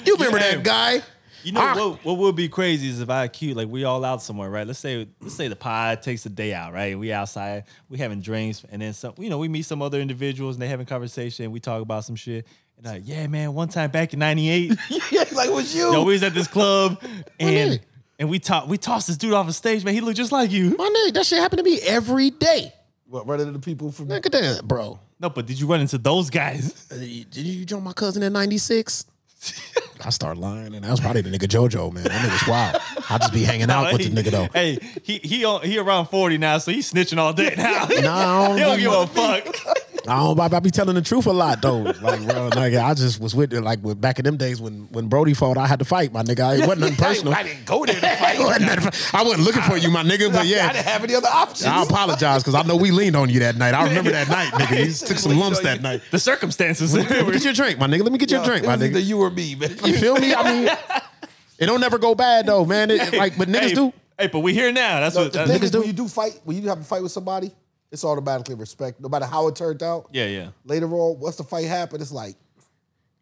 You remember Yeah. that guy? You know Ah. what? What would be crazy is if I IQ like we all out somewhere, right? Let's say let's say the pod takes a day out, right? We outside, we having drinks, and then some. You know, we meet some other individuals and they having conversation. And we talk about some shit. And like, yeah, man, one time back in '98, yeah, like it was you. yo, we was at this club, and nigga. and we talk, we tossed this dude off the stage, man. He looked just like you. My nigga, that shit happened to me every day. what, running into people from Look at that, bro. No, but did you run into those guys? Uh, Did you join my cousin in 96? I start lying, and that was probably the nigga JoJo, man. That nigga's wild. I just be hanging out with the nigga though. Hey, he he on- he around forty now, so he's snitching all day now. Nah, I don't he don't do give a fuck. I don't. I, I be telling the truth a lot though. Like, bro, like I just was with like with, back in them days when when Brody fought, I had to fight my nigga. It wasn't nothing personal. I didn't go there to fight. I wasn't looking for you, my nigga. But I yeah, didn't have any other options. I apologize because I know we leaned on you that night. I remember that night, nigga. You took some lumps that night. The circumstances. Let me get your drink, my nigga. Let me get your drink, my Either nigga. you or me, man. You feel me? I mean, it don't never go bad though, man. It, like, but niggas hey, do. Hey, but we here now. That's what. the That's, thing niggas is, when do. you do fight, when you have a fight with somebody, it's automatically respect, no matter how it turned out. yeah, yeah. Later on, once the fight happened, it's like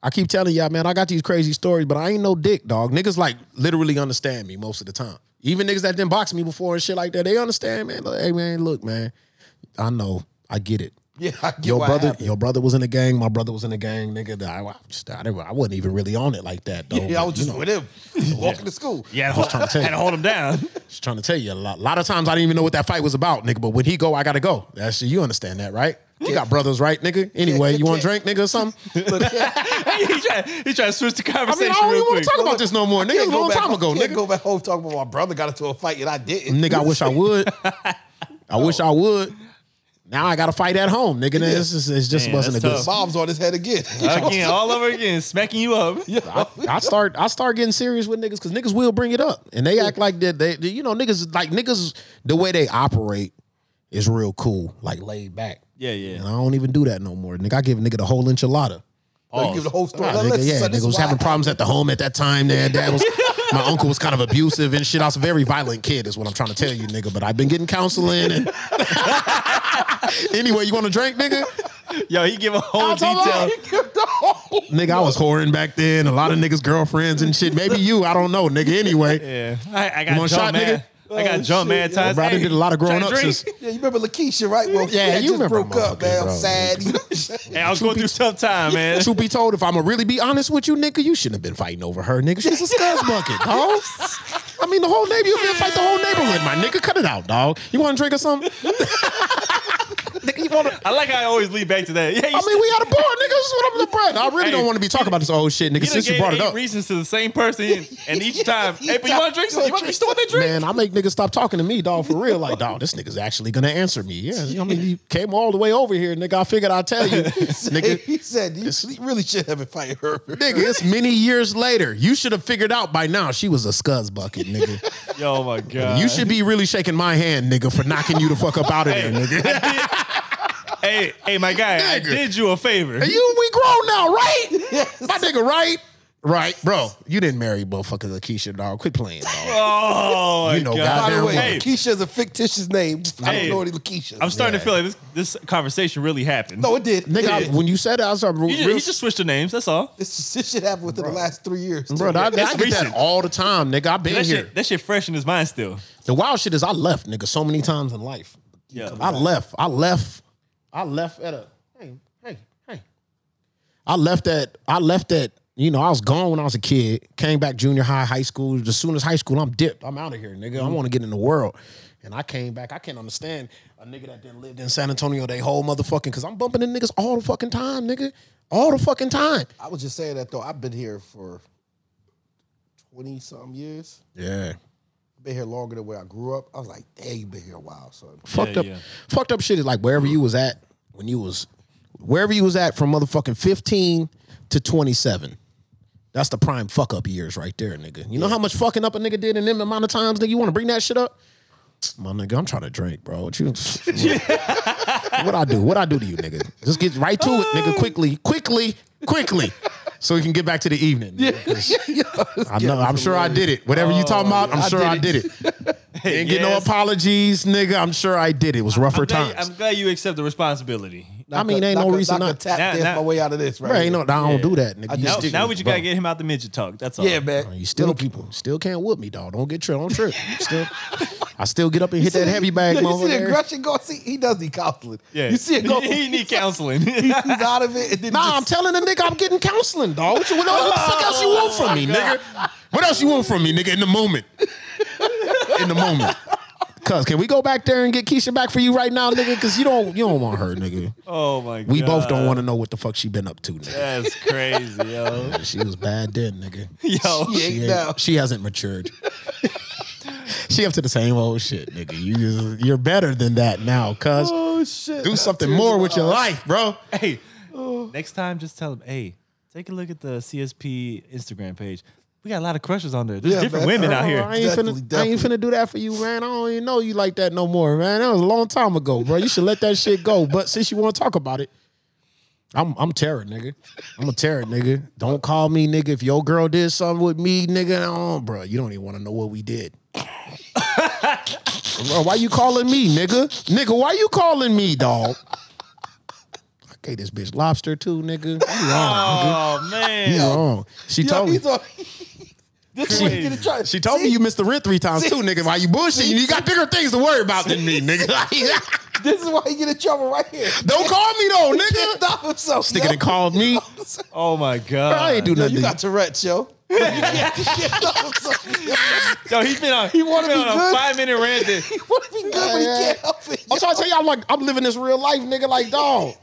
I keep telling y'all, man, I got these crazy stories, but I ain't no dick, dog. Niggas like literally understand me most of the time. Even niggas that didn't box me before and shit like that, they understand, man. Like, hey, man, look, man, I know, I get it. yeah, I get Your why it brother, happened. your brother was in a gang. My brother was in a gang, nigga. I, I just, I, didn't- I wasn't even really on it like that, though. Yeah, I was but, you just know, with him, walking to school. Yeah, I was trying to tell you. had to hold him down. just trying to tell you a lot. A lot of times I didn't even know what that fight was about, nigga. But when he go, I gotta go. That's you understand that, right? You got brothers, right, nigga? Anyway, you want to drink, nigga, or something? he tried. He tried to switch the I mean, conversation I don't real even want quick. to talk about this no more, nigga. It was a Go long back- time ago, can't nigga. Go back home talking about my brother got into a fight and I didn't. Nigga, I wish I would. I wish I would. Now I got to fight at home, nigga. This is it's just Man, wasn't a that's good. tough. Mom's on his head again. Again, all over again, smacking you up. I, I start I start getting serious with niggas because niggas will bring it up and they act like that they, you know niggas like niggas the way they operate is real cool like laid back Yeah, and yeah. I don't even do that no more nigga I give a nigga the whole enchilada Like, give the whole story. Nah, Now, nigga, listen, yeah son, this nigga is was why having I- problems at the home at that time their dad was my uncle was kind of abusive and shit I was a very violent kid is what I'm trying to tell you nigga but I've been getting counseling and anyway you want to drink nigga Yo, he give a whole detail. Nigga, I was whoring back then. A lot of niggas' girlfriends and shit. Maybe you, I don't know, nigga. Anyway, Yeah, I, I got You want drunk a shot, mad. I got Oh, drunk mad shit. times. bro, I done Hey, did a lot of try growing to up. drink? Since Yeah, you remember Lakeisha, right? Well, Yeah, yeah, you you just remember broke up, motherfucker, man. I'm bro. sad. You know what I'm saying? Hey, I was going through tough time, man. truth be told, if I'ma really be honest with you, nigga, you shouldn't have been fighting over her, nigga. She's a scuzz bucket, dog. I mean, the whole neighborhood. You been fight the whole neighborhood, my nigga. Cut it out, dog. You want to drink or something? nigga, you want to? I like how I always lead back to that. Yeah, you I mean, we had a bar, nigga. This is what I'm the I really Hey, don't want to be talking about this old shit, nigga. He done Since you gave brought eight it up, reasons to the same person, and each time, hey, but you want to drink? Some? You, want, you still want that drink? Man, I make niggas stop talking to me, dog, for real. Like, dog, this nigga's actually gonna answer me. Yeah, I mean, you came all the way over here, nigga. I figured I'd tell you, nigga. He said you you really should have been fighting her. Nigga, it's many years later. You should have figured out by now she was a scuzz bucket, nigga. Yo, my god. You should be really shaking my hand, nigga, for knocking you the fuck up out of there, nigga. Hey, hey, my guy, I Nigga. did you a favor. You, we grown now, right? My nigga, right? Right, bro. You didn't marry motherfucker Lakeisha, dog. Quit playing, dog. Oh, my You know, god. By the goddamn way, well. Hey, Lakeisha is a fictitious name. I Hey. don't know any Lakeisha. I'm starting to feel like this this conversation really happened. No, it did. Nigga, I- It did. when you said that, I started he just, real he just switched the names. That's all. this, this shit happened within the last three years. Bro, I, I That's get that recent. all the time, nigga. I've been That here. shit, that shit fresh in his mind still. The wild shit is I left, nigga, so many times in life. Yeah. I left. I left. I left at a hey, hey, hey. I left at I left at, you know, I was gone when I was a kid. Came back junior high, high school. As soon as high school, I'm dipped. I'm out of here, nigga. Mm-hmm. I want to get in the world. And I came back. I can't understand a nigga that done lived in San Antonio they whole motherfucking cause I'm bumping in niggas all the fucking time, nigga. All the fucking time. I was just saying that though. I've been here for twenty something years. Yeah. I've been here longer than where I grew up. I was like, dang, you been here a while, son. fucked up yeah. fucked up shit is like wherever you was at when you was wherever you was at from motherfucking 15 to 27 that's the prime fuck up years right there nigga you know how much fucking up a nigga did in them amount of times nigga you want to bring that shit up my nigga i'm trying to drink bro what you what i do what i do to you nigga just get right to it nigga quickly quickly quickly so we can get back to the evening nigga, 'cause I know. I'm sure I did it. Whatever you talking about, I'm sure Oh, I did it. Didn't get no Yes. apologies, nigga. I'm sure I did it. It was rougher Glad- times. I'm glad you accept the responsibility. I mean, ain't no Knock a- reason knock a not. tap Now- dance now- my way out of this, right? Bro, ain't here. no, I don't do that, nigga. You Now, still- now we just gotta bro, get him out the midget talk. That's all. yeah, man. You still people still can't whoop me, dog. Don't get tripped. Don't trip. Still, I still get up and hit that heavy bag, You see motherfucker. the aggression go? See, he does need counseling. Yeah. You see it go. He need counseling. He's out of it. And then he Nah, I'm just- telling the nigga I'm getting counseling, dog. What, you, what, what the fuck else you want from me, nigga? What else you want from me, nigga? In the moment. In the moment. Cuz, can we go back there and get Keisha back for you right now, nigga? Cause you don't you don't want her, nigga. Oh my god. We both don't want to know what the fuck she been up to, nigga. That's crazy, yo. She was bad then, nigga. Yo. She, ain't- she hasn't matured. she up to the same old shit, nigga. You you're better than that now, cuz. Oh shit. Do something more with your life, bro. Hey. Next time just tell them, "Hey, take a look at the CSP Instagram page. We got a lot of crushes on there. There's different women out I here." ain't, Definitely, finna, I ain't finna do that for you, man. I don't even know you like that no more, man. That was a long time ago, bro. You should let that shit go. But since you want to talk about it, I'm I'm terror, nigga. I'm a terror, nigga. Don't call me, nigga. If your girl did something with me, nigga, oh, bro, you don't even want to know what we did. bro, why you calling me, nigga? Nigga, why you calling me, dog? I gave this bitch lobster too, nigga. You wrong, Oh nigga. You man. wrong. She told me. He's on. This is what he did to try. She told me you missed the rent three times too, nigga. Why you bullshitting? You got bigger things to worry about than me, nigga. Like, This is why he get in trouble right here. don't call me though, He can't nigga. stop himself. Nigga done yo. called me. Oh my I ain't god. do Yo, nothing. you to got Tourette's, yo. You can't, you can't stop himself. Yo, Yo, he's been on he wanna been be on a good. 5-minute rant. that- He want to be good, but he can't help it. I'm trying to tell you, I'm like, I'm living this real life, nigga. Like, dog.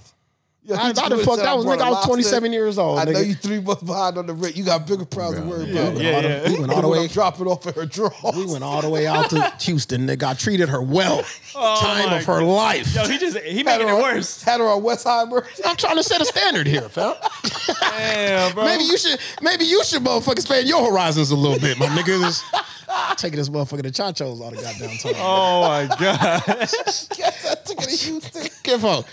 Yo, I- he I done do it till fucked- that was, brought nigga, I a was lobster. 27 years old, I know nigga. you three months behind on the rent. You got bigger problems to worry about. We went all the- yeah. We went all the way. Drop it off at her drawer. We went all the way out to Houston, nigga. I treated her well. Oh, Time my of her life. Yo, he just he making it on- worse. Had her on Westheimer. I'm trying to set a standard here, fam. Damn, bro. Maybe you should, maybe you should motherfucker expand your horizons a little bit, my nigga. This- Taking this motherfucker to Chacho's all the goddamn time. Oh my god. Yes, I took it to Houston. Careful.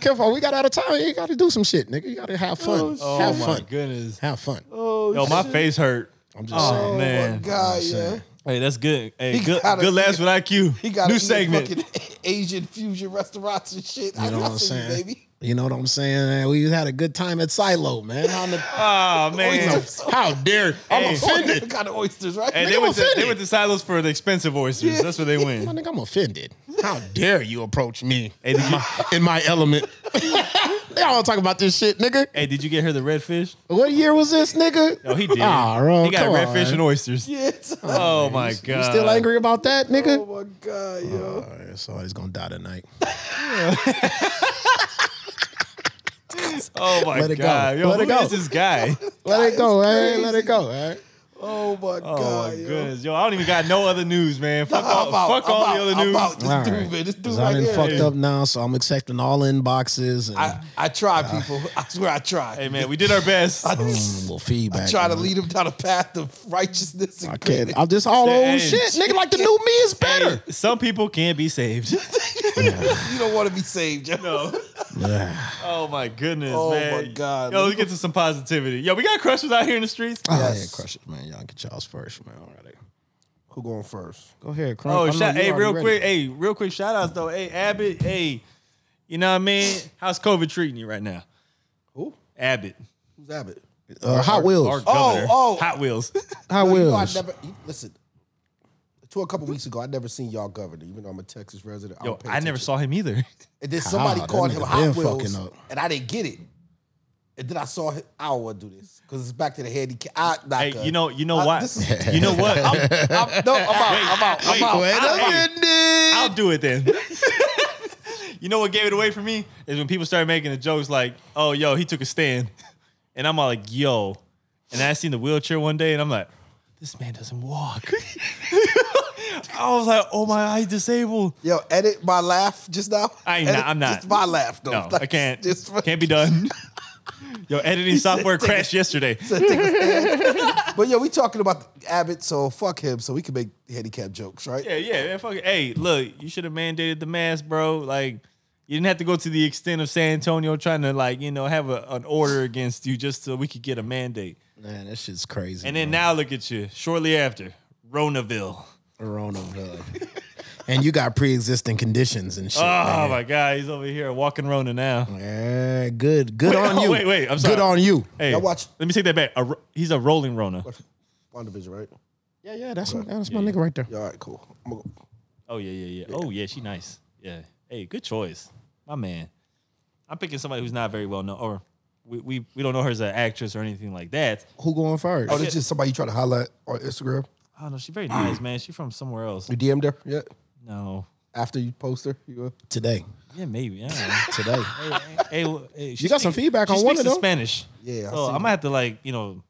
Careful. We got out of time. You got to do some shit, nigga. You got to have fun. Oh have my fun. goodness. Have fun. Yo, my face hurt. I'm just Oh, saying. Oh, my man. God, yeah. Hey, that's good. Hey, good, gotta- good last with IQ. He got to eat New at segment. fucking Asian fusion restaurants and shit. I You know what I I'm see you, saying? baby. You know what I'm saying? Man? We had a good time at Silo, man. How, in the, Oh you know, man. how dare I'm Hey. Different offended. kind of oysters, right? Hey, Nigga, they I'm went, to, they offended. went to silos for the expensive oysters. That's where they My went. nigga, I'm offended. How dare you approach me Hey, did you, in my element? they all talk about this shit, nigga. hey, did you get her the redfish? What year was this, nigga? Oh, he did. Ah, bro, he got come redfish on. and oysters. yeah, it's- Oh my god. You still angry about that, nigga? oh my God, yo. All right, so he's gonna die tonight. Oh my Let it go. god. Yo, Let who it go. is this guy? Let it go, hey, let it go, all right? Oh my Oh God, my yo. goodness. Yo, I don't even got no other news, man. Fuck I'm all, out, fuck I'm all out, the other I'm news. out. This All dude, right. man, this dude Cause right I done here. fucked up now, so I'm accepting all inboxes and I, I try, people. I swear I try. Hey man, we did our best. I, mm, little feedback. try to man. lead him down a path of righteousness and I goodness. can't. I'm just all Hey. old shit, nigga. Like the new me is Hey, better. some people can't be saved. You don't want to be saved, yo. No. Oh my goodness, Oh, man. my God. Yo, let's get to some positivity. Yo, we got crushes out here in the streets. Oh, Yes. yeah, crush it, man. Y'all get y'all's first, man. All right. Who going first? Go ahead, crush. I Oh, know shout, you hey, already real ready. quick, hey, real quick, shout outs though. Hey, Abbott, hey, you know what I mean? How's COVID treating you right now? Who? Abbott, Who's Abbott? Uh, Hot Wheels. our governor. oh. Hot Wheels. Hot You know, I Wheels. never you- listen. To a couple weeks ago, I never seen y'all governor, even though I'm a Texas resident. Yo, don't pay I never attention. saw him either. And then somebody Ah, that called nigga him been Hot fucking Wheels, up. and I didn't get it. And then I saw hi- Iowa do this because it's back to the handicap. I, nah, Hey, cuz. you know, you know I- what? this is- You know what? I'm, I'll, I'm- no, I'm out. I'm out. I'm wait, out. wait a I'm out. minute. I'll do it then. you know what gave it away for me is when people started making the jokes like, "Oh, yo, he took a stand," and I'm all like, "Yo," and I seen the wheelchair one day, and I'm like, "This man doesn't walk." I was like, "Oh my, eyes disabled." Yo, edit my laugh just now. I ain't Edit not- I'm not. Just my laugh, though. No, I Like, can't. Just for- Can't be done. Yo, editing software "Take it." crashed yesterday. But yo, we talking about Abbott, so fuck him, so we can make handicap jokes, right? Yeah, yeah, man. Fuck it. Hey, look, you should have mandated the mask, bro. Like, you didn't have to go to the extent of San Antonio trying to, like, you know, have a, an order against you just so we could get a mandate. Man, that shit's crazy. And then now look at you, shortly after, Ronaville. Coronaville. and you got pre-existing conditions and shit. Oh, man. my God. He's over here walking Rona now. Yeah, good. Good Wait, on oh, you. wait, wait, I'm sorry. Good on you. Hey, Y'all watch- let me take that back. A ro- he's a rolling Rona. WandaVision, right? Yeah, yeah, that's my, that's my nigga right there. Yeah, all right, cool. I'm gonna go. Oh, yeah, yeah, yeah. Oh, yeah, she nice. Yeah. Hey, good choice. My man. I'm picking somebody who's not very well known, or we, we, we don't know her as an actress or anything like that. Who going first? Oh, this just somebody you try to highlight on Instagram. I don't know. She's very nice, man. She's from somewhere else. You DM'd her yet? No, No. after you post her? You go, today. Yeah, maybe. I don't know. Today. hey, hey, w- hey, she You got some speak- feedback she on one speaks of in them. Spanish. Yeah, I so see. I might have to like you know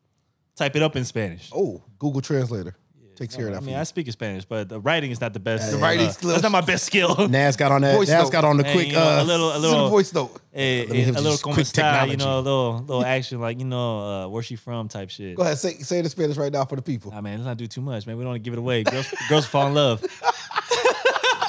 type it up in Spanish. oh, Google Translator takes care of that. I for mean, you. I speak in Spanish, but the writing is not the best. The uh, writing's that's not my best skill. Nas got on that. Voice Nas note. got on the Hey, quick. you know, uh, a little, a Listen to the little, voice note. eh, me eh, have a little this como quick está, you technology. know, a little, little action, like you know, uh, where she from, type shit. Go ahead, say say it in Spanish right now for the people. Nah, man, let's not do too much, man. We don't want to give it away. Girls, girls fall in love.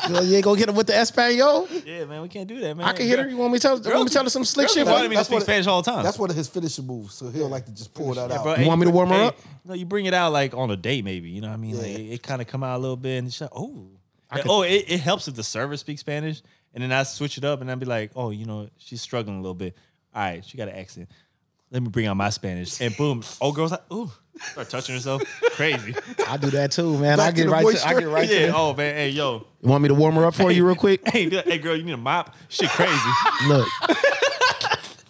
you ain't gonna get him with the Espanol. Yeah, man, we can't do that, man. I can hit her. You want me to tell? You want me to tell her some slick Girls shit? wanted me to That's speak what- Spanish all the time. That's one of his finishing moves, so he'll like to just pull that out. Uh-huh. Bro, Uh, You want me to warm her up? No, you bring it out like on a date, maybe. You know what I mean? Like Yeah. it, kind of come out a little bit, and she's like, "Oh, And- oh." It, it helps if the server speaks Spanish, and then I switch it up, and I'd be like, "Oh, you know, she's struggling a little bit. All right, she got an accent. Let me bring out my Spanish." And boom, old girl's like, "Ooh," start touching herself, crazy. I do that too, man. Back I to get the right. To, moisture. I get right. yeah. To Oh man. Hey yo. you want me to warm her up for you real quick? Hey, be like, hey girl, you need a mop? Shit, crazy. Look,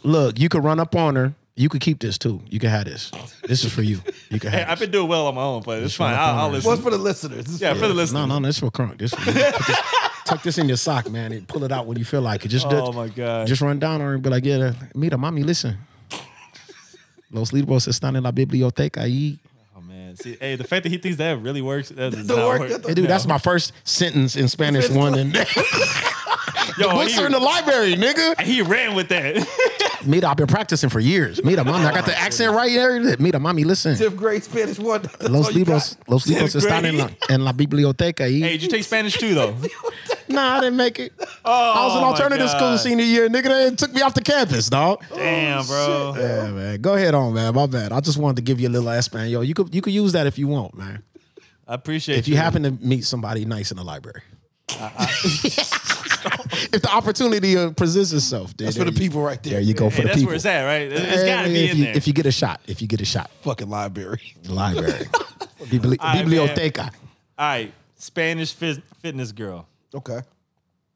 look. You could run up on her. You could keep this too. You can have this. This is for you. You can hey, have. I've this. been doing well on my own, but it's fine. run up on I'll, I'll her. listen. One for the listeners. yeah, for the listeners. No, no, no. This for crunk. This. For you. Put this tuck this in your sock, man, and pull it out when you feel like it. Just, Oh my god. just run down on her and be like, "Yeah, mira, mami, listen. Los libros están en la biblioteca y." Oh man, see, hey, the fact that he thinks that really works, that does Don't not work, work. that don't- Hey, dude, that's my first sentence in Spanish one. And Yo, books he, are in the library, nigga. he ran with that. Mira, I've been practicing for years. Mira, mommy, I got the accent right there. Mira, mommy, listen. Fifth grade Spanish one. That's Los all you got. libros, los libros Tenth están en la, en la biblioteca. Y, hey, did you take Spanish too, though? nah, I didn't make it. Oh, I was in my alternative God. school senior year. Nigga, they took me off the campus, dog. Damn, bro. Yeah, man. Go ahead on, man. My bad. I just wanted to give you a little Espanol. You could you could use that if you want, man. I appreciate If you happen to meet somebody nice in the library. Uh-uh. if the opportunity uh, presents itself, dude, That's for the there you- people right there. There you go for Hey, the that's people. where it's at, right? It- It's gotta Hey, be if in you, there. If you get a shot, if you get a shot, Fucking library. the library, Bibli- All right, biblioteca. All right, Spanish fit- fitness girl, Okay.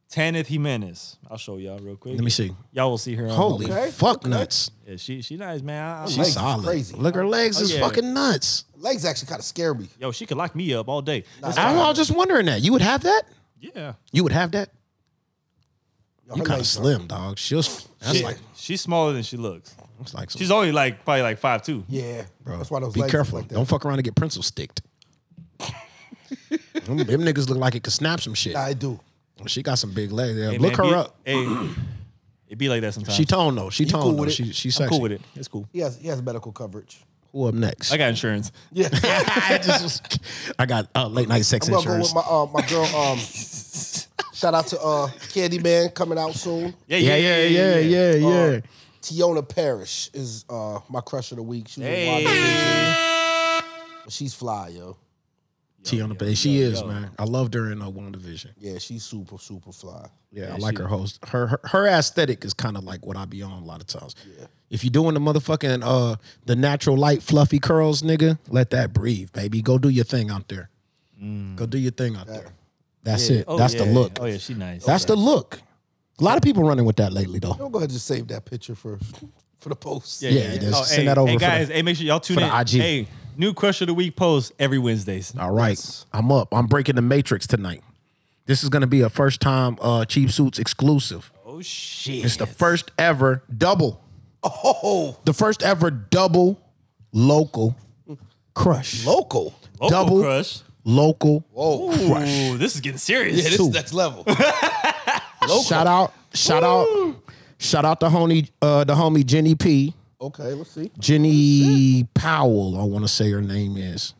Tanith Jimenez. I'll show y'all real quick. Let me see. Y'all will see her. on- Holy Okay, fuck nuts. yeah, she she nice, man. I- I She's like- is solid. crazy. Look, her legs Oh, is yeah. fucking nuts. Legs actually kind of scare me. yo, she could lock me up all day. That's- I, I was just wondering that. You would have that? yeah, You would have that? Yo, You her kind of legs are- slim, dog. She was, that's She- like, she's smaller than she looks. that's like some, She's only like probably like five two. Yeah, bro. That's why those Be legs careful. Like that. Don't fuck around and get pencil sticked. them, them niggas look like it could snap some shit. Nah, I do. She got some big legs. Yeah, Hey, Look man, her be- up. Hey, it be like that sometimes. She toned though. She toned cool though. with it? She she's I'm sexy. cool with it. It's cool. He has he has medical coverage. Who up next? I got insurance. Yeah, I just was- I got uh, late night sex I'm gonna go insurance. with my uh, my girl. Um, shout out to uh Candyman coming out soon. yeah, yeah, yeah, yeah, yeah. Uh, Tiona Parrish is uh my crush of the week. She was in Wild Division. But she's fly, yo. T on the bay. She is man. I loved her in uh, One Division. Yeah, she's super super fly. Yeah, I like her host. Her, her her aesthetic is kind of like what I be on a lot of times. If you're doing the motherfucking uh the natural light fluffy curls, nigga, let that breathe, baby. Go do your thing out there. Go do your thing out there. That's it. Mm. Oh, That's the yeah. look. Oh yeah, she nice. That's the look. A lot of people running with that lately though. I'm gonna go ahead and just save that picture for for the post. yeah, just send Oh, hey, that over Hey for the- guys, hey, make sure y'all tune for the in. IG. Hey, new crush of the week post every Wednesdays. All right. I'm up. I'm breaking the matrix tonight. This is going to be a first time uh Cheap Suits exclusive. Oh shit. It's the first ever double. Oh. The first ever double local crush. Local. Local double crush. local Whoa. crush. Ooh, this is getting serious. Yeah, this Two. is next level. Shout out shout out shout out the homie uh the homie Jenny P. okay, let's see. Jenny Powell, I want to say her name is.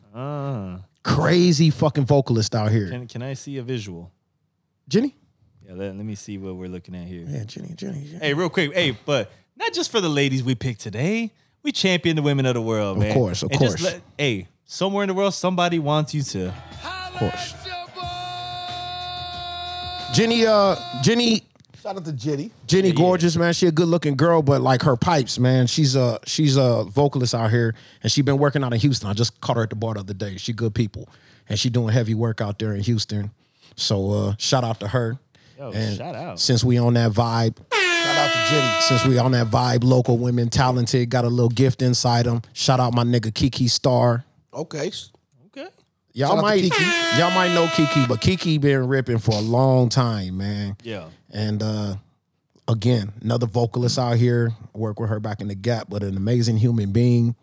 Crazy fucking vocalist out here. Can, can I see a visual? Jenny? Yeah, let, let me see what we're looking at here. Yeah, Jenny, Jenny. Jenny. Hey, real quick. Hey, but not just for the ladies we picked today. We champion the women of the world, man. course, of And just course. let- hey, somewhere in the world, somebody wants you to. Of course. Jenny, uh, Jenny, Shout out to Jenny. Jenny, gorgeous man. She a good looking girl, but like her pipes, man. She's a she's a vocalist out here, and she been working out in Houston. I just caught her at the bar the other day. She good people, and she doing heavy work out there in Houston. So uh, shout out to her. Yo, and Oh, shout out. Since we on that vibe, Shout out to Jenny. since we on that vibe, local women, talented, got a little gift inside them. Shout out my nigga Kiki Star. Okay. Okay. Shout Y'all out to might Kiki. y'all might know Kiki, but Kiki been ripping for a long time, man. Yeah. And uh again, another vocalist out here. I work with her back in the gap, but an amazing human being.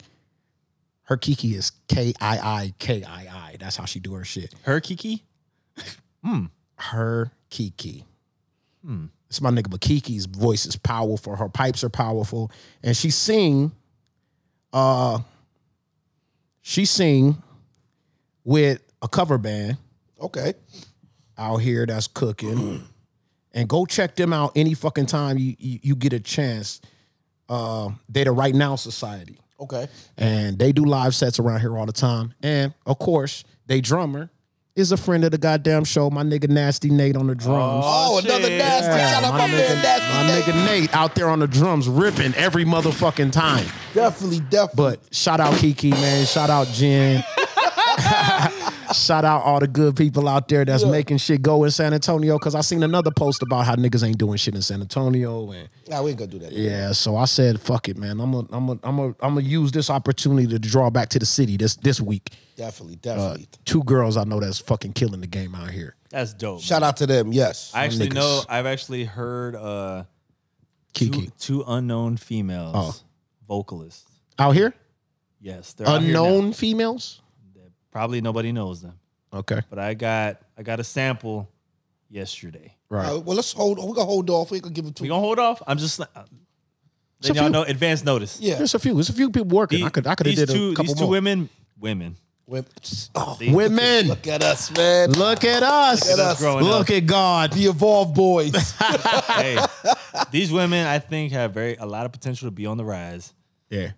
Her Kiki is K I I K I I. That's how she do her shit. Her Kiki? Her Kiki. It's my nigga, but Kiki's voice is powerful. Her pipes are powerful, and she sing. Uh, she sing with a cover band. Okay. out here that's cooking. and go check them out any fucking time you you, you get a chance. Uh, they the Right Now Society, Okay. and they do live sets around here all the time. And of course, they drummer is a friend of the goddamn show. My nigga Nasty Nate on the drums. Oh, another shit. nasty. Yeah, Shout out my, man, my nasty. Nate. nigga Nate out there on the drums ripping every motherfucking time. Definitely, definitely. But shout out Kiki, man. Shout out Jen. shout out all the good people out there that's making shit go in San Antonio. Cause I seen another post about how niggas ain't doing shit in San Antonio. And Nah, we ain't gonna do that. yeah, so I said, fuck it, man. I'm gonna I'm gonna I'm gonna I'm gonna use this opportunity to draw back to the city this this week. Definitely, definitely. Two girls I know that's fucking killing the game out here. That's dope. Shout out to them. Yes. I actually niggas. know I've actually heard uh Kiki. two, two unknown females Oh. vocalists. Out here? Yes, they're out here now. Unknown females? Probably nobody knows them. Okay. But I got I got a sample yesterday. All Right. right, Uh, well, let's hold. We're gonna hold off. We're gonna give it to. We gonna hold off. I'm just uh, letting y'all few- know advance notice. yeah. There's a few. There's a few people working. The- I could I could have these did a two, couple these two more. women, women. Wait. Oh, These- women. look at us, man. Look at us. Look at us growing Look at God. The evolved boys. hey, these women I think have very a lot of potential to be on the rise. Yeah.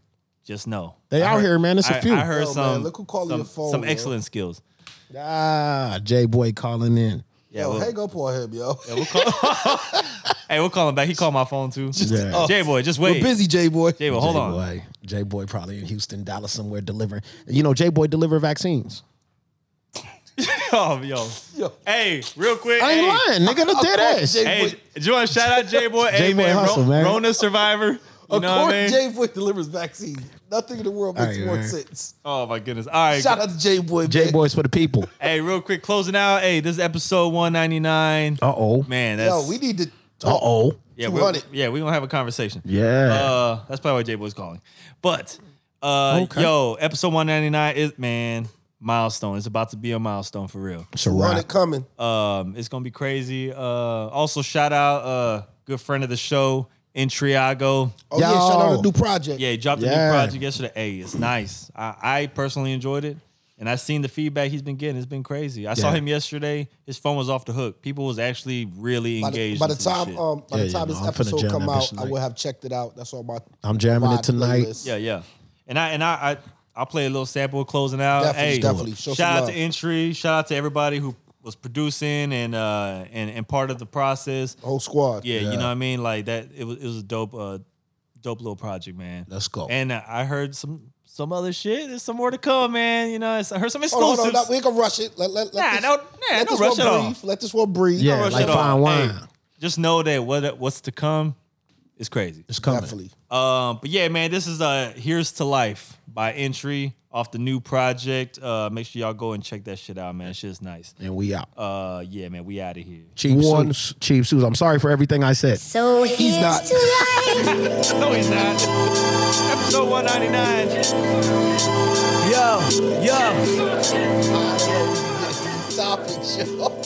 Just know They I out here, man. It's a I- few. I heard Yo, man, some. look who calling some, your phone, Some yo. excellent skills. Ah, J Boy calling in. Yeah, yo, we'll, hang up on him, yo. hey, we'll call him back. He called my phone too. Yeah. oh, J boy, just We're wait. busy, J boy. J boy, hold on. J-Boy. J Boy probably in Houston, Dallas, somewhere delivering. You know, J Boy deliver vaccines. Oh, yo. Yo. Hey, real quick. I ain't hey. lying, nigga. The dead ass. J- Hey, do you want to shout out J Boy? Hey, J-Boy man, hustle, man. Rona survivor. You Of know what I course, mean? J boy delivers vaccines. Nothing in the world makes Aight, more man. sense. oh my goodness. All right. Shout out to J boy. J Boy's for the people. Hey, real quick, closing out. Hey, this is episode 199. Uh oh. Man, that's Yo, we need to. Uh oh. yeah, we're, 200. yeah, we're gonna have a conversation. Yeah. Uh, that's probably why J Boy's calling. But uh, Okay. yo, episode 199 is man milestone. It's about to be a milestone for real. it's a Run wrap. it coming. Um, it's gonna be crazy. Uh, also shout out uh good friend of the show, Intriago. Oh yeah, shout out Yo. to new project. Yeah, he dropped a Yeah. new project yesterday. Hey, it's nice. I, I personally enjoyed it. And I seen the feedback he's been getting. It's been crazy. I saw Yeah. him yesterday. His phone was off the hook. People was actually really By the, engaged. by the into this time shit. um by Yeah, the yeah, time no, this I'm finna episode jam come that out, bitch I will have checked it out. That's on my. I'm jamming it Vibe tonight. playlist. Yeah, yeah. And I and I, I I'll play a little sample closing out. Definitely, hey, definitely. Show some shout out love. to Entry. Shout out to everybody who was producing and uh and, and part of the process. Whole squad. Yeah, you know what I mean. Like that, it was it was a dope uh dope little project, man. Let's go. And I heard some some other shit. There's some more to come, man. You know, it's- I heard some Hold on, exclusives. hold on, no, we ain't gonna rush it. Let, let, let Nah, this, don't- nah, let don't this rush one it breathe. off. Let this one breathe. Yeah, Rush like it off. fine wine. Hey, just know that what what's to come is crazy. It's coming. Definitely. Um, but yeah, man, this is uh Here's to Life by Entry off the new project. Uh make sure y'all go and check that shit out, man. Shit's nice. And we out. Uh yeah, man, we out of here. Cheap One- suits. Cheap suits. I'm sorry for everything I said. So here's not. to life. No, he's not. Episode 199. Yo, yo, Stop it, yo. look.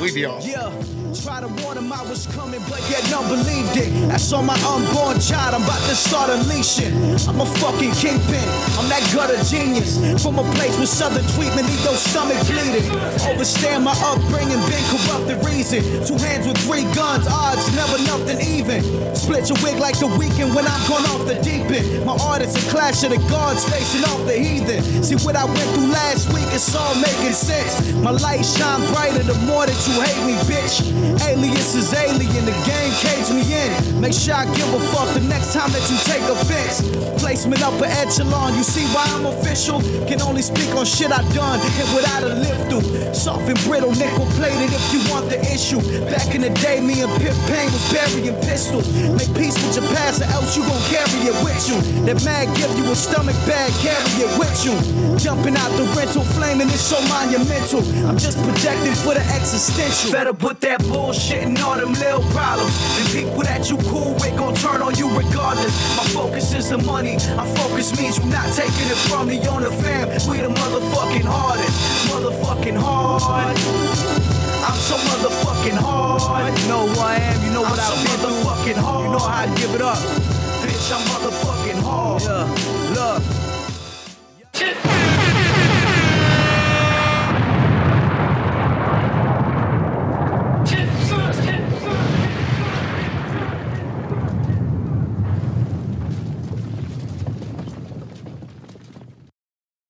We be on. Yeah. Try to warn him I was coming, but yet none believed it. I saw my unborn child, I'm about to start unleashing. I'm a fucking kingpin, I'm that gutter genius. From a place where southern treatment leave your stomach bleeding. Overstand my upbringing, been corrupted reason. Two hands with three guns, odds never nothing even. Split your wig like the weekend when I'm gone off the deep end. My art is a clash of the gods facing off the heathen. See what I went through last week, it's all making sense. My light shine brighter the more that that you hate me, bitch. Alias is alien, the game caged me in. Make sure I give a fuck the next time that you take offense. Placement upper echelon, you see why I'm official? Can only speak on shit I done and what I done lived through. Soft and brittle, nickel plated if you want the issue. Back in the day, me and Pip Payne was burying pistols. Make peace with your past or else you gon' carry it with you. That mag give you a stomach bag, carry it with you. Jumping out the rental, flaming it's so monumental. I'm just projecting for the existential. Better put that bullshit in all them little problems. The people that you cool with gon' turn on you regardless. My focus is the money. My focus means you not taking it from me on the fam. We the motherfucking hardest. Motherfucking hard. I'm so motherfucking hard. You know who I am, you know what I've been through. You know how I give it up. Bitch, I'm motherfucking hard. Yeah, look.